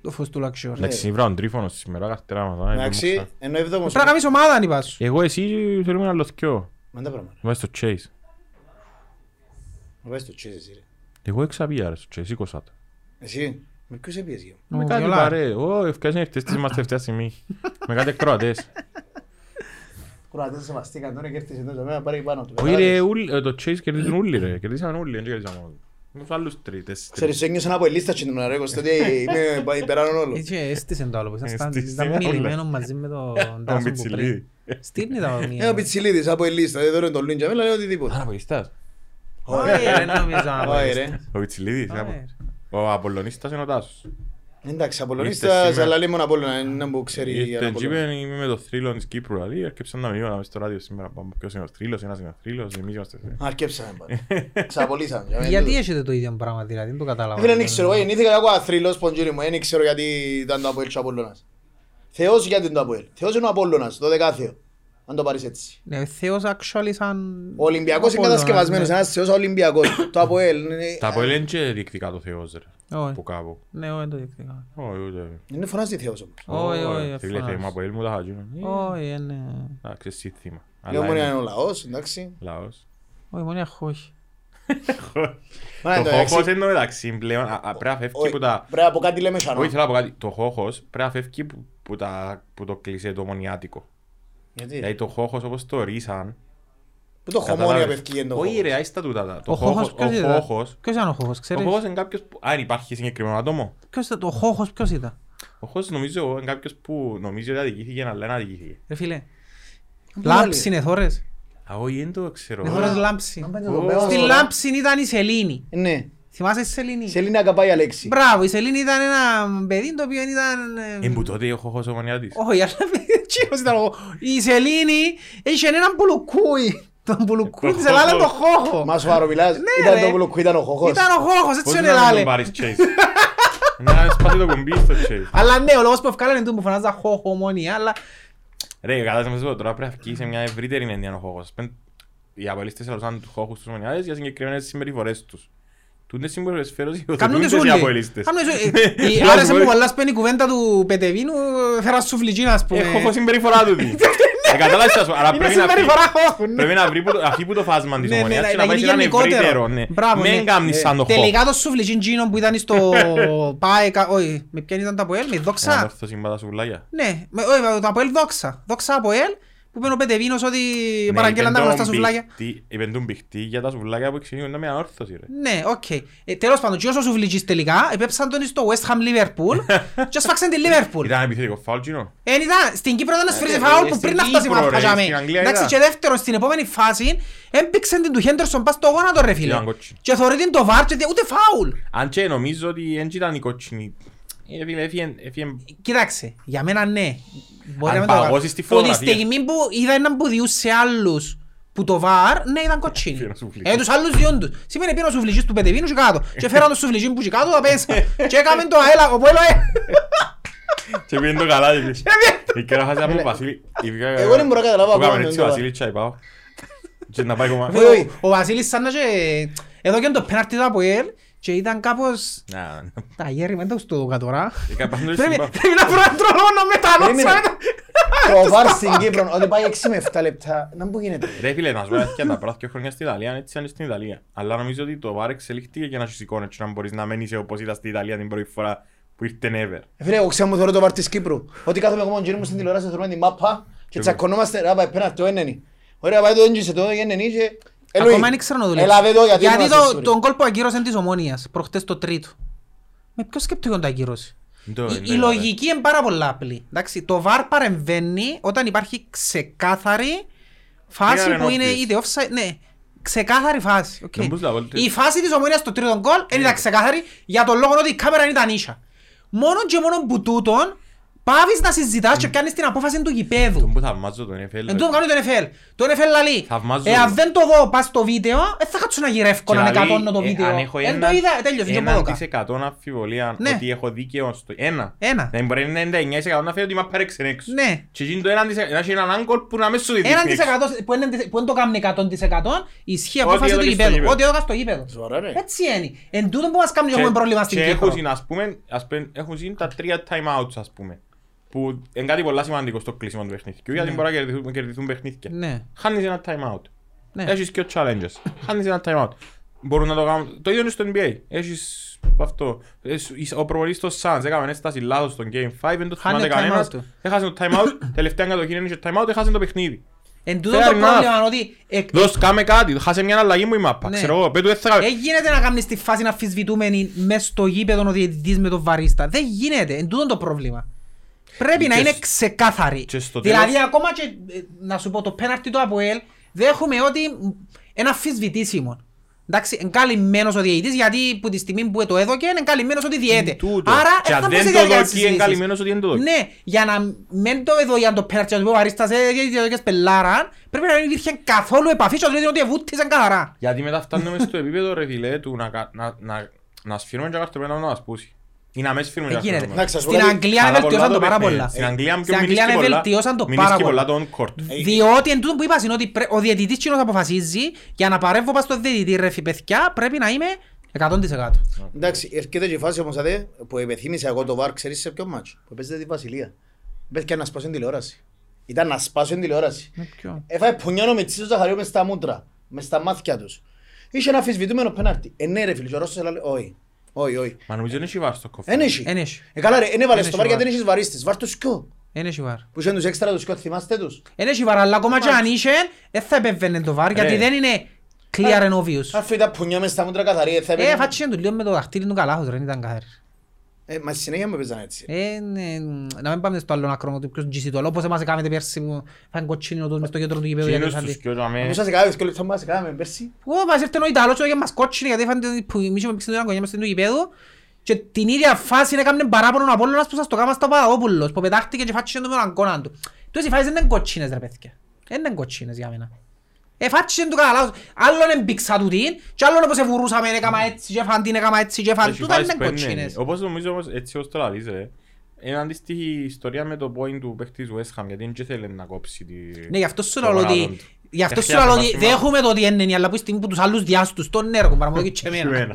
Το φως του Λαξιόρ.
Ναι.
Πρέπει
Εντάξει, βράδυ τρίφωνος σήμερα, καρτερά μας. α, δεν μου
Εντάξει,
ξέρω.
ενώ εβδόμος.
να κάνεις ομάδα αν είπας
Ε,
σου.
Εγώ, εσύ θέλουμε ένα λοθκιό.
Μα τα πράγματα.
Είμαστε στο Chase.
Μου πες το cheese εσύ ρε.
Εγώ εξαπία ρε στο Chase, σήκωσα το.
Εσύ, με ποιους έπιες γύρω.
Με
Ο
κάτι
Βιολάρ.
παρέ. Ω, ευκαιρία ήρθες της μας τελευταία στιγμή. Με κάτι εκκροατές.
Κροατές σεβαστήκαν τώρα και έρθεις εδώ σε μένα, πάρε πάνω του.
Όχι
Κατάλαβες.
ρε, ούλ- ε, το Chase κερδίζουν όλοι ρε. Κερδίσαν όλοι, δεν κερδίσαν όλοι. Με τους άλλους τρεις, τέσσερις.
Ξέρεις, ένιωσα από η λίστα και την ώρα, ρε, Κωστέ, ότι είμαι υπεράνω όλων.
Έτσι έστησε το άλλο, που
Ε,
ήσασταν
Έστησε
ήσασταν
όλα.
μιλημένο μαζί με τον Ντάσον που
Μιτσιλίδη.
πριν. Στείλνει τα
Ε, ο
μία.
Πιτσιλίδης από η λίστα, δεν δώρε τον Λίντζα, μην λέει οτιδήποτε.
Άρα, βοηθάς.
Όχι ρε, νομίζω να πω.
Ωε, ρε.
Ο Βιτσιλίδης,
Ωε,
άπα.
ρε.
Ο Απολλωνίστας είναι ο Τάσος.
Εντάξει,
Ήρθε
Απολωνίστας,
σήμερα.
αλλά λέει μόνο Απόλλωνα, είναι που ξέρει η
Ήρθες και
Απόλλωνα.
είπε είμαι με το θρύλο της Κύπρου, δηλαδή έρκεψαν να μιλούν μες στο ράδιο σήμερα πάμε ποιος είναι ο θρύλος, ένας είναι ο θρύλος, εμείς είμαστε θρύλοι.
Αρκέψαμε πάλι. Ξαπολύσαμε. για μένα
Γιατί
τούτο.
έχετε το ίδιο πράγμα δηλαδή, δεν το κατάλαβα.
Ε, Φίλε, δεν ξέρω, εγώ γεννήθηκα εγώ αθρύλος, ποντζούρι μου, ε, δεν ξέρω γιατί ήταν το Αποέλ και ο Απόλλωνας. Θεός γιατί είναι το Αποέλ. Θεός είναι ο Απόλλωνας, το δεκάθεο. Αν το πάρεις έτσι.
Ναι, ο Θεός actually σαν...
Ο Ολυμπιακός είναι
Απόλλωνα,
κατασκευασμένος,
ναι.
ένας Θεός Ολυμπιακός. Το Αποέλ είναι-
Τα Αποέλ είναι και διεκτικά το Θεός
Ε.
ρε,
Όχι.
που κάπου.
Ναι, όχι, δεν το διεκδικά.
Όχι, ούτε.
δεν φωνάζει Θεός όμως.
Όχι, όχι,
Φίλε,
φωνάζεις.
θέμα Αποέλ μου τα
Ε.
Ε, χαγίνω.
Όχι, ναι.
Εντάξει, εσύ θύμα.
Λέω
Αλλά
μόνο
είναι
είναι ο λαός, εντάξει.
λαός.
Όχι, μόνο αχώχη.
Μα,
Το
εντάξει,
χώχος είναι το μεταξύ πλέον, α- α, πρέπει να φεύγει
όχι,
που τα...
Πρέπει να πω κάτι λέμε σανό.
Όχι, θέλω να πω κάτι. Το χώχος πρέπει να φεύγει που- που τα- που το κλεισέ το
Ε.
μονιάτικο.
Γιατί,
Δηλαδή το χώχος όπως το ρίσαν...
που το χωμόνια
κατάλαβες.
πευκεί είναι το
Όχι
χώμο.
ρε, άιστα τούτα τα. Το
Ο χώχος
χώχος-
ποιος
Ο
ήταν.
χώχος
Ποιος ήταν ο χώχος,
Ο
ξέρεις.
χώχος είναι κάποιος που... Αν υπάρχει συγκεκριμένο άτομο.
Ποιος ήταν, ο χώχος ποιος ήταν.
Ο Χος νομίζω εγώ είναι κάποιος που νομίζει ότι αδικήθηκε αλλά δεν αδικήθηκε.
Ρε φίλε.
Πού
Λάμψη
βάλει?
είναι θόρες.
Α, όχι, δεν το ξέρω.
Είναι θόρες
Α,
λάμψη.
Αν πάει το
Ω.
δοπέο,
Στη
τώρα-
λάμψη ήταν η Σελήνη.
Ναι.
Θυμάσαι τη Σελήνη.
Σε Ελλήνα αγαπάει η Αλέξη.
Μπράβο, η Σελήνη ήταν ένα παιδί το οποίο ήταν... ε,
Είναι που τότε ο Χος ο Μανιάτης.
Όχι, αλλά τσίρος ήταν εγώ. Η Σελήνη είχε έναν πουλουκούι. Τον πουλουκούι
Ε, Το
της Ελλάδας
χόχο.
τον χώχο.
Μα σοβαρό μιλάς.
Ναι, ρε.
Ήταν το βουλοκού, ήταν ο χοχός.
Ήταν ο χώχος, έτσι
Πώς
τον
να μην τον
Ελλάδε.
πάρεις Chase. Να σπάσει το κουμπί στο Chase.
Αλλά ναι, ο λόγος που ευκάλανε είναι που φωνάζα χώχο μόνοι, αλλά
Ρε, κατάσταση μας εδώ, τώρα πρέπει να βγει σε μια ευρύτερη έννοια ο Χόχος. Πεν- Οι απολύστες ελωσάν του Χόχου στους Μανιάτες για συγκεκριμένες συμπεριφορές τους. Τούντες συμπεριφορές
Κάνουν
υιοθετούνται
τους
σε
ούλοι.
απολύστες.
Κάνουν τους ούλοι.
Ναι,
Ε, Άρεσε μου
μπορεί-
πολλά σπένει η κουβέντα του Πετεβίνου, φέρα σουφλιτζίν ας πούμε.
Έχω έχω συμπεριφορά του. δει. Ε, κατάλαβες τι θα σου πω, αλλά
Είναι
πρέπει να πει-
συμπεριφορά χώχου. ναι.
Πρέπει να βρει που το- αυτή που το φάσμα της
Ναι, ναι,
ομονιάς
να-
και
να
να πάει σε
γίνει
έναν
γενικότερο.
ευρύτερο. ναι.
Μπράβο, ναι.
Μην κάνεις σαν το Χόχο.
Τελικά το σουφλιτζίν τζίνο που ήταν στο ΠΑΕ, κα- όχι, με ποιον ήταν το Αποέλ, με
Να
δόξα.
έρθω συμπάτα σου γουλάκια.
Ναι, με- όχι, το Αποέλ δόξα. Δόξα Αποέλ, που είπε ο Πετεβίνος ότι
Ναι,
παραγγέλαν τα γνωστά σουφλάκια.
Είπεν τον πηχτή για τα σουβλάκια που ξεκινούν με ανόρθωση ρε.
Ναι, οκ. Ε, τέλος πάντων, και όσο σουφλιτζής τελικά, επέψαν τον στο West Ham Liverpool και ασφάξαν τη Liverpool.
Ήταν επιθετικό φάουλ κοινό.
Εν ήταν, Ε, στην Κύπρο ήταν σφύρισε
Ε,
φάουλ
ε,
που
στην
πριν να
Κύπρο,
φτάσει η μάρκα
ρε,
για μέ.
στην Αγγλία
Εντάξει
είδα.
και δεύτερον στην επόμενη φάση έμπηξε την του Χέντερσον πας στο γόνατο ρε φίλε.
Ήταν κότσινη.
Και θεωρεί την το βάρ και δι- ούτε φάουλ.
Αν και νομίζω ότι δεν ήταν η κότσινη. Ε, φίλε, έφυγε- έφυγε-
Κοίταξε, για μένα ναι. Μπορεί
Αν
να μην το κάνω.
παγώσεις τη
Που τη
φωτογραφία.
στιγμή που είδα έναν που διούσε άλλους που το βάρ, ναι ήταν κοτσίνη.
Φέραν σουβλιτζή.
Ε, τους άλλους διόν τους. Σήμερα πήραν ο σουβλιτζής του Πετεβίνου και κάτω. Και φέραν το σουβλιτζή που και κάτω τα πέσα. Και έκαμε το αέλα, ο ε». Πόελο αέλα.
και πήγαινε το καλά, ρε.
Ε,
Η κέρα χάσει από τον Βασίλη.
Εγώ δεν μπορώ να καταλάβω
Που
ακόμα
έκαμε έτσι ο
τον
Βασίλης τσάι πάω. Και να πάει ακόμα.
Βέβαια. όχι.
Ο Βασίλης σαν να και... Εδώ και το πέναρτι του Αποέλ και ήταν κάπως...
Να, να.
Τα γέρι μετά στο κατορά.
Ε, κάπου πάνω στο
Πρέπει
σύμπαν.
πρέπει να βρω έναν τρόπο να μετανόησα.
Περίμενε. Το βάρ στην Κύπρο, ότι πάει 6 με 7 λεπτά. Να μου γίνεται.
Ρε φίλε, να σου πω και τα πρώτα δύο χρόνια στην Ιταλία, έτσι ήταν στην Ιταλία. Αλλά νομίζω ότι το βάρ εξελίχθηκε για να σου σηκώνει, έτσι να μπορείς να μένεις όπως ήταν στην Ιταλία την πρώτη φορά που ήρθε never.
Ε, Φίλε, εγώ ξέρω μου θεωρώ το βάρ της Κύπρου. Ότι κάθομαι εγώ μόνο μου στην τηλεόραση, θεωρούμε την μάπα και τσακωνόμαστε. Ρε, πάει πέρα το ένενη. Ωραία, πάει το έντσι, το ένενη και... Ε, Λουί,
Ακόμα δεν ξέρω να δουλεύει.
Έλα, δε το, γιατί
Γιατί
είμαστε
το,
σίγουροι.
τον κόλπο ακύρωσαν της ομόνιας, προχτές το τρίτο. Με ποιο σκεπτικό το ακύρωσε.
Δεν το-
Η-
δεν
η,
το είδα, ρε.
λογική είναι πάρα πολλά απλή. Εντάξει, το VAR παρεμβαίνει όταν υπάρχει ξεκάθαρη φάση
Clear and
που είναι
obvious.
είτε offside, ναι, ξεκάθαρη φάση. οκ.
Δεν μπορείς να βάλεις-
Η φάση της ομόνιας στο τρίτο γκολ
Ναι.
δεν ήταν ξεκάθαρη για τον λόγο ότι η κάμερα ήταν ίσια. Μόνο και μόνο που τούτον πάβεις να συζητάς και πιάνεις την απόφαση του
Τον
γηπέδου.
που θαυμάζω τον ε, NFL.
Εν τούτο κάνει το NFL. Το NFL λαλεί.
Θαυμάζω.
Ε, αν δεν το δω, πας στο βίντεο, ε, θα κάτσω να γυρεύω
Και
να με
δηλαδή,
κατώνω το
ε,
βίντεο.
αν έχω
Εν το
έναν-
είδα, ε, τέλειωσε. και
έναν
μπόδοκα.
της εκατό αμφιβολία
Ναι.
ότι έχω δίκαιο στο- Ένα.
Ένα.
Δεν μπορεί να είναι 99% να φέρει ότι είμαι απέρεξεν έξω.
Ναι.
Και εκείνο το έναν της- να έχει έναν άγκολ που να με σου δείχνει
Έναν
έξω.
της εκατό, που είναι- που δεν το κάνει 100% ισχύει
Ό,τι
απόφαση του
έδωκες στο
γηπέδου.
γήπεδο.
Ό,τι έδωκα στο γήπεδο.
Σοβαρά, ρε.
Έτσι είναι. Εν τούτο που μας κάνει έχουμε
Και-
πρόβλημα στην
και
Κύπρο.
έχουν συν, ας πούμε, ας πούμε, έχουν συν τα τρία time outs, ας πούμε. Που είναι κάτι πολλά σημαντικό στο κλείσιμο του παιχνιδιού, γιατί μπορεί να κερδιθούν, κερδιθούν παιχνίδια.
Ναι.
Χάνεις ένα time out.
Ναι.
Έχεις και ο challenges. Χάνεις ένα time out. Μπορούν να το κάνουν. Το ίδιο είναι στο NBA. Έχεις αυτό. Εσ- εις- Ο προπονητής στο Suns έκαμε έσταση λάθος στο Game 5, δεν το
Χάνει
θυμάται
το time
κανένας.
out του.
Έχασε το time out, τελευταία κατοχή είναι και time out, έχασε το παιχνίδι.
Εν τούτο
Fair
το
enough.
πρόβλημα είναι ότι εκ-
Δώσ' κάμε κάτι, χάσε μια αλλαγή μου η μάπα.
Ναι.
Ξέρω εγώ, πέτου δεν θα-
δεν γίνεται να κάνεις τη φάση να αμφισβητούμενη μες στο γήπεδο ο διαιτητής με τον βαρίστα. Δεν γίνεται. Εν τούτο το πρόβλημα. Πρέπει να
Και
είναι
σ-
ξεκάθαρη.
και στο
Δηλαδή
τέλος-
ακόμα και ε, να σου πω το πέναρτι του Αποέλ δέχομαι ότι ένα αμφισβητήσιμο. Εντάξει, είναι καλυμμένος ο διαιτητής γιατί που τη στιγμή που το έδωκε είναι καλυμμένος ότι διέται.
Τούτο.
Άρα
Και αν
θα
δεν
μπορούσε
το
διαδικασία
δοκεί, είναι
συζήτησης.
καλυμμένος ότι δεν το δοκεί.
Ναι, για να μην το έδω για το πέναρτι να του πω αρίστασε γιατί διαδικασίες πελάραν πρέπει να μην υπήρχε καθόλου επαφής και να του λέει ότι εβούτησαν καθαρά.
Γιατί μετά φτάνουμε στο επίπεδο ρε φίλε του να, κα- να, να, να σφύρουμε και καρτοπένα να μας πούσει. Ή να με σφύρουμε
Ε,
και
γίνεται.
καρτοπένα.
σας πω
Στην
κάτι.
Αγγλία
Καλά
βελτιώσαν το πάρα
παιχνίδι.
πολλά.
Στην Αγγλία πιο
Στην Αγγλία
μηνίσκει πολλά-
βελτιώσαν το
μηνίσκει
πάρα πολλά.
πολλά το on-court.
Διότι εν τούτο που είπας είναι ότι πρέ- ο διαιτητής κοινός αποφασίζει για να παρέμβω πας στο διαιτητή ρε φι- παιδιά πρέπει να είμαι 100%.
Εντάξει, έρχεται και η φάση όμως αδέ, που επιθύμησα εγώ το βάρ, ξέρεις σε ποιο μάτσο. Που παίζεται τη Βασιλεία. Μπέθηκε να σπάσουν τηλεόραση. Ήταν να σπάσουν τηλεόραση. Έφαγε πουνιόνο με τσίσο ζαχαρίου μες στα μούτρα, μες στα μάτια τους. Είχε ένα αφισβητούμενο πέναρτι. Ε, ναι ρε φίλε, και ο Ρώσος έλαλε, όχι, όχι, όχι.
Μα νομίζω είναι σιβάρ στο κόφι.
Εν έχει.
Εν έχει.
Ε, καλά ρε, εν έβαλες
Εν
το
έχει
βάρ γιατί
βάρ.
δεν έχεις βαρίστες. Βάρ τους κιό.
Είναι έχει βάρ.
Που είχαν τους έξτρα τους κιό, θυμάστε τους.
Είναι έχει βάρ αλλά ακόμα και αν είχε δεν θα επέβαινε το βάρ γιατί
Ε.
δεν είναι clear and obvious.
Αφού ήταν πουνιά μες στα μούτρα καθαρή, ε, θα
Ε,
έπαιρνε-
φάτσινε του λίγο με το δαχτύλι του καλάχος ρε, δεν ήταν καθαρή.
Ε, Μα στη συνέχεια με παίζαν έτσι.
Ε, ναι, να μην πάμε στο άλλο άκρο του πιο τζισιτό. Όπως εμάς έκαμε πέρσι που φάνε κοτσίνο τους μες στο κέντρο του γηπέδου γιατί
Εκείνος τους
φάνε...
κοιό τζαμέ,
Μέσα σε κάποια δυσκολία που μας έκαναμε πέρσι.
Ω, μας ήρθε ο Ιταλός και μας κότσινε γιατί φάνε που εμείς είχαμε πήξει τον Ιωάννη μες στο γηπέδου και την ίδια φάση έκαμε παράπονο ο Απόλλωνας που σας το κάμα στο Παπαδόπουλος που πετάχτηκε και φάτσισε το με τον αγκώνα του. Τούτες οι φάσεις δεν είναι κοτσίνες ρε παιδιά. Δεν είναι κοτσίνες για μένα. Ε, φάτσισε του καλά. Άλλον εμπήξα του την και άλλον όπως εβουρούσαμε έκαμα έτσι και φαν την έκαμα έτσι και φαν
έχει
τούτα
φάσεις
είναι
που είναι.
κοτσίνες.
Όπως νομίζω όμως έτσι ως τώρα δεις ρε. Είναι αντίστοιχη ιστορία με το point του παίχτης του West Ham γιατί δεν και θέλει να κόψει τη...
Ναι, γι' αυτό σου
το
λέω
γονάτο
ότι...
του.
Γι' αυτό σου
Ευχαριστώ,
λέω ότι
Μαθήμα.
δέχομαι το ότι είναι, αλλά που στη στιγμή που τους άλλους διάστους, τον έργο, παραμονή και
Σου
εμένα.
ένα.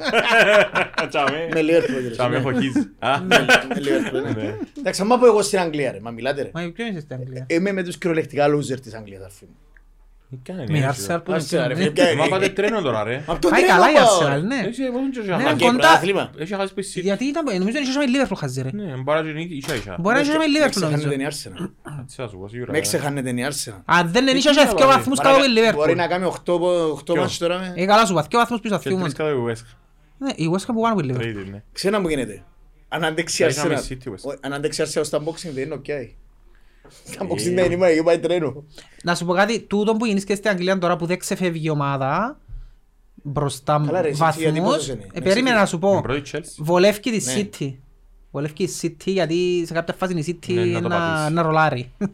Τζαμέ.
Με Liverpool, κύριε.
Τζαμέ
Ναι.
χοκίζει. Α,
Με Liverpool, ναι.
ναι.
Εντάξει, άμα πω εγώ στην Αγγλία, ρε, μα μιλάτε ρε.
Μα ποιο είσαι στην Αγγλία.
Είμαι με τους κυριολεκτικά loser της Αγγλίας, αρφή μου.
Κάνε,
Με
ναι,
η
σίγουρα.
Arsenal που
Άρσε, ρε,
είναι
φίλε, πια-
Μα πάτε τρένο τώρα ρε.
Απ' τον
Πάει
τρένο
καλά η
πάω, ρε.
Arsenal, ναι.
Έχει πόσο και
Ναι,
χάσει.
Και
κοντά.
πρωτάθλημα.
Έχει χάσει πίσω.
Γιατί ήταν, νομίζω ότι είχαμε η Liverpool χαζή ρε.
Ναι, μπάρα και νίκη, ίσα ίσα.
Μπορεί να είχαμε η
Με
Liverpool νομίζω.
ξεχάνεται η Arsenal.
Τι θα σου πω, σίγουρα.
Με ξεχάνεται η Arsenal.
Αν δεν είναι, είχαμε
Μαλάκα,
δύο βαθμούς κάτω από η
Μπορεί
Liverpool.
να κάνει 8
Ποιο?
μάτς τώρα. με-
Ε, καλά σου είπα, δύο βαθμούς πίσω από
Και
τη
τρεις
Woman.
κατά τη West Ham.
Ναι, η West Ham που πάνω από η Liverpool.
Τρίτη, ναι.
Ξένα μου γίνεται. Αν αντέξει η
Θα είχαμε
Arsenal.
City, West.
Ο- Αν αντέξει η Arsenal στα boxing δεν είναι οκ. Στα boxing
Ε.
δεν είμαι, εγώ πάει τρένο.
Να σου πω κάτι, τούτο που γίνεις και στην Αγγλία τώρα που δεν ξεφεύγει η ομάδα, μπροστά
Καλά, ρε, εσύ, γιατί
βαθμούς,
πόσος είναι.
ε, περίμενα να σου
Με
πω,
πρώτη Chelsea.
βολεύει τη
Ναι.
City. Βολεύει η City γιατί σε κάποια φάση η
Ναι,
City
να το
να,
πατήσεις.
να ρολάρει.
Να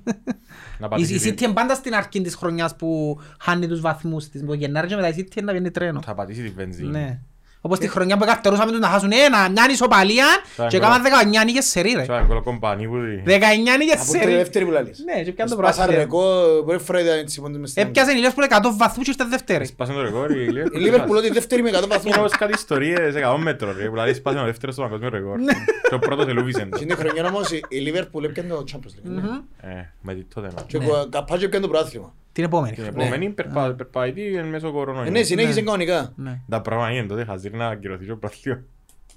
Η,
πατήσει
η City
την-
είναι πάντα στην αρχή της χρονιάς που χάνει τους βαθμούς της. Με το Γενάρη και μετά η City είναι να βγαίνει τρένο.
Θα πατήσει τη βενζίνη.
Ναι. Όπως τη χρονιά που καθαρούσαμε τους να χάσουν ένα, μια ισοπαλία
Σαν
και
γκολ.
έκαναν 19 νίκες σε ρί, ρε.
Σαν κόλλο κομπάνι που...
19 νίκες
Από
Ε, σε
την
ρί.
δεύτερη που λαλείς.
Ναι, και πιάνε το
Σπάσαν
πρωτάθλημα.
ρεκόρ, μπορεί φορά ήταν έτσι μόνο μες στην Αγγλία.
Έπιασε η Liverpool 100 βαθμούς και ήρθε δεύτερη.
Σπάσαν το ρεκόρ, η Liverpool.
Η Liverpool ότι η δεύτερη με 100
Είναι
βαθμούς.
όπως κάτι ιστορίες 100 μέτρων ρε, που λέει σπάσαν ο δεύτερος στο παγκόσμιο ρεκόρ. Και ο πρώτος ελούβησε το.
Στην ίδια χρονιά όμως η- η Liverpool έπιανε το Champions League. ναι.
Ε, Με τη τότε να.
Και
Ναι.
ο Καπάζιο έπιανε το πρωτάθλημα.
Την επόμενη.
Την
χρονιά.
επόμενη περπα- περπατεί εν μέσω κορονοϊού.
Ε, Ναι, συνέχισε κανονικά.
Ναι.
Τα πράγματα είναι τότε χαζίρ να ακυρωθείς και ο πρωταθλείο.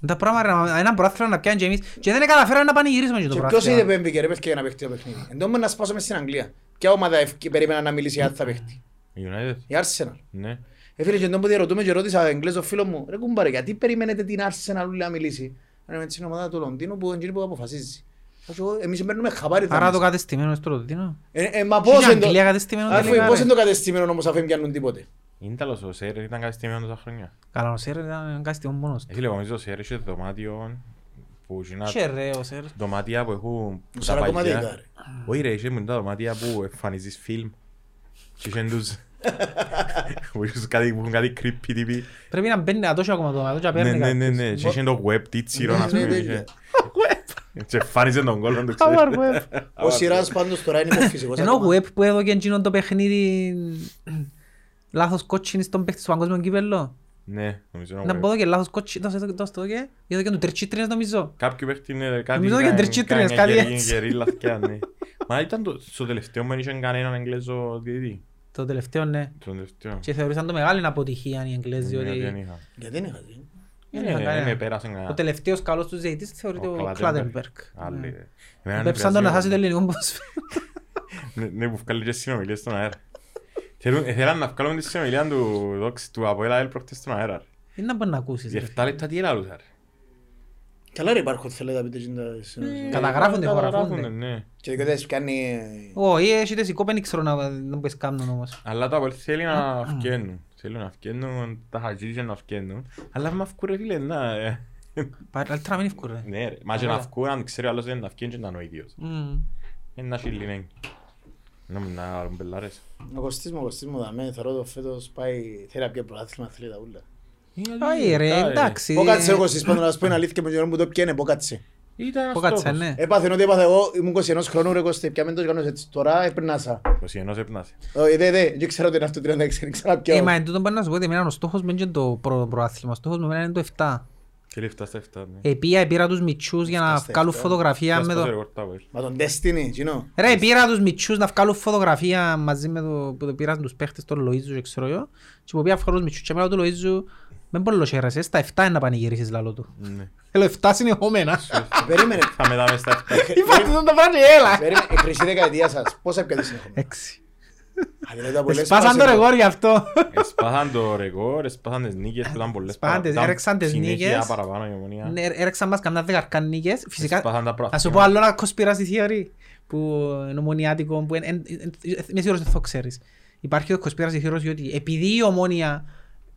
Τα πράγματα, ρε, ένα πρωτάθλημα να πιάνει και εμείς και δεν καταφέραμε να πανηγυρίσουμε και το
Και ποιος
πρωτάθλημα.
είδε πέμπη και ρε πέφτει για να παίχτει το παιχνίδι. Εν τω με να σπάσουμε στην Αγγλία. Ποια ομάδα ευκ- περίμενα να μιλήσει αν θα παίχτει.
Η United,
Η Arsenal.
ναι.
Ε, φίλε, και εν τω που ρωτούμε και ρώτησα Εγγλέζος φίλος μου, ρε κουμπάρε, γιατί περιμένετε την Arsenal όλοι να μιλήσει. Ρε με την ομάδα του Λονδίνου που είναι που αποφασίζει. Θα σου πω, Εμείς παίρνουμε χαμπάρι. θα
Άρα το
είμαστε.
κατεστημένο είναι στο Λονδίνο.
Ε, ε, μα
Πώς
πώς
είναι
εν το...
Αγγλία κατεστημένο
Αφού
τελικά,
πώς
ρε.
εν το κατεστημένο όμως αφού δεν πιάνουν τίποτε.
Είναι τέλος ο Σέρ, ήταν κατεστημένος τόσα χρόνια.
Καλά, ο Σέρ ήταν κάτι μόνος
Ε,
του.
Φίλε, νομίζω ο Σέρ είχε δωμάτιο που γινά-
Και ρε, ο Σέρ.
δωμάτια που έχουν που
Σαν
τα
ακόμα δεν
παλιά.
ήταν.
Όχι ρε, είχε μου τα δωμάτια που εμφανίζεις φιλμ. Και είχαν τους... που είχαν κάτι- που είχαν κάτι creepy τύποι.
Πρέπει να μπαίνει ατόσιο ακόμα το μάτω και να
Ναι,
παίρνει
ναι, ναι,
κάποιος.
ναι. Και είχε το web τίτσιρο,
Ναι,
ας πούμε.
ναι,
είχε.
ναι.
Και εμφάνιζε τον κόλλο, αν το ξέρεις.
Power web.
Ο Σιράς πάντως τώρα είναι υποφυσικός
Ενώ
ακόμα.
web που έδωκε εκείνο το παιχνίδι λάθος κότσινη στον παίχτη στο παγκόσμιο κύπελλο.
Ναι, νομίζω
Να
είναι
πω
web.
εδώ και λάθος κότσινη, δώσε το δώσε το και έδωκε του τριτσίτρινες νομίζω.
Κάποιοι παίχτη είναι κάτι...
Νομίζω
κάνει-
για τριτσίτρινες,
κάνει
κάτι
γερί-
έτσι.
γερίλα θκιά, ναι. Μα ήταν το- στο τελευταίο μου δεν είχε κανέναν Αγγλέζο διαιτητή.
Το τελευταίο ναι.
Το τελευταίο.
Και θεωρήσαν το μεγάλη αποτυχία οι Εγγλέζοι
Ναι, δεν
ότι
είχα.
Γιατί είναι χαζί.
Ε,
είχα
ναι,
κανένα.
ναι, πέρασαν κανένα.
ο τελευταίος καλός τους διαιτητής θεωρείται ο Κλάτερμπερκ.
Άλλη,
Ναι.
ρε. Εμένα είναι
Πέψαν τον να
Βραζίλιο.
χάσει το ελληνικό ποδοσφαίρο.
Ναι, ναι, που βγάλει και συνομιλίες στον αέρα. Θέλουν- ε, Θέλαν να βγάλουν τη συνομιλία του δόξ- του Αποέλ ΑΕΛ προχτές στον αέρα. ρε.
Είναι να μπορεί να ακούσεις. ρε.
Για 7 λεπτά τι έλαλουσαν, ρε.
Καλά ρε υπάρχουν θέλετε να πείτε γίνοντα συνέχεια.
Καταγράφονται,
Ε,
χωραφούνται.
ναι.
Και δεν κατέστησε πιάνει... ε,
Όχι, έχει τες δεν ξέρω να να μπορείς κάνουν όμως.
Αλλά τα Αποέλ θέλει να φκαίνουν. Θέλουν να φκαίνουν, τα χαζίζια να φκαίνουν. Αλλά μα φκούν, ρε φίλε, να... ε,
Παρακαλύτερα να μην ευκουρέ.
Ναι ρε, μα και να φκούν, αν ξέρει ο άλλος δεν να φκαίνει και να είναι ο ίδιος.
Μμμ.
Είναι να χειλινέγγι. Να μου να άρουν πελάρες.
Ο Κωστής μου, ο Κωστής μου, δαμέ, θεωρώ το φέτος πάει θεραπεία πρωτάθλημα, θέλει τα ούλα.
Όχι ρε,
Ε,
εντάξει.
Πόκατσε ο Κωστής, πάντως να σου πω είναι αλήθεια και με τον Γιώργο μου το πιένε, πόκατσε.
Ήταν
Πού κάτσε,
στόχος. Ε,
ναι.
Έπαθε ότι έπαθε εγώ, ήμουν 21 χρόνου ρε Κωστή, πια μεν το κάνω έτσι. Τώρα έπαιρνασα.
21 έπνασε.
Όχι, δε, δε, δεν ξέρω ότι είναι αυτό το 36, δεν ξέρω
Ε, μα
ποιο.
εν τούτο μπορεί να σου πω ότι εμένα ο στόχος μου είναι και το πρώτο προάθλημα. Ο στόχος μου εμένα είναι το 7.
Θέλει φτάσει στα εφτά, ναι.
Επία, επήρα τους μητσούς για να
Φτάστε,
βγάλουν
ε.
φωτογραφία Ε, με
Σπάσε το
το...
ρεκόρ του Αποέλ.
Μα τον Destiny, κοινό.
Ρε, επήρα τους μητσούς να βγάλουν φωτογραφία μαζί με το που το πήραν τους παίχτες, τον Λοΐζου και ξέρω εγώ. Και που πήγα βγάλω τους μητσούς και μέρα του Λοΐζου με πολλούς έρασες, στα 7 είναι να πανηγυρίσεις λαλό του.
Ναι.
Θέλω 7 συνεχόμενα.
Περίμενε.
Θα μετά μες στα εφτά.
Είπατε τον το πάνε, έλα.
Περίμενε, η χρυσή δεκαετίας σας, πώς έπιατε συνεχόμενα.
6.
Α, δηλαδή, τα πολλές
Ε, Σπάσαν το
σπάσε-
ρεγόρ γι' αυτό.
Εσπάθαν το ρεκόρ, εσπάθαν τις νίκες που ήταν πολλές
Σπάθαν τις-
παρα- ήταν
έρεξαν τις
συνέχεια
νίκες.
παραπάνω η ομονία.
Ναι, Έρεξαν μας καμιά δεκαρκάν νίκες. Φυσικά,
Εσπάθαν τα
θα
πράγματα.
σου πω άλλο ένα conspiracy theory που είναι ομονιάτικο, που εν- εν- εν- είμαι σίγουρος ότι θα το ξέρεις. Υπάρχει το conspiracy theory ότι επειδή η ομόνια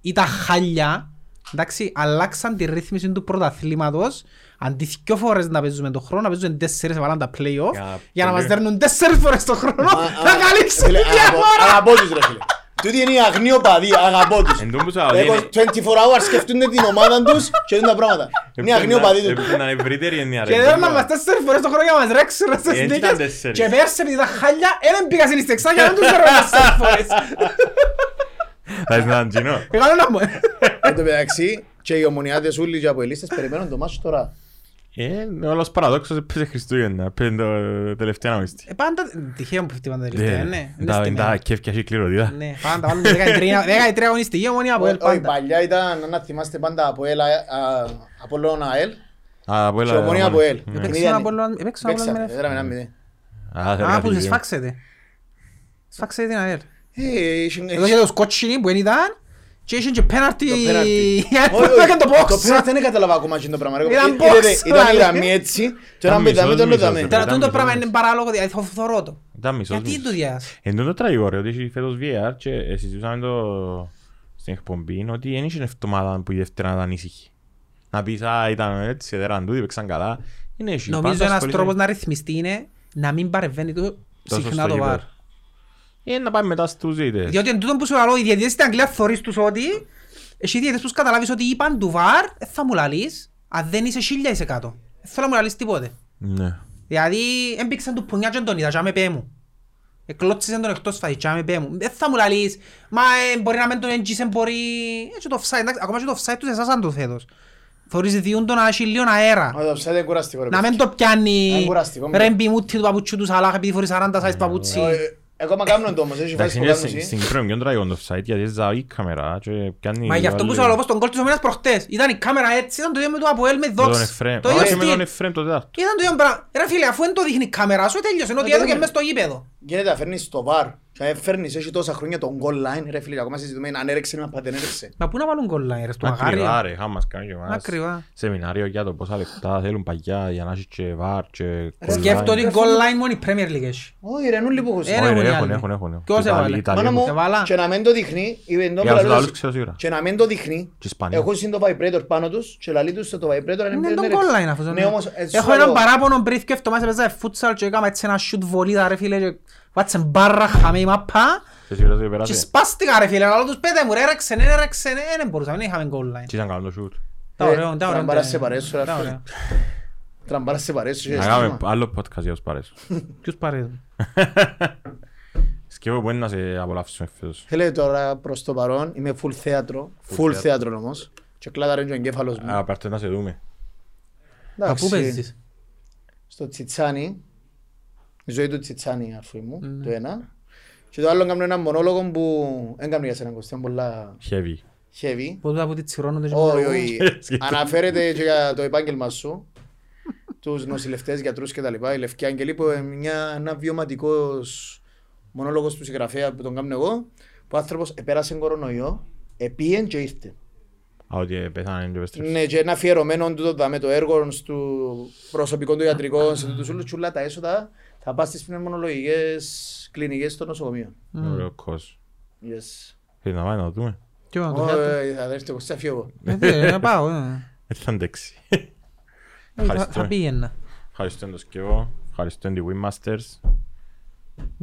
ήταν χάλια, εντάξει, αλλάξαν τη ρύθμιση του πρωταθλήματος, αντί δυο φορές να παίζουμε τον χρόνο, να παίζουν τέσσερις εβαλάν τα play-off,
Για-
για να μας
πολύ-
δέρνουν τέσσερις φορές τον χρόνο,
Α, α,
να καλύψουν
φίλε,
τη
αγαπώ-
διαφορά.
Αγαπώ τους ρε φίλε. Τούτοι είναι οι αγνοί οπαδοί, αγαπώ τους.
Εν τω που σας λέω,
Έχω
είναι-
24 hours σκεφτούνται την ομάδα τους και δουν τα πράγματα.
Ε,
Είναι οι αγνοί οπαδοί τους.
Έπρεπε να είναι ευρύτερη εννοία, ρε.
Και δέρναν μας τέσσερις φορές τον χρόνο για να μας ρέξουν στις
Έτσι ήταν
νίκες.
τέσσερις.
Και πέρσι επειδή ήταν χάλια, δεν πήγα στην ιστεξά για να τους δέρνουν τέσσερις φορές.
Θα είσαι έναν τζινό.
Εγώ να μου...
Εν τω μεταξύ και οι ομονιάτες ούλοι και οι αποελίστες περιμένουν το μάτσο τώρα.
Ε, όλος παραδόξος έπαιζε Χριστούγεννα, πέντε το τελευταίο αγωνιστή.
Ε, Πάντα τυχαίο που πέφτει πάντα
Ναι,
τελευταία, ναι. Είναι
τα-
στημένο.
τα κέφια έχει κληροδίδα.
Ναι, πάντα βάλουμε 13 13 αγωνιστική ομονία από ελ
Όχι,
πάντα.
παλιά ήταν, να θυμάστε πάντα, από ΑΕΛ, από ΑΕΛ
Α, από
και
έλα,
ομονία
μόνο.
από ΑΕΛ.
Ναι.
Έπαιξε ένα Απόλλωνα- έπαιξε ένα Απόλλωνα με
Πέξαμε, ένα μηδέν.
Α,
ένα-
θέλω
Α,
να
που σε
φύγει.
σφάξετε. Σφάξετε την ΑΕΛ.
Ε, είχε-
Εδώ είχε το σκότσινι που δεν ήταν και είχε και πέναρτι...
Το πέναλτι. Όχι, όχι,
Έκανε το
Το
box.
πέναλτι δεν κατάλαβα ακόμα τι είναι το πράγμα. ρε. ε,
Ήταν
Είδατε,
box,
Ήταν η
ρε.
γραμμή έτσι και
Ήταν
όταν πετάμε
μισός,
το
μισός,
λούταμε.
ρε.
Τώρα τούτο
Ήταν
πράγμα
μισός.
είναι παράλογο, δηλαδή θα θωρώ το.
Ήταν μισός
Γιατί
μισός.
το διάς.
Εν τούτο τραγικό ρε, ότι έχει φέτος VAR και ε, συζητούσαμε το στην εκπομπή είναι ότι δεν είχε εβδομάδα που η δεύτερη να ήταν ήσυχη. Να πεις α ήταν έτσι, δεν ήταν τούτοι, παίξαν καλά. Είναι ήσυχη.
Νομίζω
Πάντα
ένας
ασχολείσαι-
τρόπος να ρυθμιστεί είναι να μην παρεμβαίνει το
τόσο
συχνά
στο
το βαρ.
γήπεδο. Ε, να πάμε μετά στους ζήτες.
Διότι εν τούτον που σου λέω, οι διαιτητές στην Αγγλία θωρείς τους ότι εσύ οι διαιτητές που σου καταλάβεις ότι είπαν του βαρ, ε, θα μου λαλείς, αν δεν είσαι χίλια είσαι κάτω. Δεν θέλω να μου λαλείς τίποτε.
Ναι.
Δηλαδή, έμπηξαν του πουνιά και τον είδα, τζάμε πέ μου. Εκλώτσισαν τον εκτός φάση, τζάμε πέ μου. Δεν θα μου λαλείς, μα ε, μπορεί να μην τον εγγύσαι, μπορεί... Ε, και το offside, εντάξει, ακόμα και το offside τους εσάς αν το θέτος. Θωρείς διούν τον έχει λίγο αέρα.
Μα το ψάτε είναι κουραστικό, ρε,
Να
παιδιά.
μην το
Ε,
πιάνει
κουραστικό, μπρο.
ρε μπιμούτι του παπουτσιού του Σαλάχ επειδή φορείς 40 size παπουτσι.
Ε, ε, Εγώ μα κάνω το όμως, έχει
Εντάξει,
φάσει
είναι
το
στην
κάνωση.
στην Κύπρο είναι πιο τραγικό το offside, γιατί ζάει η κάμερα και πιάνει...
Μα γι' αυτό που
άλλη-
σου λέω, όπως τον κόλ της ομάδας προχτές. Ήταν η κάμερα έτσι, ήταν το ίδιο με το Αποέλ με
Με τον
δόξ.
Εφραίμ.
Το
Α,
ίδιο
όχι, με τον
στυλ.
Εφραίμ το τέταρτο.
Ήταν το ίδιο πράγμα. Ρε φίλε, αφού δεν το δείχνει η κάμερα σου, τέλειωσε. Ενώ ότι
Ε,
έδωκε μέσα
περίμενε.
στο γήπεδο.
Γίνεται να φέρνεις στο βαρ και να φέρνεις, έχει τόσα χρόνια τον goal line, ρε φίλε, και ακόμα συζητούμε αν έρεξε ή αν δεν έρεξε.
Μα πού να βάλουν γκολ λάι, ρε, στο μαγάρι.
Ακριβά ρε, χάμας κάνει και εμάς
Ακριβά.
Σεμινάριο για το πόσα λεπτά θέλουν παγιά για να έχεις και βάρ και κολλάι.
Σκέφτομαι ότι
Ρε,
γκολ
φίλε.
λάι μόνο η Premier League έχει.
Όχι ρε, νουλί που έχω
Ε,
ζήσει.
ρε,
Όχι,
έχουν
ρε,
οι
έχουν,
άλλοι.
έχουν, έχουν.
Ποιος
Ιταλ-
έβαλε?
Ιταλία.
Μάνα μου,
Εβάλα.
και να μην το δείχνει, η Βεντόπουλα
Για τους
λέει,
άλλους ξέρω σίγουρα.
και να μην το δείχνει,
Και Ισπανία.
έχω ζήσει το vibrator πάνω τους και λαλεί τους στο vibrator αν
Είναι
δεν
Ναι, τον
έρεξε.
γκολ λάι αφού.
Ναι, όμως, ε, σου
Έχω
λέω,
έναν παράπονο πριν και αυτό μας έπαιζα φούτσαλ και έκανα έτσι ένα shoot βολίδα ρε φίλε και βάτσε μπάρα χαμέ η μάπα
Είσαι σίγουρος ότι
και
περάσε.
σπάστηκα ρε φίλε. Αλλά τους πέτε μου ρε έρεξε, ναι, έρεξε, ναι, δεν μπορούσα, δεν είχαμε γκολ λάι.
Τι ήταν καλό το shoot.
Τα
Ε,
ωραίο, τα ωραίο.
τραμπάρας
τα-
σε παρέσω, ρε,
τα
φίλε.
ωραίο.
τραμπάρας σε παρέσου.
Να κάνουμε άλλο podcast για τους παρέσους.
Ποιος παρέδουν.
Σκέφτομαι που είναι να σε απολαύσουμε φέτος.
Θέλετε τώρα προς το παρόν, είμαι full θέατρο, full θέατρο όμως. Και κλάδαρε και ο εγκέφαλος μου.
Α, πάρτε να σε δούμε.
Μα
Εντάξει,
πού παίζεις.
Στο Τσιτσάνι, η ζωή του Τσιτσάνι αρφή
Ναι.
μου, το ένα. Και το άλλο κάνω ένα μονόλογο που δεν κάνω για σένα Κωστή, είναι πολλά
Heavy.
heavy.
Πού τα που τη τσιρώνονται. και
Όχι,
μόνο.
όχι. Αναφέρεται και για το επάγγελμα σου, τους νοσηλευτές, γιατρούς και τα λοιπά, η Λευκή Αγγελή, που είναι μια, ένα βιωματικός μονόλογος του συγγραφέα που τον κάνω εγώ, που ο άνθρωπος επέρασε κορονοϊό, επίεν και ήρθε.
Α, ότι πέθανε και επέστρεψε.
Ναι, και ένα αφιερωμένο τούτο δαμέ το έργο στο προσωπικό του ιατρικό, σε τούτους όλους τσούλα τα έσοδα, θα πας στις πνευμονολογικές κλινικές στο νοσοκομείο.
Ωραίο κος.
Yes.
Θέλει να πάει να το δούμε.
Τι να το
Ω,
κάνω.
ε, Θα έρθει εγώ σε αφιόγω.
Ε, δε, να πάω, ε.
Έτσι θα αντέξει.
Ε, θα-
Ευχαριστώ.
Θα πήγαινα.
Ευχαριστώ τον Σκεύο. Ευχαριστώ την Windmasters.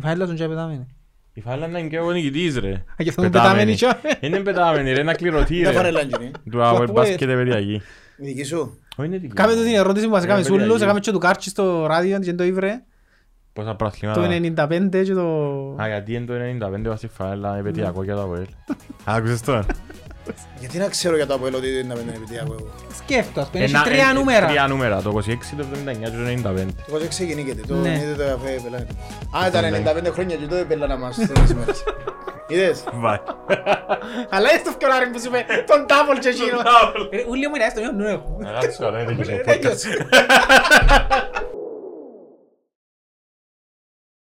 Φάιλα τον και πετάμενη.
Η Φάλλα είναι και ο νικητής ρε.
γι' αυτό μου πετάμενη και-
Είναι πετάμενη ρε, να κληρωθεί
Δεν φάνε
ρε.
ε.
λάγκινη.
Του από
Που-
μπάσκετ παιδιά εκεί.
Η δική σου.
Όχι είναι δική.
Κάμε του την ερώτηση που μας έκαμε
Ε, παιδιά,
σούλους,
ε.
έκαμε και του Κάρτσι στο ράδιο και το Ήβρε,
Πόσα
το
πραθλήματα.
95 και το...
Α, γιατί είναι το 95 βάζει φάλα επαιτειακό για το ΑΠΟΕΛ. Άκουσες τώρα.
Γιατί να ξέρω για το απολύτω ότι δεν είναι επιτυχία από εγώ.
Σκέφτο, ας πούμε, έχει
Ένα-
τρία
ε,
νούμερα.
Τρία νούμερα, το 26, το 79 και το 95.
Εγώ δεν ξεκινήκεται, το
Ναι.
είδε το καφέ πελάτη. Α, ήταν 95 χρόνια και το έπελα να μας στις μέρες. Είδες.
Βάει.
Αλλά είσαι το φκιολάρι που σου είπε, τον τάβολ και εκείνο. Ούλιο μου Ε, είναι, έστω, νου έχω.
Αγάπη σου, αλλά είναι και
Ε,
το
τέλειωσε.
podcast.